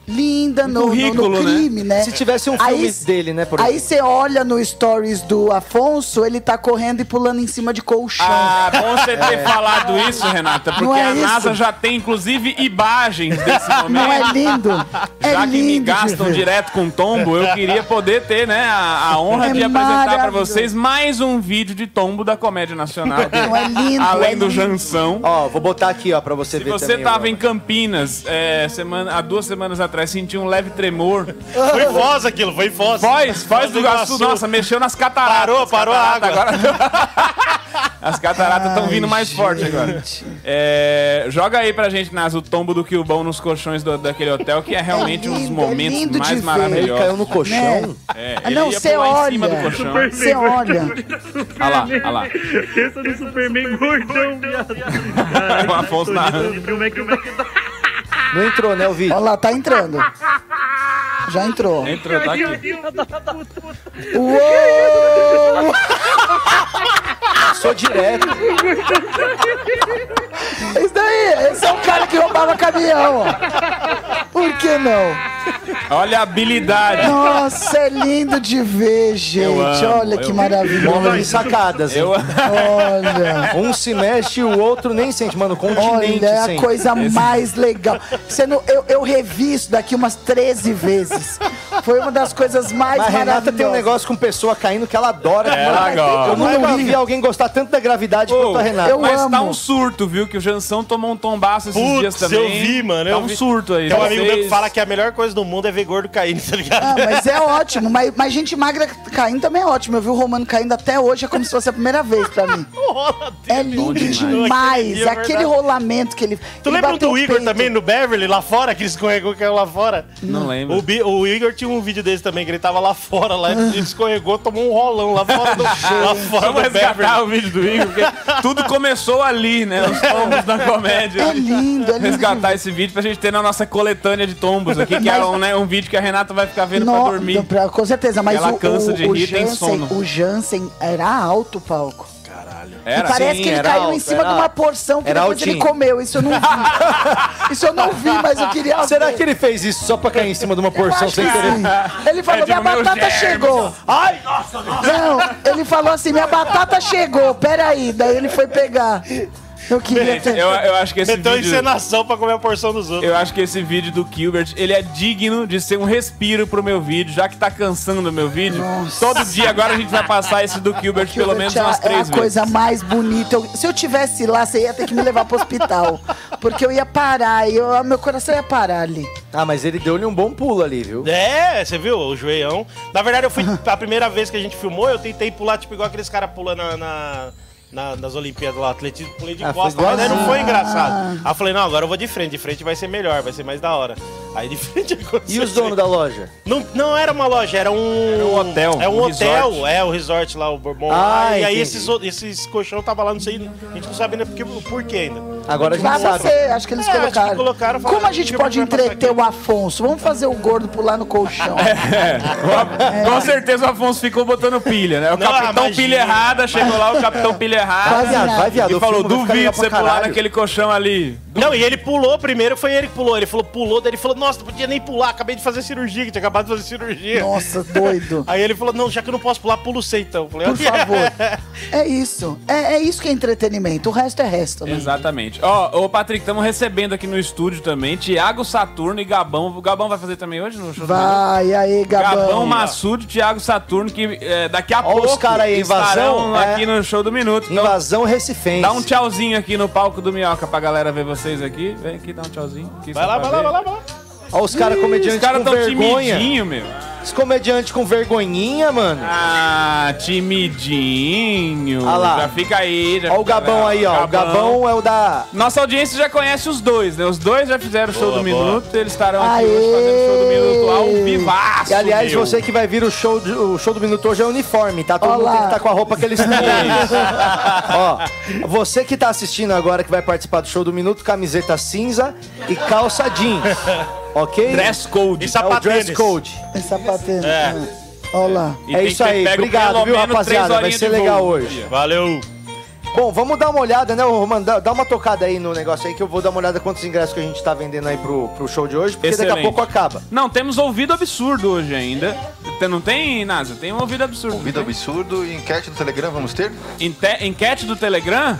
S9: Um
S5: Linda no, no- no
S12: Currículo, né?
S5: crime, né?
S12: Se tivesse um filme dele, né, por
S5: aí
S12: exemplo.
S5: você olha no stories do Afonso, ele tá correndo e pulando em cima de colchão.
S9: Ah, bom você ter falado isso, Renata, porque
S5: É. Não é
S9: a NASA
S5: isso?
S9: já tem, inclusive, imagens desse momento.
S5: Não é lindo? É
S9: Já que me
S5: lindo de
S9: gastam
S5: ver.
S9: direto com tombo, eu queria poder ter, né, a, a honra
S5: É
S9: de apresentar pra
S5: maravilhoso.
S9: vocês mais um vídeo de tombo da Comédia Nacional.
S5: Não é lindo,
S9: Além
S5: é
S9: do
S5: lindo.
S9: Jansão.
S12: Ó, vou botar aqui, ó, pra você
S9: Se
S12: ver
S9: você
S12: também.
S9: tava em Campinas é, semana, há duas semanas atrás, sentiu um leve tremor.
S6: Foi voz aquilo, foi voz.
S9: Foz, Foz do Iguaçu. Nossa, mexeu nas cataratas.
S6: Parou,
S9: As
S6: parou a água.
S9: cataratas Agora... As cataratas estão vindo mais forte agora. É, joga aí pra gente, Nas, o tombo do Quilbão nos colchões do- daquele hotel, que é realmente um dos
S5: lindo,
S9: momentos
S5: é lindo de
S9: mais
S5: ver.
S9: maravilhosos.
S5: Ele caiu no colchão? Né?
S9: É,
S5: Ah,
S9: ele
S5: não,
S9: ia
S5: você
S9: pular
S5: olha.
S9: em cima do colchão.
S5: Você olha.
S9: Olha lá, olha lá.
S15: Pensa no é Superman gordão, viado.
S9: O Afonso narrando.
S15: Como é que
S12: Não entrou, né, o vídeo?
S5: Olha lá, tá entrando. Já entrou.
S9: Entrou, tá aqui.
S5: Uou!
S12: Sou direto.
S5: Esse daí, esse é o cara que roubava caminhão. Por que não?
S9: Olha a habilidade.
S5: Nossa, é lindo de ver, gente.
S9: Eu amo,
S5: Olha que
S9: eu-
S5: maravilha.
S12: Móvel de sacadas. hein?
S9: Eu-
S5: Olha.
S12: Um se mexe e o outro nem sente, mano. Continente
S5: Olha, é a
S12: sente.
S5: coisa mais legal. Você não- eu, eu revi isso daqui umas 13 vezes. Foi uma das coisas mais
S12: Mas a Renata
S5: maravilhosas.
S12: tem um negócio com pessoa caindo que ela adora.
S9: É,
S12: Mano,
S9: ela adora.
S12: Eu nunca vi alguém gostar tanto da gravidade quanto a Renata.
S9: mas tá um surto, viu? Que o Jansão tomou um tombaço esses
S6: Putz,
S9: dias também.
S6: eu vi, mano.
S9: Tá
S6: eu
S9: um
S6: vi.
S9: surto aí.
S6: Tem um amigo meu que
S9: Vocês-
S6: fala que a melhor coisa do mundo é ver gordo caindo, tá ligado?
S5: Ah, mas é ótimo. Mas, mas gente magra caindo também é ótimo. Eu vi o Romano caindo até hoje, é como se fosse a primeira vez pra mim. É lindo
S6: demais. Aquele
S5: demais.
S6: dia é
S5: Aquele
S6: verdade.
S5: rolamento que ele.
S6: Tu
S5: ele
S6: lembra
S5: bateu
S6: do
S5: o
S6: Igor
S5: peito.
S6: também no Beverly, lá fora, que ele escorregou que era lá fora?
S9: Não lembro.
S6: é O, Bi- o Igor tinha um vídeo desse também, que ele tava lá fora, lá, ele escorregou, tomou um rolão lá fora do,
S12: Tá
S6: lá fora
S9: Vamos
S6: do Beverly.
S9: resgatar o vídeo do Igor, porque tudo começou ali, né? Os tombos da comédia.
S5: É lindo, é lindo.
S9: Resgatar esse vídeo pra gente ter na nossa coletânea de tombos aqui, que é um, né, um vídeo que a Renata vai ficar vendo
S5: No-
S9: pra dormir.
S5: pra- com certeza, mas
S9: Ela
S5: o,
S9: cansa
S5: o-
S9: de
S5: o
S9: rir, tem
S5: Jansen,
S9: sono.
S5: o Jansen era alto o palco.
S9: Era? assim.
S5: e parece
S9: Sim,
S5: que ele
S9: era
S5: caiu em
S9: alto,
S5: cima
S9: era
S5: de uma
S9: alto.
S5: porção que
S12: Era
S5: depois ele
S12: altinho.
S5: comeu. Isso eu não vi. isso eu não vi, mas eu queria
S12: Será
S5: ver.
S12: que ele fez isso só pra cair em cima de uma porção
S5: acho que
S12: sem querer?
S5: sim. Ele falou,
S12: É,
S5: minha
S12: tipo, meu
S5: batata
S12: germe, assim.
S5: chegou.
S12: Ai, nossa,
S5: Não, ele falou assim, minha batata chegou, peraí. Daí ele foi pegar. Eu queria ter.
S9: Eu, eu acho que esse
S6: Meteu
S9: vídeo...
S6: encenação pra comer a porção dos outros.
S9: Eu acho que esse vídeo do Gilbert, ele é digno de ser um respiro pro meu vídeo, já que tá cansando o meu vídeo. Todo dia agora a gente vai passar esse do Gilbert pelo menos
S5: Tia,
S9: umas
S5: é a
S9: três vezes.
S5: coisa mais bonita. Eu- se eu tivesse lá, você ia ter que me levar pro hospital. Porque eu ia parar, e eu, meu coração ia parar ali.
S12: Ah, mas ele deu-lhe um bom pulo ali, viu?
S6: É, você viu o joelhão. Na verdade, eu fui. A primeira vez que a gente filmou, eu tentei pular, tipo, igual aqueles caras pulando na. na- na- nas Olimpíadas lá, atletismo, pulei de
S12: Ah, foi
S6: costas, mas aí não
S12: igualzinho. Ah.
S6: foi engraçado. Aí eu falei, não, agora eu vou de frente, de frente vai ser melhor, vai ser mais da hora. Aí de frente aconteceu.
S12: E os donos da loja?
S6: Não, não era uma loja, era um. Era um hotel. É um,
S12: um
S6: hotel,
S12: resort.
S6: é, o resort lá, o Bourbon.
S12: Ah,
S6: lá, e aí
S12: entendi.
S6: esses, o- esses colchão tava lá, não sei, a gente não sabe ainda porque- por porquê ainda.
S12: Agora a gente
S5: Lá
S12: sabe.
S5: você, acho que eles
S6: É, acho que
S5: colocaram.
S6: colocaram, falaram,
S5: Como a gente
S6: "Gilbert
S5: pode
S6: vai passar
S5: entreter o Afonso? Vamos fazer o gordo pular no colchão.
S9: É, com certeza o Afonso ficou botando pilha, né? O
S6: Não,
S9: capitão
S6: imagina.
S9: pilha errada, chegou lá, o capitão pilha errada.
S6: Vai, viado, vai, viado,
S9: E
S6: o
S9: falou:
S6: filme vai ficar
S9: duvido
S6: legal pra
S9: você pular
S6: caralho."
S9: naquele colchão ali.
S6: Não, e ele pulou primeiro, foi ele que pulou. Ele falou, pulou, daí ele falou, nossa, não podia nem pular, acabei de fazer cirurgia, que tinha acabado de fazer cirurgia.
S5: Nossa, doido.
S6: Aí ele falou, não, já que eu não posso pular, pulo você então. Eu Falei,
S5: Por favor. É isso. É, é isso que é entretenimento. O resto é resto, né?
S9: Exatamente. Ó, ô Patrick, estamos recebendo aqui no estúdio também Tiago Saturno e Gabão. O Gabão vai fazer também hoje no show? do Minuto?
S5: Vai, aí, Gabão.
S9: Gabão Massudo, Thiago Saturno, que é, daqui a
S12: Ó os
S9: pouco
S12: cara aí,
S9: estarão
S12: invasão, é.
S9: aqui no show do Minuto. Então,
S12: Invasão recifense.
S9: Dá um tchauzinho aqui no palco do Minhoca pra galera ver vocês aqui. Vem aqui, dá um tchauzinho. Aqui
S6: Vai
S9: só
S6: lá,
S9: pra
S6: vai lá, vai
S9: ver.
S6: lá, vai lá.
S12: Ó, os caras
S9: Ih,
S12: comediantes
S9: os cara
S12: com
S9: tão
S12: vergonha.
S9: timidinho, meu.
S12: Os comediantes com vergonhinha, mano.
S9: Ah, timidinho.
S12: Ah lá.
S9: Já fica aí. Já
S12: Ó o Gabão aí, ó. O Gabão é o da.
S9: Nossa audiência já conhece os dois, né? Os dois já fizeram o show
S12: Boa,
S9: do
S12: boa.
S9: Minuto. Eles estarão aqui hoje fazendo o show do Minuto ao vivaço.
S12: E aliás,
S9: meu.
S12: você que vai vir o show, de- o show do Minuto hoje é uniforme, tá? Todo mundo tem que estar com a roupa que eles têm. Ó, você que tá assistindo agora, que vai participar do show do Minuto, camiseta cinza e calça jeans. Ok?
S9: Dress code.
S12: E é o dress code.
S5: É sapatênis.
S12: É.
S5: Olha lá.
S12: É isso aí. Obrigado, viu, rapaziada? Vai ser legal hoje.
S6: Valeu.
S12: Bom, vamos dar uma olhada, né, Romano? Dá, dá uma tocada aí no negócio aí que eu vou dar uma olhada quantos ingressos que a gente tá vendendo aí pro, pro show de hoje, porque daqui a
S9: Excelente.
S12: pouco acaba.
S9: Não, temos ouvido absurdo hoje ainda. Tem- Não tem, Nasa? Tem um ouvido absurdo. Ouvido
S1: absurdo e enquete do Telegram, vamos ter?
S9: enquete do Telegram?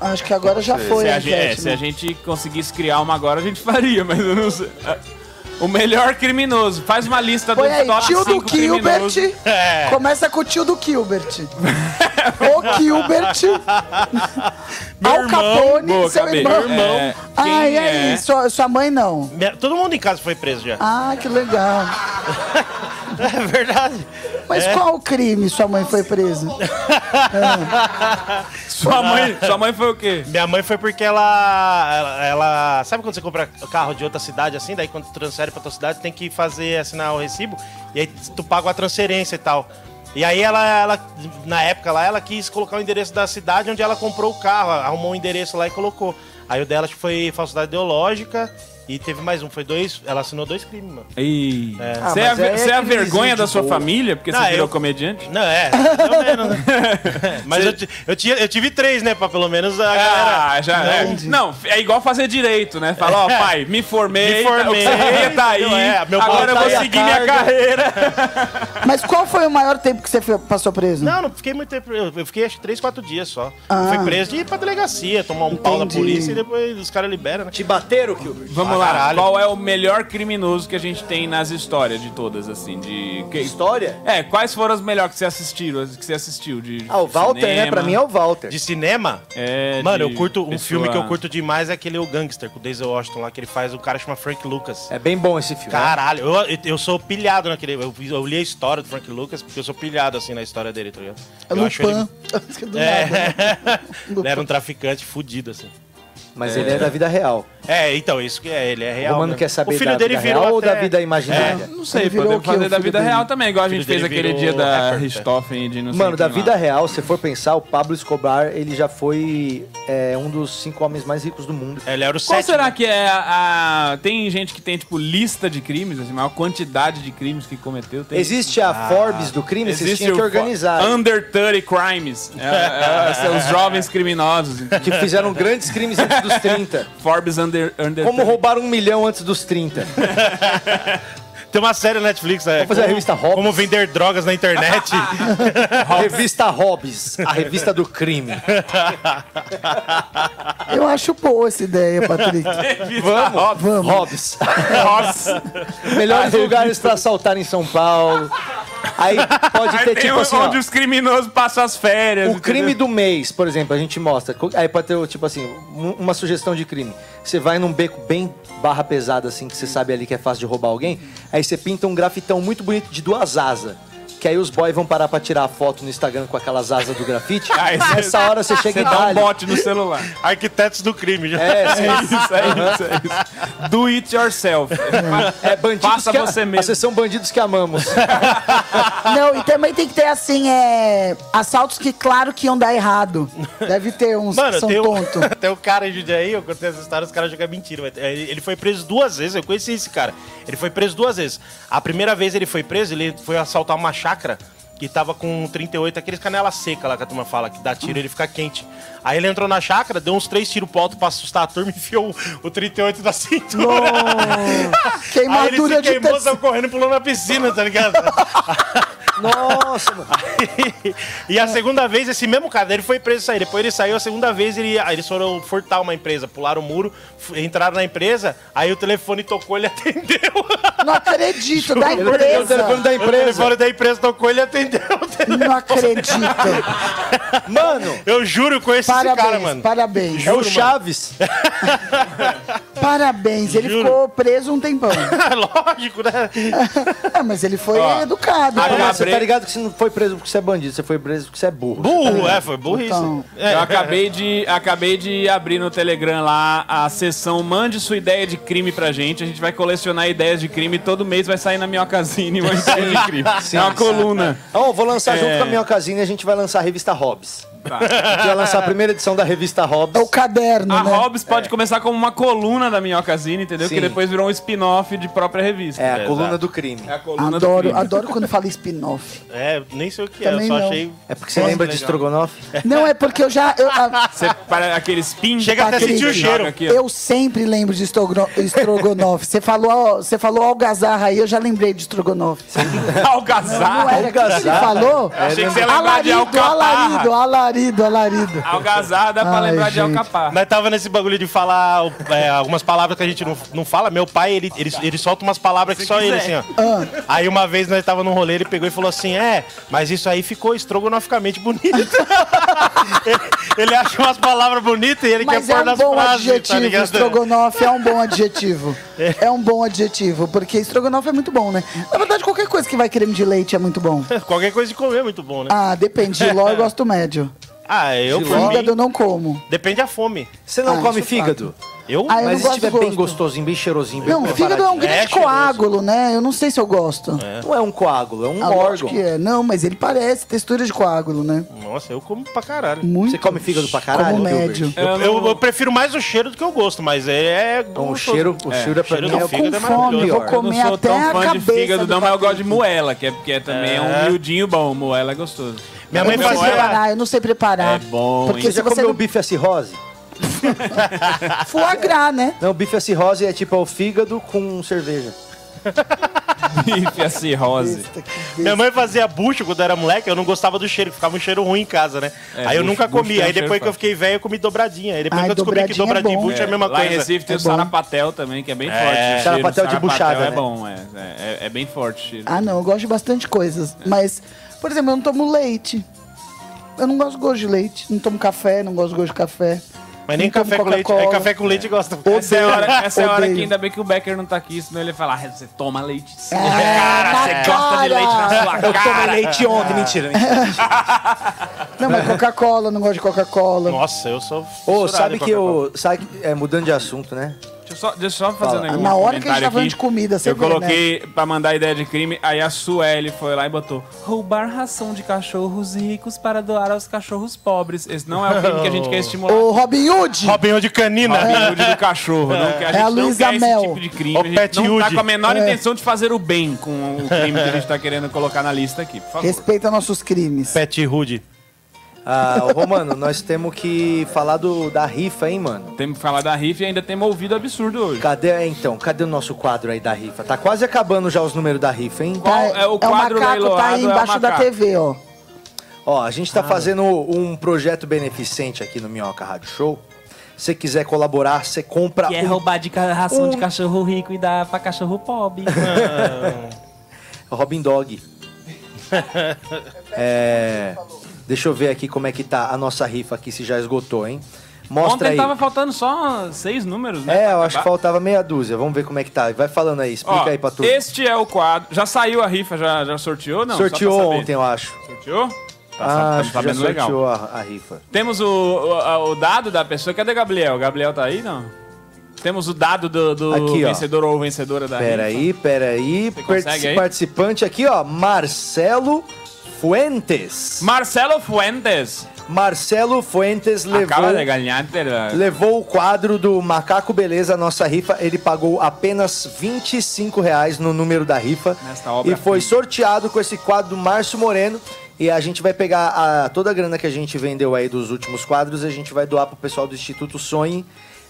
S5: Acho que agora já foi.
S9: se
S5: a
S9: a, gente, é,
S5: enquete,
S9: se
S5: né?
S9: a gente conseguisse criar uma agora, a gente faria, mas eu não sei. O melhor criminoso. Faz uma lista do
S5: Põe aí,
S9: top
S5: tio do
S9: cinco
S5: Gilbert.
S9: criminosos. É.
S5: Começa com o tio do Gilbert. o Gilbert. Al Capone,
S6: Boa,
S5: seu
S6: Gabi.
S5: irmão.
S6: Meu irmão. É,
S5: Ah,
S6: quem
S5: e aí?
S6: é?
S5: Sua, sua mãe não.
S6: Minha- Todo mundo em casa foi preso já.
S5: Ah, que legal.
S6: É verdade.
S5: Mas
S6: É.
S5: qual o crime sua mãe foi presa? Ah.
S9: Sua mãe, sua mãe foi o quê?
S6: Minha mãe foi porque ela, ela, ela- Sabe quando você compra carro de outra cidade assim? Daí quando transfere pra tua cidade, tem que fazer, assinar o recibo. E aí tu paga a transferência e tal. E aí ela, ela na época lá, ela quis colocar o endereço da cidade onde ela comprou o carro. Arrumou um endereço lá e colocou. Aí o dela acho que foi falsidade ideológica. E teve mais um, foi dois. Ela assinou dois crimes, mano.
S9: Ih.
S6: É.
S9: Você é, a ver- você é a vergonha da sua família? Porque
S6: Não,
S9: você virou
S6: eu-
S9: comediante?
S6: Não, é, pelo menos, né? Mas eu, ti- eu, tinha, eu tive três, né? Pra pelo menos a
S9: Ah,
S6: galera.
S9: já
S6: não,
S9: é. Não, é igual fazer direito, né? Falar, ó, pai, me
S6: Me
S9: formei,
S6: formei.
S9: tá- o que você tá aí,
S6: Não, é, meu
S9: agora eu
S6: pau tá
S9: vou
S6: aí a
S9: seguir minha
S6: carga.
S9: carreira.
S5: Mas qual foi o maior tempo que você fe- passou preso?
S6: Não, não fiquei muito tempo. Eu eu fiquei acho que 3, 4 dias só.
S5: Ah.
S6: Fui preso de ir pra delegacia, tomar um pau da
S5: Entendi.
S6: polícia e depois os caras liberam, né? Te
S12: bateram, Kilbert?
S9: Vamos
S6: Ah,
S9: lá,
S6: caralho.
S9: qual é o melhor criminoso que a gente tem nas histórias de todas, assim, de... que-
S12: História?
S9: É, quais foram as melhores que você assistiu, as que você assistiu de
S12: Ah, o Walter, né? Pra mim é o Walter.
S6: De cinema?
S9: É,
S6: Mano,
S9: de
S6: eu curto. Um
S9: pessoa-
S6: filme que eu curto demais é aquele O Gangster, com o Denzel Washington lá, que ele faz. O cara chama Frank Lucas.
S12: É bem bom esse filme.
S6: Caralho, eu, eu- eu sou pilhado naquele. Eu, eu li a história do Frank Lucas, porque eu sou pilhado assim na história dele, tá ligado?
S5: É
S6: eu acho ele-
S5: Lupin. Do
S6: É.
S5: nada.
S6: ele era um traficante fudido, assim.
S12: Mas ele é da vida real.
S6: É, então, isso que é, ele é real.
S12: o Romano
S6: mesmo.
S12: quer saber
S6: o filho
S12: da
S6: dele
S12: vida
S6: virou
S12: real ou
S6: até-
S12: da vida imaginária?
S6: É.
S9: Não sei, podemos fazer da vida real também, igual a gente fez aquele dia da Richthofen de não sei
S12: Mano, da
S9: quem lá.
S12: vida real, se for pensar, o Pablo Escobar, ele já foi é, um dos cinco homens mais ricos do mundo.
S6: Ele era o
S9: Qual será que é a, a- Tem gente que tem, tipo, lista de crimes, assim, maior quantidade de crimes que cometeu. Tem...
S12: Existe a Forbes do crime? Vocês tinham que
S9: Ah, o
S12: organizar.
S9: Fo- Under 30 Crimes. É, é, é, os jovens criminosos.
S12: Que fizeram grandes crimes antes dos 30.
S9: Forbes Under, under
S12: Como roubar um milhão antes dos 30.
S6: Tem uma série na Netflix, é,
S12: Vamos fazer a
S6: como-
S12: revista Hobbs.
S6: Como vender drogas na internet.
S12: revista Hobbes, a revista do crime.
S5: Eu acho boa essa ideia, Patrick.
S12: Vamos, vamos. Hobbes. Melhores
S9: Aí-
S12: lugares pra assaltar em São Paulo. Aí pode
S9: Aí
S12: ter
S9: tem
S12: tipo
S9: o-
S12: assim,
S9: onde
S12: ó,
S9: os criminosos passam as férias.
S12: o crime
S9: entendeu?
S12: do mês, por exemplo, a gente mostra. Co- Aí pode ter tipo assim, um- uma sugestão de crime. Você vai num beco bem barra pesada assim, que você sabe ali que é fácil de roubar alguém, aí você pinta um grafitão muito bonito de duas asas. Que aí os boys vão parar pra tirar a foto no Instagram com aquelas asas do grafite.
S9: Aí Ah, é você-
S12: Nessa hora você chega e
S9: dá um
S12: dá.
S9: bote no celular.
S6: Arquitetos do crime. Já.
S12: É, sim.
S9: É isso, é isso, é isso. Do it yourself.
S12: É bandidos
S9: Faça
S12: que a-
S9: você mesmo.
S12: Vocês são bandidos que amamos.
S5: Não, e também tem que ter, assim, é, assaltos que, claro, que iam dar errado. Deve ter uns que
S6: Mano,
S5: são
S6: tem um,
S5: tonto.
S6: tem um cara em Jundiaí, eu contei essa história, os caras jogam mentira. mas Ele ele foi preso duas vezes, eu conheci esse cara. Ele foi preso duas vezes. A primeira vez ele foi preso, ele foi assaltar uma chácara que tava com 38, aqueles canela seca lá que a turma fala, que dá tiro e ele fica quente. Aí ele entrou na chácara, deu uns três tiros pro alto pra assustar a turma e enfiou o 38 da cintura. Aí ele
S5: Queimadura
S6: se
S5: de
S6: queimou,
S5: tecido.
S6: saiu correndo e pulou na piscina, tá ligado?
S12: Nossa, mano.
S6: E a segunda vez, esse mesmo cara, daí ele foi preso e saiu. Depois ele saiu, a segunda vez ele, aí eles foram furtar uma empresa, pularam o muro, f- entraram na empresa, aí o telefone tocou, ele atendeu.
S5: Não acredito, da
S6: Juro por Deus,
S5: empresa.
S6: O telefone da empresa tocou, ele atendeu. o telefone.
S5: Não acredito.
S12: Mano!
S6: Eu juro, eu conheci esse cara, mano.
S5: Parabéns.
S6: Juro, mano.
S12: Chaves.
S5: Parabéns. Ele
S6: Juro.
S5: ficou preso um tempão.
S6: Lógico, né?
S5: é, mas ele foi
S12: Ó,
S5: educado.
S12: Agora,
S5: né?
S12: você tá ligado que você não foi preso porque você é bandido, você foi preso porque você é burro. Você tá
S6: Burro,
S12: ligado?
S6: é, foi burrice.
S5: Então,
S9: Eu acabei de, acabei de abrir no Telegram lá a sessão Mande sua ideia de crime pra gente. A gente vai colecionar ideias de crime. Todo mês vai sair na Minhocazine uma ideia de crime.
S12: Sim,
S9: é uma
S12: sim.
S9: coluna.
S12: Ó, vou lançar junto
S9: É.
S12: com a minha casinha e a gente vai lançar a revista Hobbes.
S9: Tá.
S12: A gente vai lançar Um a primeira edição da revista Hobbes. É o
S5: caderno, né?
S9: A Hobbs pode começar como uma coluna da Minhocazine, entendeu?
S12: Sim.
S9: Que depois virou um spin-off de própria revista.
S12: É, a coluna do crime.
S9: É a coluna do
S5: Adoro,
S9: crime.
S5: adoro quando fala spin-off.
S6: É, nem sei o que é, eu
S5: Também
S6: só
S5: não.
S6: achei.
S12: É porque você lembra de estrogonofe?
S5: Não, é porque eu já. Eu, a-
S9: Você para aquele spin.
S6: Chega até
S5: Aquele-
S6: sentir o cheiro.
S5: Eu sempre lembro de estrogono- estrogonofe. Você falou, ó, você falou algazarra aí, eu já lembrei de estrogonofe.
S9: Algazarra?
S6: Ah,
S5: Não é era o que ele
S9: Algazarra?
S5: falou?
S9: Eu achei que você ia lembrar de
S5: Alarido,
S9: alcaparra.
S5: Alarido, alarido, alarido.
S9: Algazarra dá pra
S5: Ai,
S9: lembrar de
S5: gente.
S9: Alcapá.
S6: Nós tava nesse bagulho de falar é, algumas palavras que a gente não, não fala. Meu pai, ele, ele, ele solta umas palavras que
S9: Se
S6: só ele, assim,
S9: quiser.
S6: ó. Aí uma vez nós tava num rolê, ele pegou e falou assim: É, mas isso aí ficou estrogonoficamente bonito. ele, ele acha umas palavras bonitas e ele
S5: Mas
S6: quer
S5: é
S6: pôr
S5: um
S6: nas
S5: bom
S6: frases, tá
S5: adjetivo,
S6: ligado?
S5: estrogonofe é um bom adjetivo. É um bom adjetivo, porque estrogonofe é muito bom, né? Na verdade, qualquer coisa que vai creme de leite é muito bom.
S6: Qualquer coisa de comer é muito bom, né?
S5: Ah, depende. De ló eu gosto médio.
S6: Ah, eu
S5: De
S6: por mim,
S5: fígado eu não como.
S6: Depende da fome.
S12: Você não
S5: Ah,
S12: come
S5: isso é fato.
S12: fígado?
S6: Eu?
S5: Ah, eu
S12: Mas
S5: não
S12: se tiver
S5: gosto do gosto.
S12: bem gostosinho, bem cheirosinho, bem
S5: Não, fígado é um grande
S12: preparadinho.
S5: coágulo, né? Eu não sei se eu gosto.
S12: Não é um coágulo, é um
S5: Ah, lógico
S12: órgão.
S5: que é. Não, mas ele parece textura de coágulo, né?
S6: Nossa, eu como pra caralho.
S5: Muito. Você
S12: come fígado pra caralho,
S5: Como
S12: Gilbert?
S5: médio.
S6: Eu, eu- eu prefiro mais o cheiro do que o gosto, mas é. é
S12: Então, o cheiro- o cheiro é pra mim,
S6: do
S12: eu
S6: fígado
S12: com
S6: é maravilhoso.
S5: fome, eu vou
S9: Eu não
S5: comer
S9: sou
S5: até
S9: tão
S5: a
S9: fã
S5: cabeça
S9: de fígado,
S5: do
S9: não, mas eu gosto de moela, que é, porque é também é. um miudinho bom. Moela é gostoso.
S6: Minha
S5: Eu
S6: mãe
S5: não sei
S6: fazia.
S5: preparar, eu não sei preparar.
S9: É bom,
S5: Porque
S9: hein?
S5: se
S12: Já
S5: você
S12: comeu
S5: não...
S12: bife à cirrose?
S5: foie gras, né?
S12: Não, bife à cirrose é tipo é o fígado com cerveja.
S9: Bife assim, É. a cirrose.
S6: Minha mãe fazia bucho quando eu era moleque, eu não gostava do cheiro, que ficava um cheiro ruim em casa, né?
S9: É,
S6: aí eu
S9: bucho-
S6: nunca
S9: bucho tem
S6: comia.
S9: um
S6: Aí depois
S9: cheiro
S6: que eu
S9: forte.
S6: fiquei velho, eu comi dobradinha. Aí depois
S5: Ai,
S6: que eu descobri que
S5: dobradinha é
S6: dobradinha e
S5: bom.
S6: bucho é, a mesma
S9: Lá
S6: coisa.
S9: em Recife tem
S6: É
S9: o
S6: bom.
S9: sarapatel também, que é bem
S6: É.
S9: forte. o cheiro.
S12: Sarapatel de buchada, né?
S9: É bom, é, é, é- é bem forte o cheiro.
S5: Ah, não, eu gosto de bastante coisas.
S9: É.
S5: Mas, por exemplo, eu não tomo leite. Eu não gosto de gosto de leite. Não tomo café, não gosto de gosto de café.
S6: Mas nem
S5: Não tomo
S6: café com leite. É
S5: Coca-Cola.
S6: café com leite gosta.
S9: Essa é a hora, essa é a hora
S5: Odeio.
S9: que ainda bem que o Becker não tá aqui, senão ele ia falar, "Ah, você toma leite sim.
S5: na
S9: cara, você gosta de
S5: cara.
S9: leite na sua cara.
S5: Eu tomei leite
S12: ontem, mentira.
S5: Não, mas Coca-Cola, eu não gosto de Coca-Cola.
S6: Nossa, eu sou.
S12: Ô,
S6: fissurado
S12: sabe
S6: em
S12: que
S6: Coca-Cola.
S12: eu. Sabe, que- é, mudando de assunto, né?
S9: Deixa eu só, deixa eu só fazer um
S12: Fala.
S9: negócio.
S5: Na hora que a gente tá
S9: comentário
S5: falando
S9: aqui.
S5: de comida, você
S9: Eu
S5: vê,
S9: coloquei pra mandar ideia de crime, aí a Sueli foi lá e botou roubar ração de cachorros ricos para doar aos cachorros pobres. Esse não é o crime que a gente quer estimular.
S5: O Robin Hood!
S6: Robin Hood canina.
S9: Robin Hood do cachorro. Não, que a
S5: É
S9: gente
S5: a
S9: não
S5: Luísa
S9: quer
S5: Mel.
S9: esse tipo de crime.
S6: O
S9: A
S6: Pet
S9: gente não tá
S6: Hood.
S9: com a menor
S5: É.
S9: intenção de fazer o bem com o crime que a gente tá querendo colocar na lista aqui, por favor.
S5: Respeita nossos crimes.
S6: Pet Rude.
S12: Ah, ô, Romano, nós temos que falar do, da rifa, hein, mano?
S9: Temos que falar da rifa e ainda temos ouvido absurdo hoje.
S12: Cadê, é, então, cadê o nosso quadro aí da rifa? Tá quase acabando já os números da rifa, hein?
S9: é o quadro
S5: Tá, macaco, tá aí
S9: leiloado, é o
S5: embaixo da
S9: macaco.
S5: TV, ó.
S12: Ó, a gente tá
S5: Ah.
S12: fazendo um projeto beneficente aqui no Minhoca Rádio Show. Se você quiser colaborar, você compra
S14: Que é
S12: um-
S14: roubar de ca- ração de
S12: um-
S14: cachorro rico e dar pra cachorro pobre.
S12: Robin Dog. É, deixa eu ver aqui como é que tá a nossa rifa aqui, se já esgotou, hein? Mostra
S9: Ontem
S12: aí.
S9: tava faltando só seis números, né?
S12: É,
S9: pra
S12: eu acho
S9: acabar.
S12: que faltava meia dúzia. Vamos ver como é que tá. Vai falando aí, explica
S9: Ó,
S12: aí pra turma.
S9: Este é o quadro. Já saiu a rifa, já, já sorteou? Não,
S12: sorteou
S9: só pra saber.
S12: ontem, eu acho.
S9: Sorteou? Tá,
S12: ah,
S9: tá
S12: acho que já
S9: sabendo legal.
S12: sorteou a, a rifa.
S9: Temos o, o, o dado da pessoa. Cadê Gabriel? Gabriel tá aí, não? Temos o dado do, do
S12: Aqui, ó.
S9: vencedor ou vencedora da Tá rifa.
S12: Peraí, peraí.
S9: consegue aí?
S12: Participante aqui, ó, Marcelo Fuentes.
S9: Marcelo Fuentes.
S12: Marcelo Fuentes levou,
S9: Acaba de ganhar. é, terá-
S12: levou o quadro do Macaco Beleza, a nossa rifa. Ele pagou apenas 25 reais no número da rifa.
S9: Nesta obra
S12: e foi
S9: prima.
S12: sorteado com esse quadro do Márcio Moreno. E a gente vai pegar a- toda a grana que a gente vendeu aí dos últimos quadros, a gente vai doar pro pessoal do Instituto Sonhe,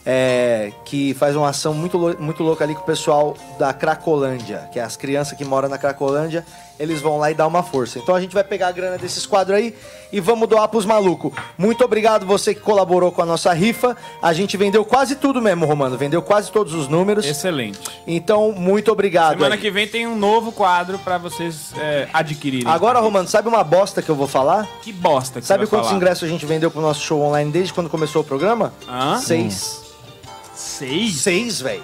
S12: é, que faz uma ação muito, lou- muito louca ali com o pessoal da Cracolândia, que é as crianças que moram na Cracolândia, eles vão lá e dar uma força. Então a gente vai pegar a grana desses quadros aí e vamos doar pros malucos. Muito obrigado você que colaborou com a nossa rifa. A gente vendeu quase tudo mesmo, Romano. Vendeu quase todos os números.
S9: Excelente.
S12: Então, muito obrigado.
S9: Semana
S12: aí.
S9: que vem tem um novo quadro pra vocês é, adquirirem.
S12: Agora, Romano, sabe uma bosta que eu vou falar?
S9: Que bosta que
S12: Sabe
S9: você vai
S12: quantos
S9: falar?
S12: ingressos a gente vendeu pro nosso show online desde quando começou o programa?
S9: Hã? Hum.
S12: Seis.
S9: Seis?
S12: Seis, velho.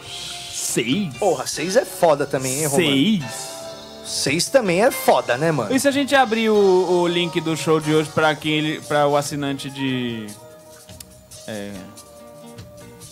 S9: Seis?
S12: Porra, seis é foda também, hein, Romano?
S9: Seis?
S12: Seis também é foda, né, mano?
S9: E se a gente abrir o, o link do show de hoje pra, aquele, pra o assinante de. É,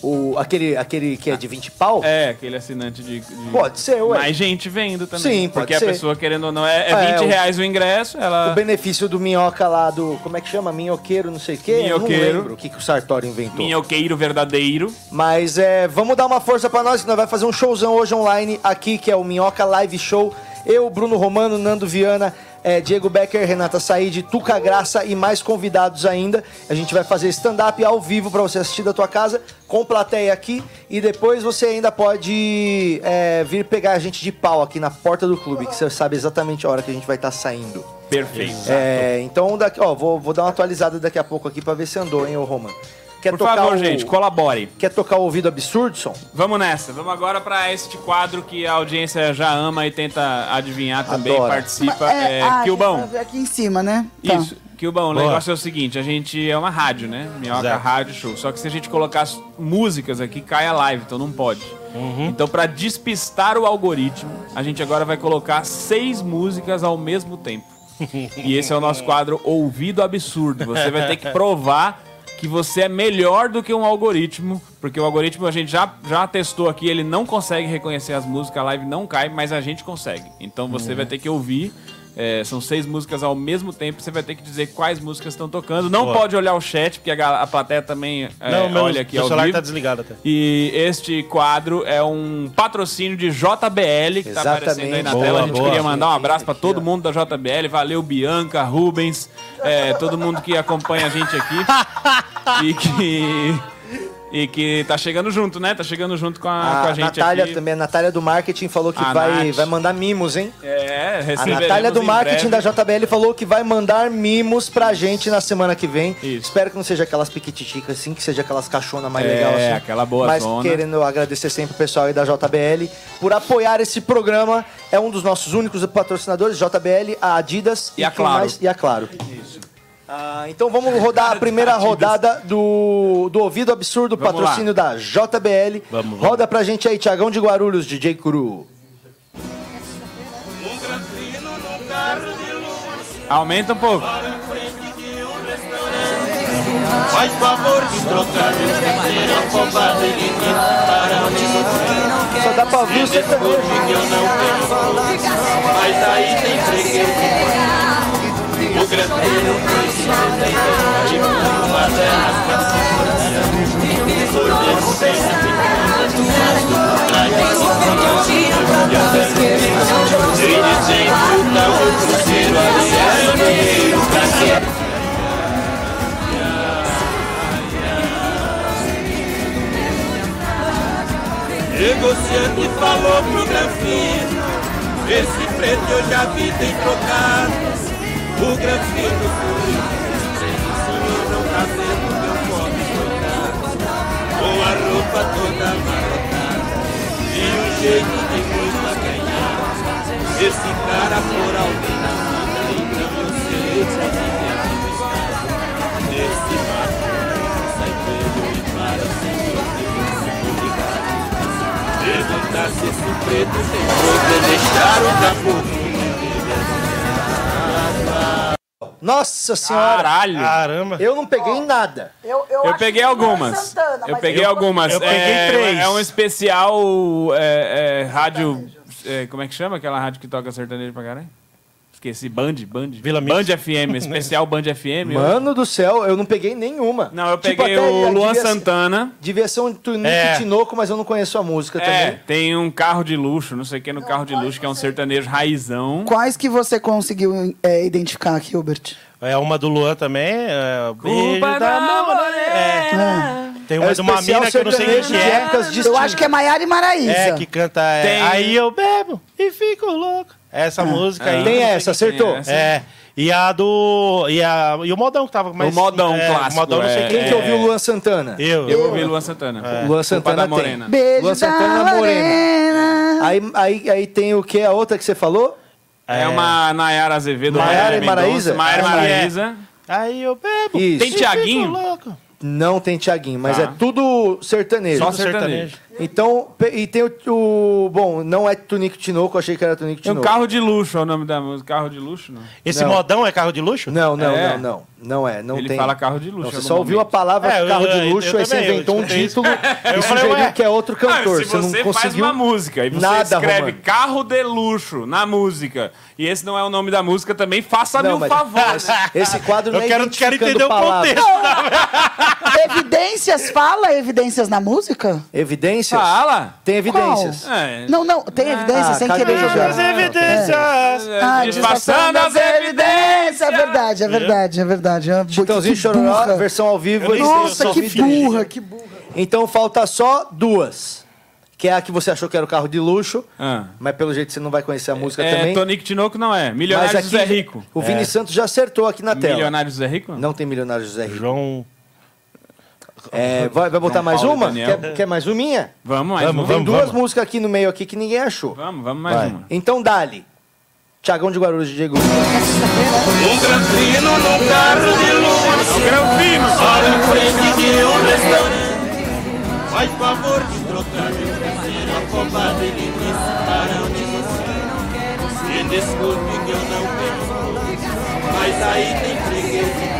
S12: O, aquele, aquele que é de 20 pau?
S9: é, aquele assinante de. de-
S12: Pode ser, ué.
S9: Mais gente vendo também.
S12: Sim, pode
S9: Porque
S12: ser.
S9: a pessoa, querendo ou não, é, é
S12: É,
S9: 20
S12: o-
S9: reais o ingresso, ela.
S12: O benefício do minhoca lá do. Como é que chama? Minhoqueiro, não sei o quê. Eu Não
S9: Minhoqueiro.
S12: lembro o que, que o Sartori inventou.
S9: Minhoqueiro verdadeiro.
S12: Mas é, vamos dar uma força pra nós, que nós vai fazer um showzão hoje online aqui, que é o Minhoca Live Show. Eu, Bruno Romano, Nando Viana, é, Diego Becker, Renata Said, Tuca Graça e mais convidados ainda. A gente vai fazer stand-up ao vivo pra você assistir da tua casa, com plateia aqui. E depois você ainda pode é, vir pegar a gente de pau aqui na porta do clube, que você sabe exatamente a hora que a gente vai estar saindo.
S9: Perfeito.
S12: É, então, daqui, ó, vou, vou dar uma atualizada daqui a pouco aqui pra ver se andou, hein, ô Romano. Quer
S9: Por favor, gente, colabore.
S12: Quer tocar o ouvido absurdo, som?
S9: Vamos nessa, vamos agora pra este quadro que a audiência já ama e tenta adivinhar também,
S12: Adora.
S9: participa.
S5: É,
S9: É,
S5: ah,
S9: Kilbão.
S5: pra ver aqui em cima, né? Tá.
S9: Isso, que o bom, o
S5: Boa.
S9: negócio é o seguinte, a gente é uma rádio, né? Minhoca
S5: Exato.
S9: Rádio Show. Só que se a gente colocar as músicas aqui, cai a live, então não pode.
S5: Uhum.
S9: Então, pra despistar o algoritmo, a gente agora vai colocar seis músicas ao mesmo tempo. e esse é o nosso quadro Ouvido Absurdo. Você vai ter que provar que você é melhor do que um algoritmo, porque o algoritmo a gente já, já testou aqui, ele não consegue reconhecer as músicas, a live não cai, mas a gente consegue. Então você
S13: Uhum.
S9: vai ter que ouvir. é, são seis músicas ao mesmo tempo, você vai ter que dizer quais músicas estão tocando. Não
S6: Boa.
S9: pode olhar o chat, porque a, ga- a plateia também é,
S6: Não, meu,
S9: olha aqui
S6: meu
S9: ao
S6: celular
S9: vivo.
S6: tá desligado até.
S9: E este quadro é um patrocínio de JBL, que tá aparecendo aí na
S6: Boa,
S9: tela. A gente
S6: boa.
S9: queria mandar um abraço pra todo mundo da JBL. Valeu, Bianca, Rubens, é, todo mundo que acompanha a gente aqui. E que. E que tá chegando junto, né? Tá chegando junto com a,
S12: A,
S9: com a gente
S12: Natália
S9: aqui.
S12: também, a Natália do marketing falou que
S9: A
S12: vai,
S9: Nath.
S12: vai mandar mimos, hein?
S9: É,
S12: A
S9: receberemos
S12: Natália do
S9: em
S12: marketing
S9: breve.
S12: da JBL falou que vai mandar mimos pra gente na semana que vem. Espero que não seja aquelas piquititicas assim, que seja aquelas caixona mais
S9: É,
S12: legal assim.
S9: aquela boa
S12: Mas
S9: zona.
S12: querendo agradecer sempre o pessoal aí da JBL por apoiar esse programa. É um dos nossos únicos patrocinadores, JBL, a Adidas
S9: E a
S12: quem
S9: Claro.
S12: mais? E a Claro. Ah, então vamos rodar a primeira rodada do, do Ouvido Absurdo,
S9: Vamos lá.
S12: patrocínio da JBL.
S9: Vamos, vamos.
S12: Roda pra gente aí, Tiagão de Guarulhos, DJ Cru.
S9: Aumenta um pouco.
S16: Faz favor de trocar de besteira Combate de quem para mim
S12: Só dá pra ouvir o sertanejo
S16: que eu não quero falar Mas aí tem freguês O grandeiro tem que não tem terra De uma terra pra cima Sorvete sem negociante falou pro Granfino Esse preto eu já vi tem trocado O Granfino foi Senhor não tá vendo meu pobre trocado Com a roupa toda amarrotada E o jeito de coisa ganhar Esse cara for alguém na vida Então eu sei pra mim é arriscado Nesse mato sai pelo e para Senhor Deus Perguntar se esse preto tem poder deixar o capô
S12: Nossa senhora!
S9: Caralho!
S12: Caramba!
S9: Ah.
S12: Eu não peguei
S9: Oh.
S12: nada.
S5: Eu,
S9: Eu peguei algumas. é Eu peguei algumas.
S12: Eu peguei
S9: É-
S12: três.
S9: É um especial é, é, rádio. é, como é que chama aquela rádio que toca sertanejo pra caralho? Esqueci. Band, Band. Vila Band FM, especial Band FM.
S12: Mano do céu, eu não peguei nenhuma. Tipo, Não, eu
S9: peguei o Luan Santana.
S12: Devia ser um Tunico
S9: É.
S12: Tinoco, mas eu não conheço a música
S9: É,
S12: também.
S9: tem um carro de luxo, não sei o que no carro de luxo, que é um sertanejo raizão.
S5: Quais que você conseguiu é, identificar aqui, Hubert?
S6: É uma do Luan também. É, beijo da
S9: mão,
S6: é. Tem uma
S5: É
S6: de uma
S5: especial
S6: mina que eu não sei o que
S5: sertanejo de
S6: é.
S5: épocas Eu acho que é Maiara e Maraísa.
S6: É, que canta. é,
S5: Tem-
S6: Aí eu bebo e fico louco. Essa música
S9: Ah.
S6: aí.
S12: Tem
S6: eu não sei
S12: essa,
S6: quem
S12: acertou.
S6: É. É. E a do. E, a, e o modão que tava mais.
S12: O modão
S6: é,
S12: clássico,
S6: O modão não sei
S12: é, Quem que ouviu o Luan Santana?
S6: Eu.
S9: Eu ouvi Luan Santana.
S12: É. Luan Santana
S9: Culpa da
S12: tem.
S9: Morena.
S5: Beijo
S12: Luan Santana é
S5: da
S12: Morena. Aí, aí, aí tem o que? A outra que você falou?
S9: É, uma Nayara Azevedo.
S12: Maiara e Maraísa?
S9: Mendonça, Maiara e
S12: Ah,
S9: Maraísa.
S6: Aí eu bebo.
S12: Isso.
S6: e fico
S12: Thiaguinho?
S6: louco.
S12: Não tem Tiaguinho, mas
S6: Tá.
S12: é tudo sertanejo.
S6: Só Tudo sertanejo.
S12: Então, pe- e tem o, o- Bom, não é Tunico Tinoco, eu achei que era Tunico
S9: Tem um
S12: Tinoco.
S9: carro de luxo, é o nome da música. Carro de luxo, não.
S12: Esse Não. modão
S6: é carro de luxo?
S12: Não, não, não,
S9: É.
S12: não. Não é, não
S9: Ele
S12: tem.
S9: fala carro de luxo
S12: Não,
S9: em
S12: você
S9: algum
S12: só ouviu a
S9: momento.
S12: palavra
S9: É, eu-
S12: carro
S9: eu-
S12: de
S9: eu
S12: luxo, aí você
S9: também, eu
S12: inventou um
S9: escutei
S12: título
S9: Eu
S12: e
S9: falei,
S12: sugeriu
S9: ué.
S12: que é outro
S9: Ah,
S12: cantor.
S9: se
S12: você não
S9: você faz
S12: conseguiu
S9: uma música e você
S12: nada,
S9: escreve
S12: Romano.
S9: carro de luxo na música e esse não é o nome da música também, faça-me
S12: Não,
S9: um
S12: mas
S9: favor.
S12: esse quadro Eu não é quero- quero identificando
S5: entender o palavras. evidências, fala evidências na música?
S12: Evidências?
S9: Fala. É.
S12: Tem
S5: Qual?
S12: evidências.
S5: Não, não, tem evidências, sem
S12: Ah, cadê
S5: querer
S12: já?
S5: jogar.
S12: As evidências.
S5: É. Ah,
S12: Disfarçando as
S5: evidências! É verdade, é verdade, é verdade.
S9: Ah,
S5: É
S12: Chitãozinho Chororó, versão ao vivo.
S5: Nossa, que burra, que burra.
S12: Então falta só duas. Que é a que você achou que era o carro de luxo,
S9: Ah.
S12: mas pelo jeito você não vai conhecer a música
S9: É,
S12: também.
S9: Tonico Tinoco não é. Milionário
S12: Mas aqui,
S9: José Rico.
S12: O Vini
S9: É.
S12: Santos já acertou aqui na tela.
S9: Milionário José Rico?
S12: Não tem Milionário José Rico.
S6: João.
S12: É, vai, vai botar
S9: João
S12: mais
S9: Paulo e
S12: uma?
S9: Daniel.
S12: Quer, quer mais uma minha?
S9: Vamos, mais uma.
S12: Tem
S9: Vamos,
S12: duas
S9: vamos.
S12: músicas aqui no meio aqui que ninguém achou.
S9: Vamos, vamos mais um.
S12: Vai.
S9: uma.
S12: Então dali. Tiagão de Guarulhos, Diego.
S16: Um granfino num carro de luxo. Um granfino. Para em frente de um restaurante. Faz favor de trocar meu terceiro a copa de linguiça para onde você. Me desculpe que eu não tenho luz, mas aí tem freguês.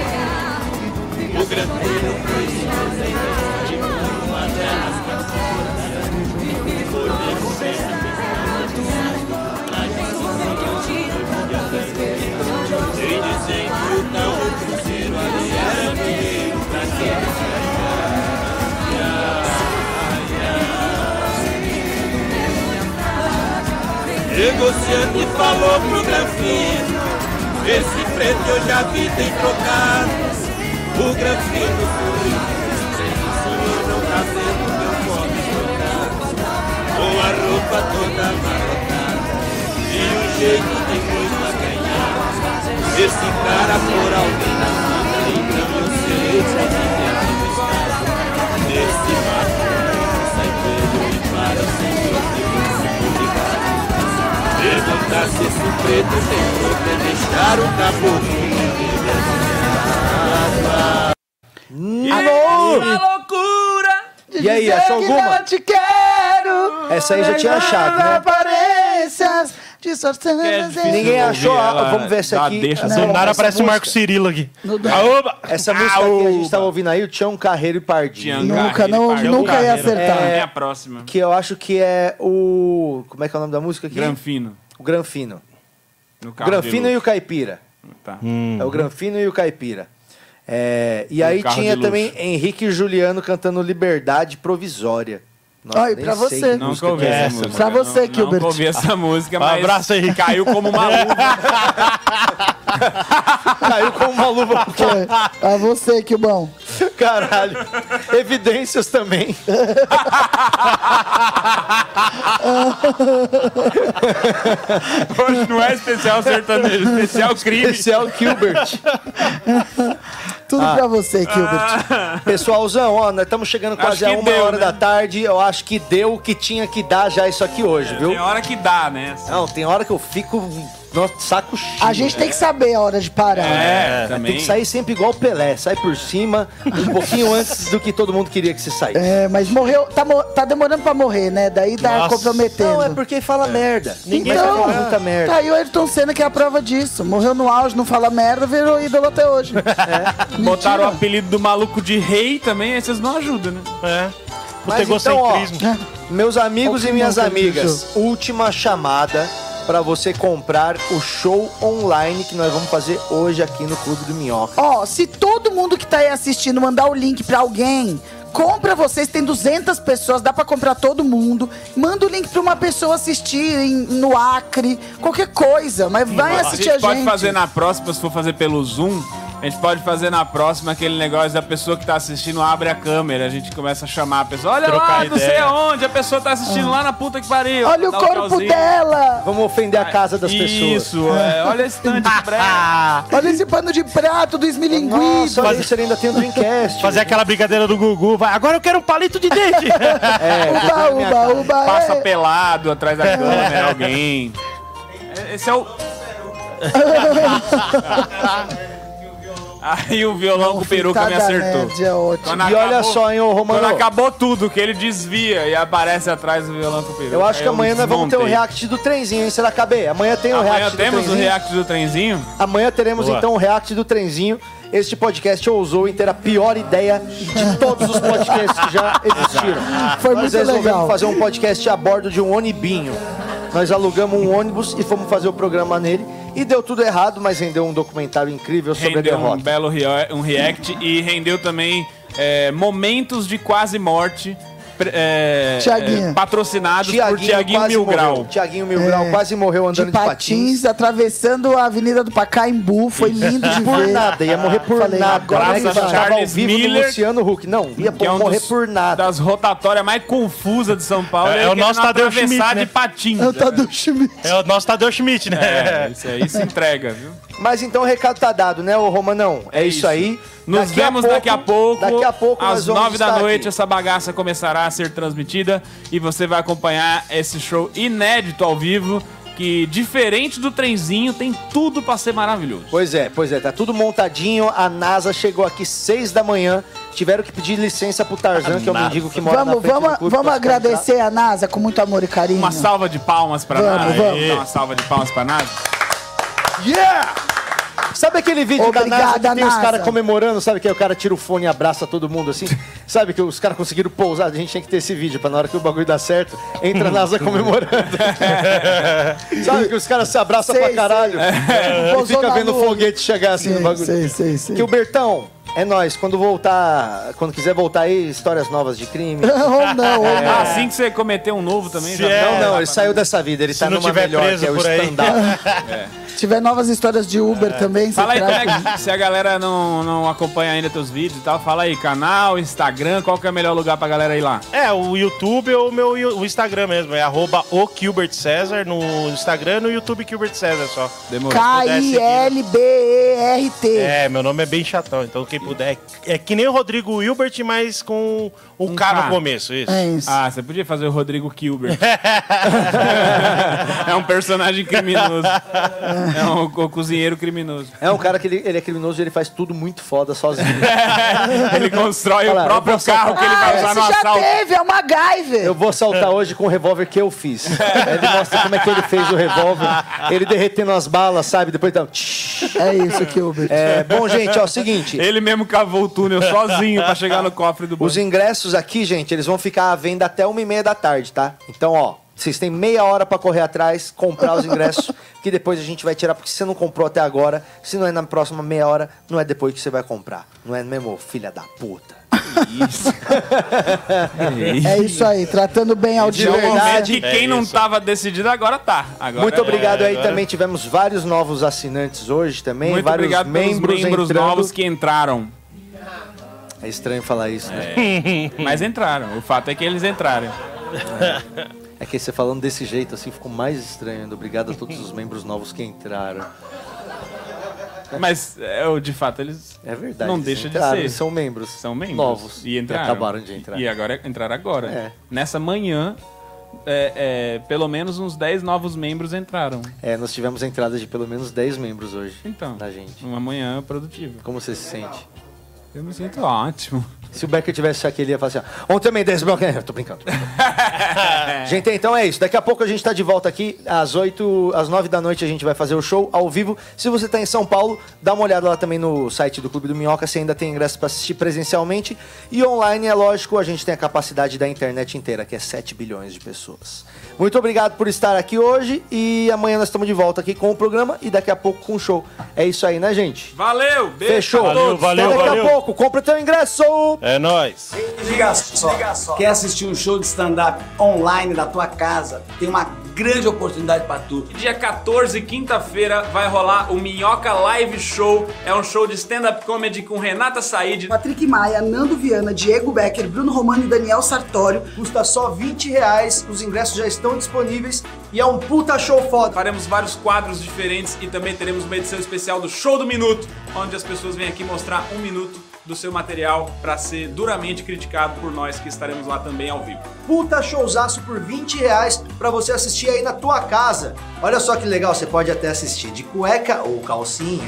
S16: O granfino foi se presente de uma delas que foi por sempre. Mas Negociante falou pro Granfino Esse preto eu já vi tem trocado O Granfino sorriu Senhor não tá vendo meu pobre trocado Com a roupa toda amarrotada E o jeito tem coisa a ganhar Esse cara por alguém na vida Então eu sei pra mim que é arriscado Nesse mato sai pelo e para Senhor Deus se cuidar Perguntar se esse preto tem poder deixar o caboclo
S12: Alô!
S16: loucura!
S12: E aí, achou alguma?
S5: Não te quero.
S12: Essa aí já tinha achado, né?
S5: Aparências, distorcendo as
S12: é Ninguém achou. a- vamos ver essa
S6: dá
S12: aqui.
S6: deixa.
S12: Não,
S6: Do nada
S12: essa
S6: aparece o Marco
S12: música.
S6: Cirilo aqui. Ah,
S12: Aoba! Essa música que a gente tá- tava ouvindo aí, o Tião Carreiro e Pardinho.
S9: Tião Nunca, Carreiro e não- Pardinho. nunca ia acertar. É a próxima.
S12: Que eu acho que é o... Como é que é o nome da música aqui?
S9: Granfino.
S12: O Granfino.
S9: No
S12: O
S9: carro de
S12: Granfino
S9: luxo.
S12: e o Caipira.
S9: Tá.
S12: É o Granfino e o Caipira. É, e aí
S9: carro
S12: tinha
S9: de luxo.
S12: também Henrique e Juliano cantando Liberdade Provisória.
S5: Olha, pra você.
S9: Não
S12: música
S9: ouvi
S12: que é
S9: essa
S12: essa,
S9: música.
S12: mano.
S5: Pra você,
S9: não, não
S5: Gilbert.
S9: ouvi essa música,
S12: Um
S9: mas
S12: abraço, Henrique.
S9: caiu como uma luva.
S12: Caiu como uma luva.
S5: Pra você, que bom.
S12: Caralho. Evidências também.
S9: Hoje não é especial sertanejo, é especial crime.
S12: Especial é Gilbert.
S5: Tudo
S12: Ah.
S5: pra você, Gilbert.
S12: Pessoalzão, ó, nós estamos chegando quase
S9: Acho
S12: a
S9: que
S12: uma
S9: deu,
S12: hora
S9: né?
S12: da tarde. Eu acho que deu o que tinha que dar já isso aqui hoje, viu?
S9: É, Tem hora que dá, né?
S12: Não, tem hora que eu fico. Nossa, saco cheio.
S5: A gente tem que saber a hora de parar.
S12: É,
S5: né?
S12: Tem que sair sempre igual o Pelé, sai por cima, um pouquinho antes do que todo mundo queria que se saísse.
S5: É, mas morreu. Tá, mo- tá demorando pra morrer, né? Daí dá
S12: Nossa.
S5: comprometendo.
S12: Não, é porque fala merda. Ninguém
S5: então,
S12: vai falar muita merda.
S5: Tá aí o Ayrton Senna que é a prova disso. Morreu no auge, não fala merda, virou ídolo até hoje.
S9: É. Botaram o apelido do maluco de rei também, aí vocês não ajudam, né?
S6: É.
S12: Mas então, ó, meus amigos e minhas amigas, última chamada para você comprar o show online que nós vamos fazer hoje aqui no Clube do Minhoca.
S5: Ó, se todo mundo que tá aí assistindo mandar o link pra alguém, compra vocês, tem 200 pessoas, dá pra comprar todo mundo. Manda o link pra uma pessoa assistir em- no Acre, qualquer coisa, mas vai assistir a gente.
S9: gente pode fazer na próxima, se for fazer pelo Zoom, a gente pode fazer na próxima aquele negócio da pessoa que tá assistindo abre a câmera, a gente começa a chamar a pessoa, olha
S12: Trocar
S9: lá, não
S12: ideia.
S9: sei aonde, a pessoa tá assistindo lá na puta que pariu.
S12: Ah. Olha o
S9: Dá um
S12: corpo
S9: tchauzinho.
S5: dela!
S12: Vamos ofender a casa das pessoas.
S9: Ah, Isso, é, olha esse tanto de
S12: Ah.
S6: Ah,
S5: Olha esse pano de prato do esmilinguido.
S12: Nossa, olha isso, ele ainda tem o Dreamcast.
S6: Fazer aquela brincadeira do Gugu, vai. Agora eu quero um palito de dente.
S9: É,
S5: Uba,
S9: na minha
S5: uba,
S9: cara.
S5: uba,
S9: Passa
S5: é.
S9: pelado atrás da câmera, alguém. É, Esse é o. Aí o violão com peruca me
S5: Fitada
S9: acertou.
S5: Nerd é ótimo.
S9: Quando
S12: E olha só, hein, ô, Romano.
S9: Quando acabou tudo, que ele desvia e aparece atrás do violão com peruca.
S12: Eu acho que
S9: Aí
S12: amanhã nós vamos ter o
S9: É, desmontei.
S12: react do trenzinho, hein? Será que AB? Amanhã tem o
S9: Amanhã
S12: react
S9: temos
S12: do
S9: o
S12: trenzinho.
S9: react do trenzinho.
S12: Amanhã teremos
S9: Boa.
S12: então o react do trenzinho. Este podcast ousou em ter a pior ideia de todos os podcasts que já existiram.
S5: Foi
S12: Nós
S5: muito
S12: resolvemos
S5: legal.
S12: fazer um podcast a bordo de um onibinho. Nós alugamos um ônibus e fomos fazer o programa nele. E deu tudo errado, mas rendeu um documentário incrível sobre a
S9: rendeu
S12: derrota.
S9: um belo rea- um react e rendeu também é, momentos de quase morte pre- é,
S12: Tiaguinho.
S9: é, patrocinados por Tiaguinho
S12: quase
S9: Mil
S12: morreu.
S9: Grau.
S12: Tiaguinho Mil Grau
S5: É.
S12: quase morreu andando de, patins.
S5: atravessando a Avenida do Pacaembu. Foi lindo de
S12: Por
S5: ver.
S12: nada, ia morrer por nada.
S9: Graças
S12: Como é que
S9: a
S12: ele tava ao
S9: Charles
S12: vivo do
S9: Miller,
S12: Luciano Huck. Não, ia
S9: que é um
S12: morrer
S9: dos-
S12: por nada.
S9: Das rotatórias mais confusas de São Paulo.
S6: É,
S9: ele
S6: é o
S9: querendo
S6: nosso Tadeu
S9: atravessar
S6: Schmidt, né?
S9: de patins.
S6: É o Tadeu
S5: Schmidt.
S6: É o nosso Tadeu Schmidt, né?
S9: É, isso aí se entrega, viu?
S12: Mas então o recado tá dado, né, ô Romanão? É, isso. aí.
S9: Nos vemos daqui a pouco.
S12: Daqui a pouco nós
S9: às
S12: vamos
S9: nove da
S12: estar
S9: noite,
S12: aqui.
S9: essa bagaça começará a ser transmitida e você vai acompanhar esse show inédito ao vivo. Que diferente do trenzinho, tem tudo pra ser maravilhoso.
S12: Pois é, pois é, tá tudo montadinho. A NASA chegou aqui seis da manhã. Tiveram que pedir licença pro Tarzan, que é o
S9: NASA.
S12: mendigo que mora na
S5: vamos,
S12: frente
S5: vamos,
S12: do clube.
S5: vamos
S12: pra se
S5: agradecer a NASA com muito amor e carinho.
S9: Uma salva de palmas pra
S5: Vamos,
S9: nada.
S5: vamos.
S9: Dá uma salva de palmas pra nada.
S12: encontrar. Yeah! Sabe aquele vídeo da
S5: Obrigada,
S12: NASA que tem os
S5: NASA.
S12: caras comemorando? Sabe que aí o cara tira o fone e abraça todo mundo assim? Sabe que os caras conseguiram pousar? A gente tem que ter esse vídeo pra na hora que o bagulho dá certo, entra a NASA comemorando. Sabe que os caras se abraçam
S5: Sei,
S12: pra caralho.
S5: sei.
S12: É. E
S5: Pousou
S12: fica
S5: na
S12: vendo o
S5: lua.
S12: foguete chegar assim no bagulho.
S5: Sei, sei, sei.
S12: Que o Bertão, é nóis. Quando voltar, quando quiser voltar aí, histórias novas de crime.
S5: Ou não, ou
S12: É.
S9: Ah, Assim que você cometeu um novo também, já
S6: é
S12: não, não, ele saiu dessa vida, ele tá
S9: não
S12: numa
S9: tiver
S12: melhor,
S9: preso
S12: que é o
S9: por aí.
S12: stand-up.
S5: Se tiver novas histórias de Uber também,
S9: Fala aí
S5: se
S9: como é
S5: trata.
S9: que, se a galera não, não acompanha ainda teus vídeos e tal, fala aí, canal, Instagram, qual que é o melhor lugar pra galera ir lá?
S6: É, o YouTube ou o meu Yu- o Instagram mesmo. É arroba o Gilbert César no Instagram e no YouTube Gilbert César só.
S9: Demorou.
S5: K-I-L-B-E-R-T.
S6: É, meu nome é bem chatão, então quem puder. É que nem o Rodrigo Hilbert, mas com o K
S9: K.
S6: no começo, isso.
S5: É
S9: Ah, você podia fazer o Rodrigo Kilbert. é um personagem criminoso. É um co- cozinheiro criminoso.
S12: É um cara que ele, ele é criminoso e ele faz tudo muito foda sozinho.
S9: Ele constrói o
S12: Olha lá,
S9: próprio
S12: eu Ah, vou assaltar-
S9: carro que ele vai usar no
S5: Ah, já
S9: assalto.
S5: teve, é o MacGyver.
S12: Eu vou assaltar hoje com o revólver que eu fiz. Aí Ele mostra como é que ele fez o revólver. Ele derretendo as balas, sabe? Depois dá um tsh.
S5: É isso aqui, Uber.
S12: É, bom, gente, ó, é o seguinte.
S9: Ele mesmo cavou o túnel sozinho pra chegar no cofre do banco.
S12: Os ingressos aqui, gente, eles vão ficar à venda até uma e meia da tarde, tá? Então, ó, vocês têm meia hora pra correr atrás, comprar os ingressos, que depois a gente vai tirar, porque se você não comprou até agora, se não é na próxima meia hora, não é depois que você vai comprar. Não é mesmo, filha da puta.
S5: É isso aí, tratando bem a
S9: De
S5: audiência.
S9: verdade. E um quem não tava decidido agora tá. Agora
S12: Muito
S9: é-
S12: obrigado aí
S9: agora-
S12: também. Tivemos vários novos assinantes hoje também,
S9: Muito
S12: vários
S9: obrigado pelos
S12: membros,
S9: membros
S12: entrando.
S9: novos que entraram.
S12: É estranho falar isso, né?
S9: É. Mas entraram. O fato é que eles entraram.
S12: É que você falando desse jeito assim ficou mais estranho ainda. Obrigado a todos os membros novos que entraram.
S9: Mas, é, o- de fato, eles.
S12: É verdade,
S9: Não
S12: eles
S9: deixa de
S12: entraram,
S9: ser.
S12: são membros.
S9: São membros.
S12: Novos.
S9: E entraram.
S12: E acabaram de entrar.
S9: E agora entraram agora.
S12: É.
S9: Nessa manhã, é, é, pelo menos uns 10 novos membros entraram.
S12: É, nós tivemos entrada de pelo menos 10 membros hoje. Então. Da gente.
S9: Uma manhã produtiva.
S12: Como você se sente?
S9: Eu me sinto ótimo.
S12: Se o Becker tivesse aqui, ele ia falar assim: ó, ontem também 10 blocos. Eu Tô brincando. gente, então é isso. Daqui a pouco a gente tá de volta aqui. Às 8, às 9 da noite a gente vai fazer o show ao vivo. Se você tá em São Paulo, dá uma olhada lá também no site do Clube do Minhoca, se ainda tem ingresso para assistir presencialmente. E online, é lógico, a gente tem a capacidade da internet inteira, que é 7 bilhões de pessoas. Muito obrigado por estar aqui hoje e amanhã nós estamos de volta aqui com o programa e daqui a pouco com o show. É isso aí, né, gente?
S9: Valeu! Beijo
S12: Fechou.
S9: pra todos.
S12: Até daqui a pouco, compra teu ingresso.
S6: É nóis.
S8: Liga só. Quer assistir um show de stand-up online da tua casa? Tem uma grande oportunidade pra tu.
S9: Dia 14, quinta-feira, vai rolar o Minhoca Live Show. É um show de stand-up comedy com Renata Said.
S10: Patrick Maia, Nando Viana, Diego Becker, Bruno Romano e Daniel Sartório. Custa só 20 reais, os ingressos já estão disponíveis e é um puta show foda.
S9: Faremos vários quadros diferentes e também teremos uma edição especial do Show do Minuto, onde as pessoas vêm aqui mostrar um minuto do seu material para ser duramente criticado por nós que estaremos lá também ao vivo.
S10: Puta showzaço por 20 reais pra você assistir aí na tua casa. Olha só que legal, você pode até assistir de cueca ou calcinha.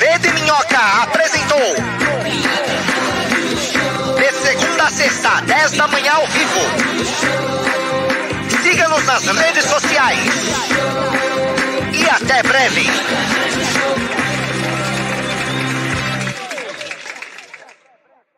S11: Rede Minhoca apresentou. De segunda a sexta, 10 da manhã ao vivo. Siga-nos nas redes sociais. E até breve.